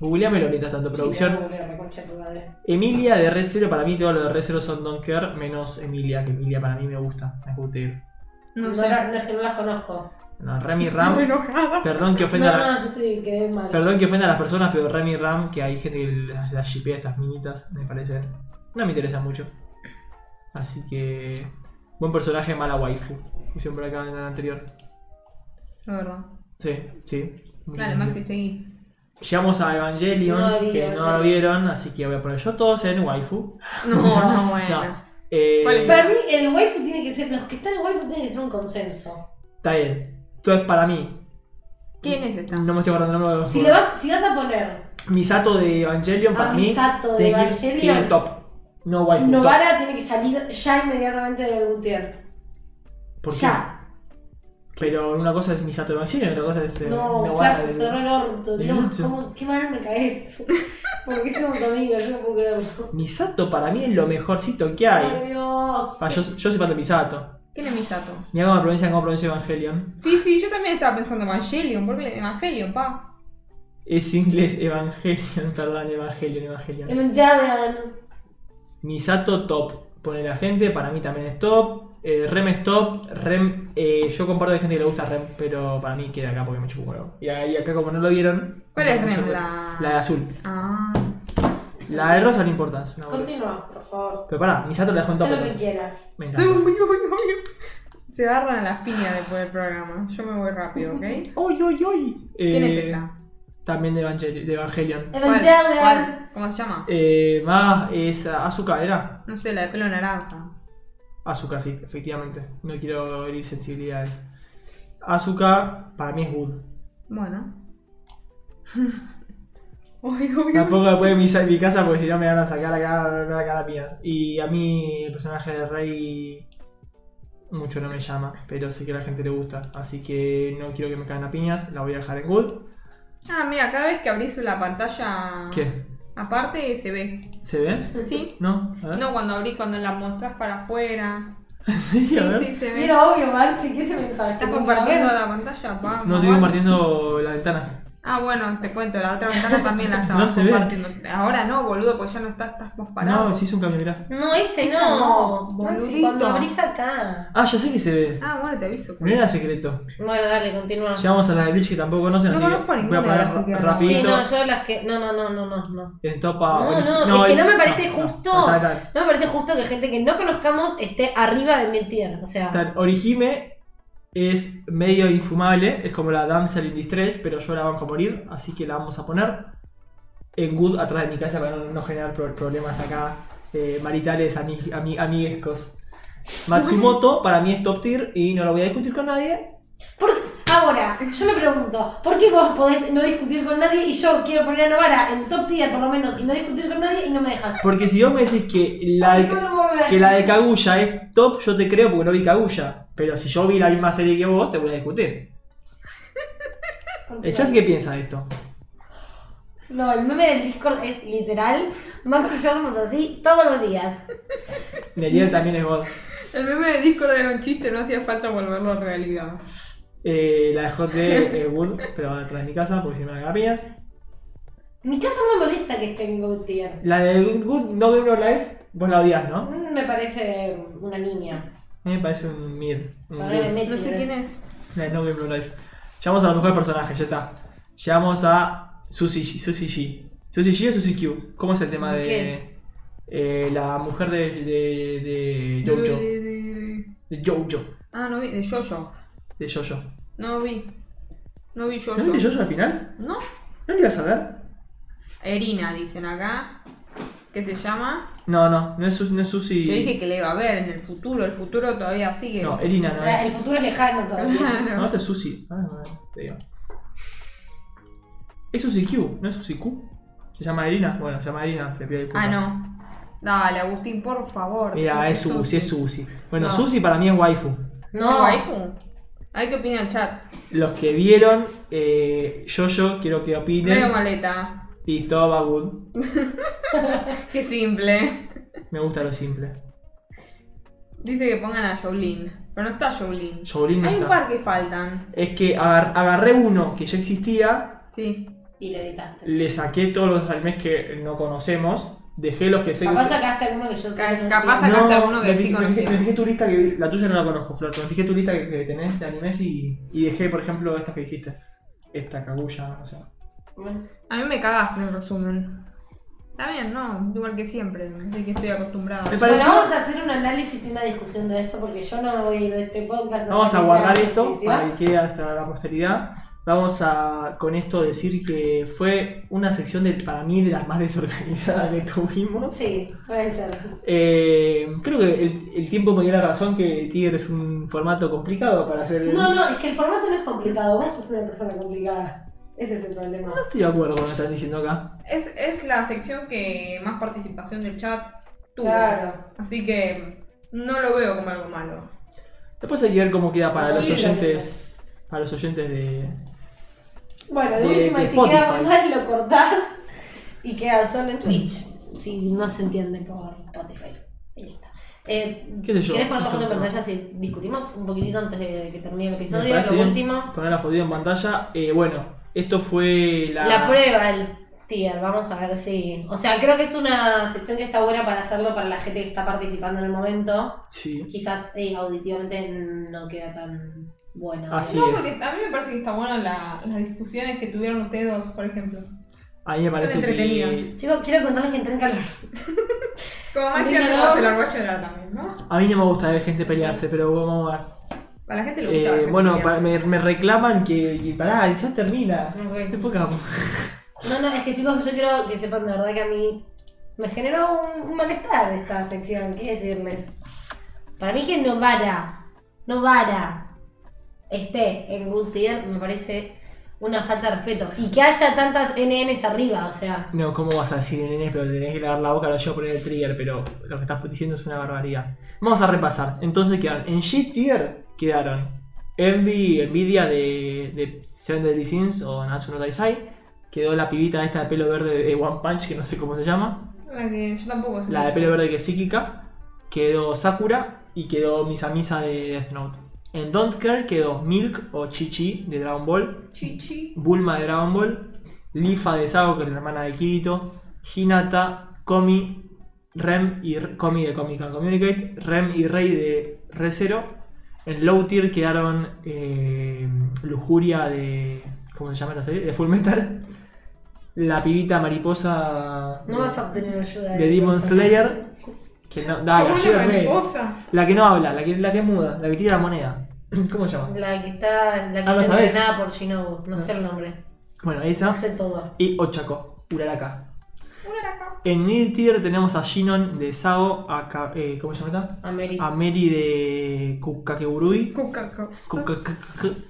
Googleamelo mientras tanto, Sí, producción. te voy a reconcha tu madre. Emilia de Re Zero, para mí todo lo de Re Zero son Don't Care, menos Emilia, que Emilia para mí me gusta. Me gusta ir. No, No, sé. la- no es que no las conozco. No, Remy Ram, enojada. perdón que ofenda a No, la- no, yo estoy, quedé mal. Perdón que ofenda a las personas, pero Remy Ram, que hay gente que las, las shippea a estas minitas, me parece. No me interesa mucho. Así que. Buen personaje, mala waifu. Pusieron por acá en el anterior. La verdad. Sí, sí. Dale, Maxi, seguí. Llegamos a Evangelion, No vi que no lo Evangelion. vieron, así que voy a poner yo todos en waifu. No, no, bueno. No. Eh, ¿Cuál es? Para mí, el waifu tiene que ser. Los que están en waifu tienen que ser un consenso. está bien. Entonces, para mí, ¿Quién es esta? no me estoy acordando el nombre de los Si, le juegos. vas, si vas a poner Misato de Evangelion, Ah, para mí. Misato de tiene que ir- Evangelion. tiene que ir top. No waifu. top. Novara, tiene que salir ya inmediatamente del Gutiérrez. ¿Por qué? ya. Pero una cosa es Misato de Evangelion y otra cosa es. eh, No, Nowara flaco, de- cerró el orto. de Dios, Lucho. cómo- qué mal me caes. Porque somos amigos, yo no puedo creerlo. Misato para mí es lo mejorcito que hay. Ay, Dios. Ah, yo, yo soy fan de Misato. ¿Quién es Misato? Mira cómo me pronuncian como pronuncia Evangelion. Sí, sí, yo también estaba pensando Evangelion. ¿Por qué Evangelion, pa? Es inglés Evangelion, perdón, Evangelion, Evangelion. En un Jadean. Misato top. Pone la gente, para mí también es top. Eh, Rem es top. Rem, eh, yo comparto de gente que le gusta Rem, pero para mí queda acá porque me chupo un huevo. Y ahí acá como no lo vieron. ¿Cuál es no se Rem? puede. La- La de azul. Ah. La de rosa no importa. es una boludez. Continúa, por favor. Pero pará, Misato la dejó en top. Haz lo que entonces. quieras. Me Uy, encanta. uy, uy, uy. Se agarran las piñas después del programa. Yo me voy rápido, ¿ok? ¡Oy, oy, oy! ¿Quién es Eh, esta? También de Evangelion. De Evangelion. ¿Cuál? Evangelion. ¿Cuál? ¿Cómo se llama? Eh, más esa Azuka era. No sé, la de pelo naranja. Azuka, sí, efectivamente. No quiero herir sensibilidades. Azuka, para mí es good. Bueno. Uy, uy, uy. Tampoco después de mi, sa- mi casa porque si no me van a sacar acá, me van a sacar a piñas. Y a mí el personaje de Rey mucho no me llama, pero sé que a la gente le gusta. Así que no quiero que me caigan a piñas, la voy a dejar en good. Ah, mira, cada vez que abrís la pantalla. ¿Qué? Aparte se ve. ¿Se ve? ¿Sí? No, a ver. No, cuando abrí, cuando la mostrás para afuera. Sí, Sí, a ver. sí, se ve. Mira, obvio, Maxi, ¿qué se mensaje? ¿Estás compartiendo la pantalla? Vamos, No, estoy vamos. compartiendo la ventana. Ah, bueno, te cuento, la otra ventana también la estaba No se ve. compartiendo. Ahora no, boludo, porque ya no estás, estás vos parado. No, sí hizo un cambio, mirá. No, ese Esa no. no, Maxi, boludito. cuando abrís acá. Ah, ya sé que se ve. Ah, bueno, te aviso. No era secreto. Bueno, dale, continúa. Llegamos a la de Glitch que tampoco conocen, No así conozco que voy ninguna a de parar las que ra- conozco. rapidito. Sí, no, yo las que. No, no, no, no, no. no. En topa. No, origi- no, es que no me parece no, justo. no, No, está, está, me parece justo que gente que no conozcamos esté arriba de mentir. O sea, está. Orihime es medio infumable, es como la damsel in distress, pero yo la banco a morir, así que la vamos a poner en good atrás de mi casa para no, no generar pro- problemas acá eh, maritales, ami- ami- amiguescos. Matsumoto para mí es top tier y no lo voy a discutir con nadie. Por- Ahora, yo me pregunto, ¿por qué vos podés no discutir con nadie y yo quiero poner a Novara en top tier por lo menos y no discutir con nadie y no me dejas? Porque si vos me decís que la Ay, de- no, no, no, no. que la de Kaguya es top, yo te creo porque no vi Kaguya. Pero si yo vi la misma serie que vos, te voy a discutir. ¿El chat qué piensa de esto? No, el meme del Discord es literal. Max y yo somos así todos los días. Neriel también es God. El meme de Discord era un chiste, no hacía falta volverlo a realidad. Eh, la de Hot de eh, Wood, pero atrás de mi casa, porque si no me hagan piñas. Mi casa no me molesta que esté en Good Tier. La de Wood No Game No Life, vos la odias, ¿no? Mm, Me parece una niña. A mí me parece un mid. un Ponerle good. Mechi, No sé quién es. La de No Game No Life. Llegamos a los mejores personajes, ya está. Llegamos a Susie, G- Susie G. Susie G o Susie Q. ¿Cómo es el tema de. ¿Qué es? eh, la mujer de, de, de Jojo. De- de- de- De Jojo. Ah, no vi, de Jojo. De Jojo. No vi. No vi Jojo. ¿No viste Jojo al final? ¿No? ¿No le ibas a ver? Erina, dicen acá. ¿Qué se llama? No, no, no es, Sus- no es Susie. Yo dije que le iba a ver en el futuro. El futuro todavía sigue. No, Elina no La- El es. futuro es lejano todavía. No, esta es Susi. Ah, no, no, te digo. Es Susi Q, no es Susi Q. ¿Se llama Elina? Bueno, se llama Elina, te pido disculpas. Ah, no. Dale, Agustín, por favor. Mira, es Susi. Susi, es Susi. Bueno, No. Susi para mí es waifu. No. no. iPhone. Hay que opinar chat. Los que vieron eh, Jojo, quiero que Medio opinen. maleta. Listo, va good. Qué simple. Me gusta lo simple. Dice que pongan a Jolene. Pero no está Jolene. Jolene no Hay está. un par que faltan. Es que agar- agarré uno que ya existía Sí. Y lo editaste. le saqué todos los animes que no conocemos, dejé los que sé Capaz que... sacaste alguno que yo Ca- sé. capaz sí. sacaste alguno que me sí fijé- me conocía. fijé- Me fijé tu lista que vi- la tuya no la conozco, Flor, pero me fijé tu lista que, que tenés de animes y, y dejé, por ejemplo, estas que dijiste. Esta Kaguya, o sea. Bueno, A mí me cagaste en resumen. Está bien, ¿no? Igual que siempre. Así que estoy acostumbrada. Me pareció- Bueno, vamos a hacer un análisis y una discusión de esto porque yo no voy a ir de este podcast. hasta Vamos a que guardar sea esto noticia. para que quede hasta la posteridad. Vamos a con esto decir que fue una sección de, para mí de las más desorganizadas que tuvimos. Sí, puede ser. Eh, creo que el, el tiempo me dio la razón que Tigre es un formato complicado para hacer... el- No, no, es que el formato no es complicado. Vos sos una persona complicada. Ese es el problema. No estoy de acuerdo con lo que están diciendo acá. Es, es la sección que más participación del chat tuvo. Claro. Así que no lo veo como algo malo. Después hay que ver cómo queda para los Sí, oyentes. Para los oyentes de. Bueno, de De- última, de y si queda Spotify. muy mal, lo cortás y queda solo en Twitch. Si no se entiende por Spotify. Y listo. Eh, ¿Qué sé yo? ¿Querés poner la foto en Esto no. pantalla si discutimos un poquitito antes de que termine Me el episodio? parece Lo bien último. Poner la foto en pantalla. Eh, bueno, esto fue la. La prueba, el tier. Vamos a ver si. O sea, creo que es una sección que está buena para hacerlo para la gente que está participando en el momento. Sí. Quizás eh, auditivamente no queda tan bueno. Así no, es. porque a mí me parece que está bueno la- las discusiones que tuvieron ustedes dos, por ejemplo. A mí me parece que. entretenido. Chicos, quiero contarles que entré en calor. Como más que Dígalo. algo se largó a llorar también, ¿no? A mí no me gusta ver gente pelearse, pero vamos a ver. A la gente le gusta. Eh, la bueno, gente para- que- me, me reclaman que. Y pará, ya termina. Ok. Qué poca- No, no, es que chicos, yo quiero que sepan de verdad que a mí me generó un, un malestar esta sección, ¿qué decirles? Para mí que Novara, Novara esté en Good Tier me parece una falta de respeto. Y que haya tantas NNs arriba, o sea, No, ¿cómo vas a decir nenes? Pero tenés que lavar la boca, lo llevo a poner el trigger, pero lo que estás diciendo es una barbaridad. Vamos a repasar. Entonces quedaron. En G tier quedaron Envy, Nvidia de, de Seven Deadly Sins o Natsu no Taisai. quedó la pibita esta de pelo verde de One Punch, que no sé cómo se llama. La que yo tampoco sé. La de pelo verde que es psíquica. Quedó Sakura y quedó Misa Misa de Death Note. En Don't Care quedó Milk o Chichi de Dragon Ball. Chichi. Bulma de Dragon Ball, Lifa de Sago, que es la hermana de Kirito, Hinata, Komi, Rem y Re- Komi de Comic and Communicate, Rem y Rey de ReZero. En Low Tier quedaron eh, Lujuria de. ¿Cómo se llama la serie? De Full Metal. La pibita mariposa No vas a obtener ayuda. de Demon personas. Slayer. Que no, dale, ayúdame. La que no habla, la que, la que es muda, la que tira la moneda. ¿Cómo se llama? La que está. La que Ah, ¿lo es sabés? entrenada por Shinobu. No sé el nombre. Bueno, No esa. sé todo. y Ochako, Uraraka. En Mid Tier tenemos a Shinon de Sao, a Ka- eh, ¿cómo se llama? esta? América. A Mary de Kukakeburui, Cucaco. Kukakak-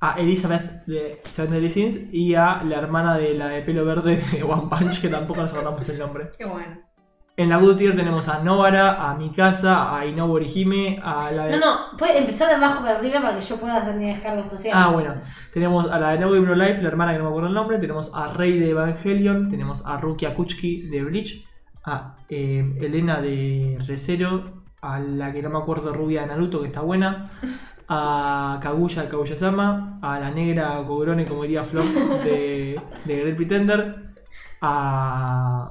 a Elizabeth de Seven Deadly Sins y a la hermana de la de pelo verde de One Punch, que tampoco nos acordamos el nombre. Qué bueno. En la Good Tier tenemos a Novara, a Mikasa, a Inobu Orihime, a la de... No, no, puedes empezar de abajo para arriba para que yo pueda hacer mi descarga social. Ah, bueno. Tenemos a la de No Game No Life, la hermana que no me acuerdo el nombre. Tenemos a Rey de Evangelion. Tenemos a Rukia Kuchki de Bleach. A eh, Elena de Recero. A la que no me acuerdo rubia de Naruto, que está buena. A Kaguya de Kaguya-sama. A la negra Cobrone, como diría Flop, de, de Great Pretender. A,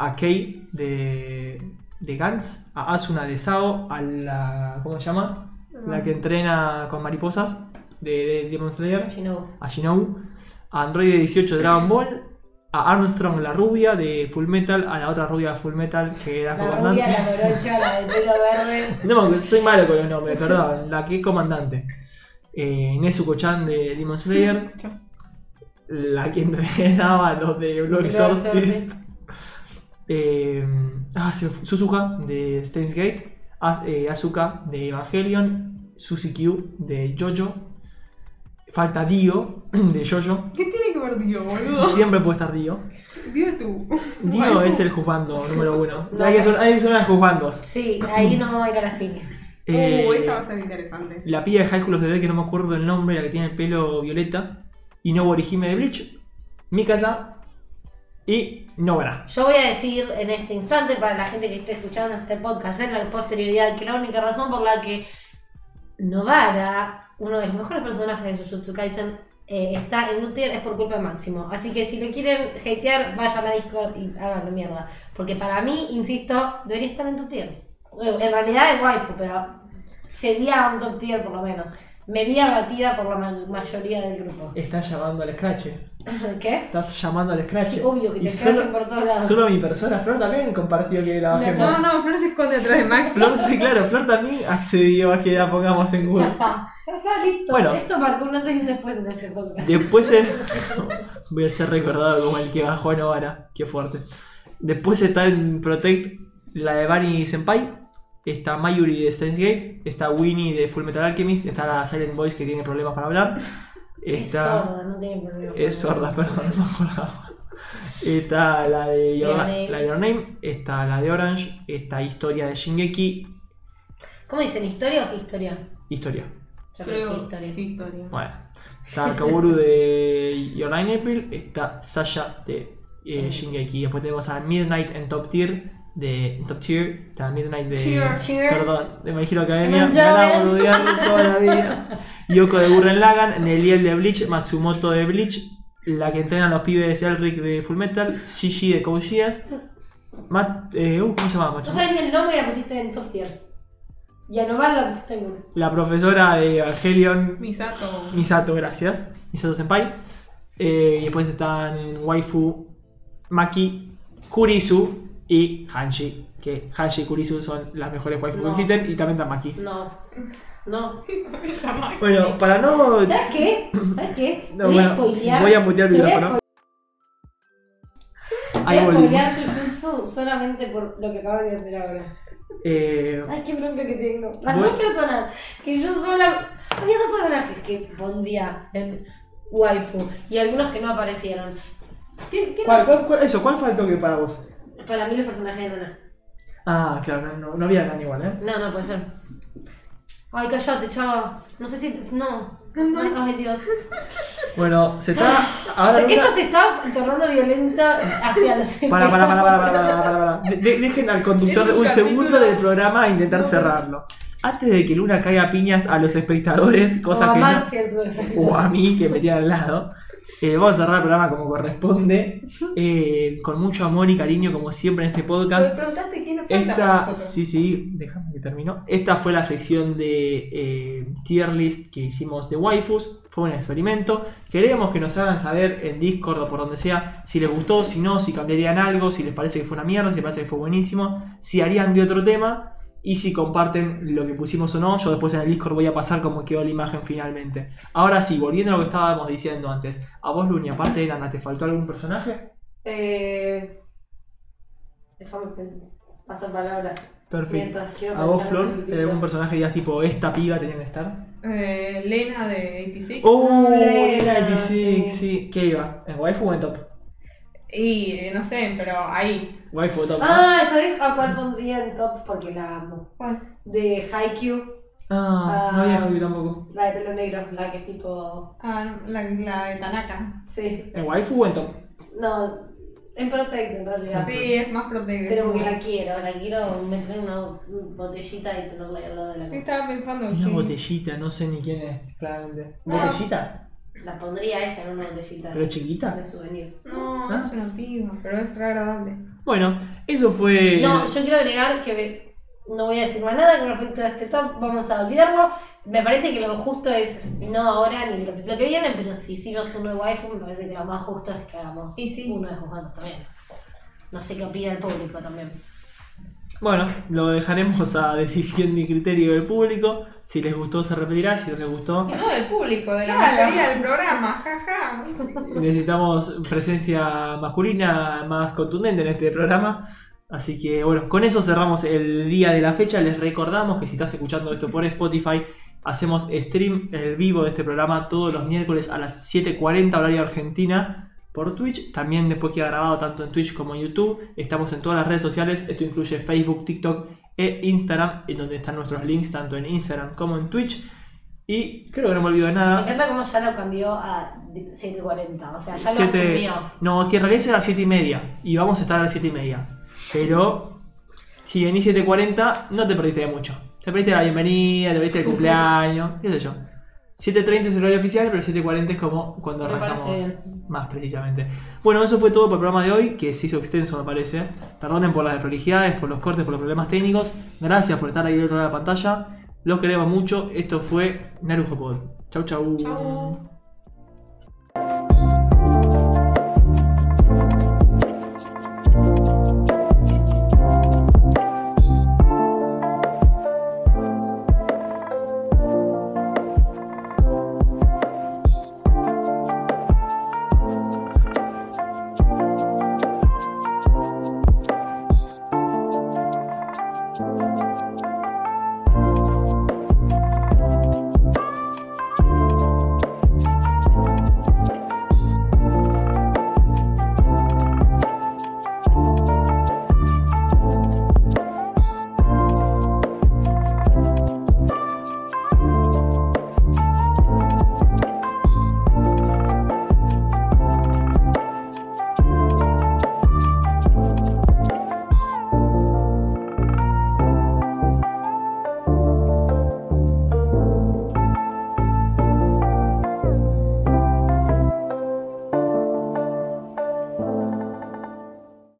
a Kei de, de Gantz. A Asuna de Sao. A la. ¿Cómo se llama? La que entrena con mariposas de, de Demon Slayer, Shinobu. a Shinobu, a Android 18 de Dragon Ball, a Armstrong la rubia de Full Metal, a la otra rubia de Full Metal que era La comandante. rubia, la morocha, la de pelo verde. No, me- soy malo con los nombres, perdón, la que es comandante. Eh, Nezuko-chan de Demon Slayer, la que entrenaba a los de Blue Exorcist. Eh, ah, se me fue- Suzuka de Steins Gate, A- eh, Asuka de Evangelion, Suzy Q de Jojo, falta Dio de Jojo, ¿Qué tiene que ver Dio, boludo? siempre puede estar Dio. Dio es tú. Dio Bueno. es el juzgando número uno. No. Hay que sonar- hay que sonar juzgandos. Sí, ahí nos vamos a ir a las piñas. Eh, Uh, esta va a ser interesante. La piba de High School of the Dead, que no me acuerdo el nombre, la que tiene el pelo violeta. Y Nobu Orihime de Bleach. Mikasa. Y Nobara. Yo voy a decir en este instante, para la gente que esté escuchando este podcast en la posterioridad, que la única razón por la que Novara, uno de los mejores personajes de Jujutsu Kaisen, eh, está en Lutier es por culpa de Máximo. Así que si lo quieren hatear, vayan a Discord y háganlo mierda. Porque para mí, insisto, debería estar en tu tier. Bueno, En realidad es waifu, pero sería un top tier por lo menos. Me vi abatida por la ma- mayoría del grupo. Estás llamando al Scratch. eh. ¿Qué? Estás llamando al Scratch. Sí, obvio que Y te solo, escrachan por todos lados. solo mi persona, Flor también compartió que la bajemos. No, no, Flor se esconde atrás de Max. Flor, sí, claro, Flor también accedió a que la pongamos en Ya Google. está, ya está listo. Bueno. Esto marcó un antes y un después en este podcast. Después eh, voy a ser recordado como el que bajó a Novara. Qué fuerte. Después está en Protect la de Bunny Senpai. Está Mayuri de Steins Gate. Está Winnie de Full Metal Alchemist. Está la Silent Voice que tiene problemas para hablar. Es Está. sorda, no tiene problema. Es sorda, perdón, no me acordaba. Está la de Your, Your Name. la de Your Name. Está la de Orange. Está Historia de Shingeki. ¿Cómo dicen? ¿Historia o historia? Historia. Yo creo Creo que historia. historia. Bueno, está Kaworu de Your Line April, está Sasha de eh, Shingeki. Después tenemos a Midnight en Top Tier, de en Top Tier, está Midnight de. Cheer, cheer. Perdón, de My Hero Academia, me Evangelion. van a boludear toda la vida. Yoko de Gurren Lagan, Neliel de Bleach, Matsumoto de Bleach, la que entrenan los pibes de Celric de Fullmetal, Shishi de Koushias, Mat, eh, uh, ¿cómo se llama? No Matsumoto? sabes ni el nombre y la pusiste en top tier. Y a Novar la pusiste en Google. La profesora de Evangelion, Misato. Misato, gracias. Misato Senpai. Eh, y después están en Waifu, Maki, Kurisu y Hanshi. Que Hanshi y Kurisu son las mejores waifu que No. existen. Y también está Maki. No. No. Bueno, para no. ¿Sabes qué? ¿Sabes qué? No, voy bueno, a spoilear. voy a mutear el te voy a micrófono. spo- Voy Ahí a spoilear volvimos. Jujutsu solamente por lo que acabo de decir ahora. Eh, Ay, qué bronca que tengo. Las Voy- dos personas que yo sola. Había dos personajes que pondría en waifu y algunos que no aparecieron. ¿Qué- qué- ¿cuál- cuál- cuál- eso, ¿cuál faltó que para vos? Para mí, los personajes de Nana. Ah, claro, no, no, no había nada igual, ¿eh? No, no puede ser. Ay, cállate, chava. No sé si. No. Ay, Dios. Bueno, se está. Ahora. Se- Luna- Esto se está tornando violenta hacia los Para, para, para, para, empresarios. para, para, para, para. De- de- dejen al conductor Es un un segundo capítulo- del programa a intentar cerrarlo. Antes de que Luna caiga a piñas a los espectadores, O cosa a que no, Maxi en su defecto. o a mí que me tiene al lado, eh, vamos a cerrar el programa como corresponde, eh, con mucho amor y cariño como siempre en este podcast. preguntaste quién nos falta para Esta, nosotros. sí, sí, déjame que termino. Esta fue la sección de eh, tier list que hicimos de waifus. Fue un experimento. Queremos que nos hagan saber en Discord o por donde sea si les gustó, si no, si cambiarían algo, si les parece que fue una mierda, si les parece que fue buenísimo, si harían de otro tema y si comparten lo que pusimos o no. Yo después en el Discord voy a pasar como quedó la imagen finalmente. Ahora sí, volviendo a lo que estábamos diciendo antes. A vos, Luni, aparte de Nana, ¿te faltó algún personaje? Eh, déjame pensar. Paso palabra. Perfecto. Mientras quiero A vos, pensar Flor, un ¿hay algún personaje que digas tipo esta piba tenía que estar? Eh, Lena de 86. ¡Oh! Lena, Era 86, Ah, sí. sí. ¿Qué iba? ¿En waifu o en top? Y eh, no sé, pero ahí. Waifu o top. ¿no? Ah, ¿sabés a cuál pondría en top? Porque la amo. De Haikyuu, Ah, no había Javi tampoco. la de pelo negro, la que es tipo. Ah, no, la, la de Tanaka. Sí. ¿En waifu o en top? No, en Protect en realidad. Sí, es más protegida. Pero porque la quiero, la quiero meter en una botellita y tenerla ahí al lado de la Yo cama. estaba pensando Una que- botellita, no sé ni quién es, claramente. Ah. ¿Botellita? La pondría a ella en una botellita ¿Pero chiquita? de souvenir. No, ¿Ah? es una piba, pero es re agradable. Bueno, eso fue. No, yo quiero agregar que me- no voy a decir más nada con respecto a este top, vamos a olvidarlo. Me parece que lo justo es, no ahora ni el capítulo que viene, pero si hicimos uno de waifu, me parece que lo más justo es que hagamos Y sí. uno de juzgantes también. No sé qué opina el público también. Bueno, lo dejaremos a decisión y criterio del público. Si les gustó, se repetirá. Si no les gustó, Y no del público, de la Claro. mayoría del programa, jaja. necesitamos presencia masculina más contundente en este programa. Así que bueno, con eso cerramos el día de la fecha. Les recordamos que si estás escuchando esto por Spotify, hacemos stream el vivo de este programa todos los miércoles a las 7.40 horario argentina por Twitch. También después queda grabado tanto en Twitch como en YouTube. Estamos en todas las redes sociales. Esto incluye Facebook, TikTok e Instagram, en donde están nuestros links tanto en Instagram como en Twitch. Y creo que no me olvido de Me nada. encanta cómo ya lo cambió a 7.40, o sea, ya lo Siete- asumió. No, es que en realidad será 7 y media. Y vamos a estar a las 7 y media. Pero si venís 7.40, no te perdiste de mucho. Te perdiste la bienvenida, te perdiste el cumpleaños, qué sé yo. 7.30 es el horario oficial, pero 7.40 es como cuando Me parece arrancamos bien. más precisamente. Bueno, eso fue todo por el programa de hoy, que se hizo extenso me parece. Perdonen por las desprolijidades, por los cortes, por los problemas técnicos. Gracias por estar ahí del otro lado de la pantalla. Los queremos mucho. Esto fue Narujo Pod. Chau, chau. Chau.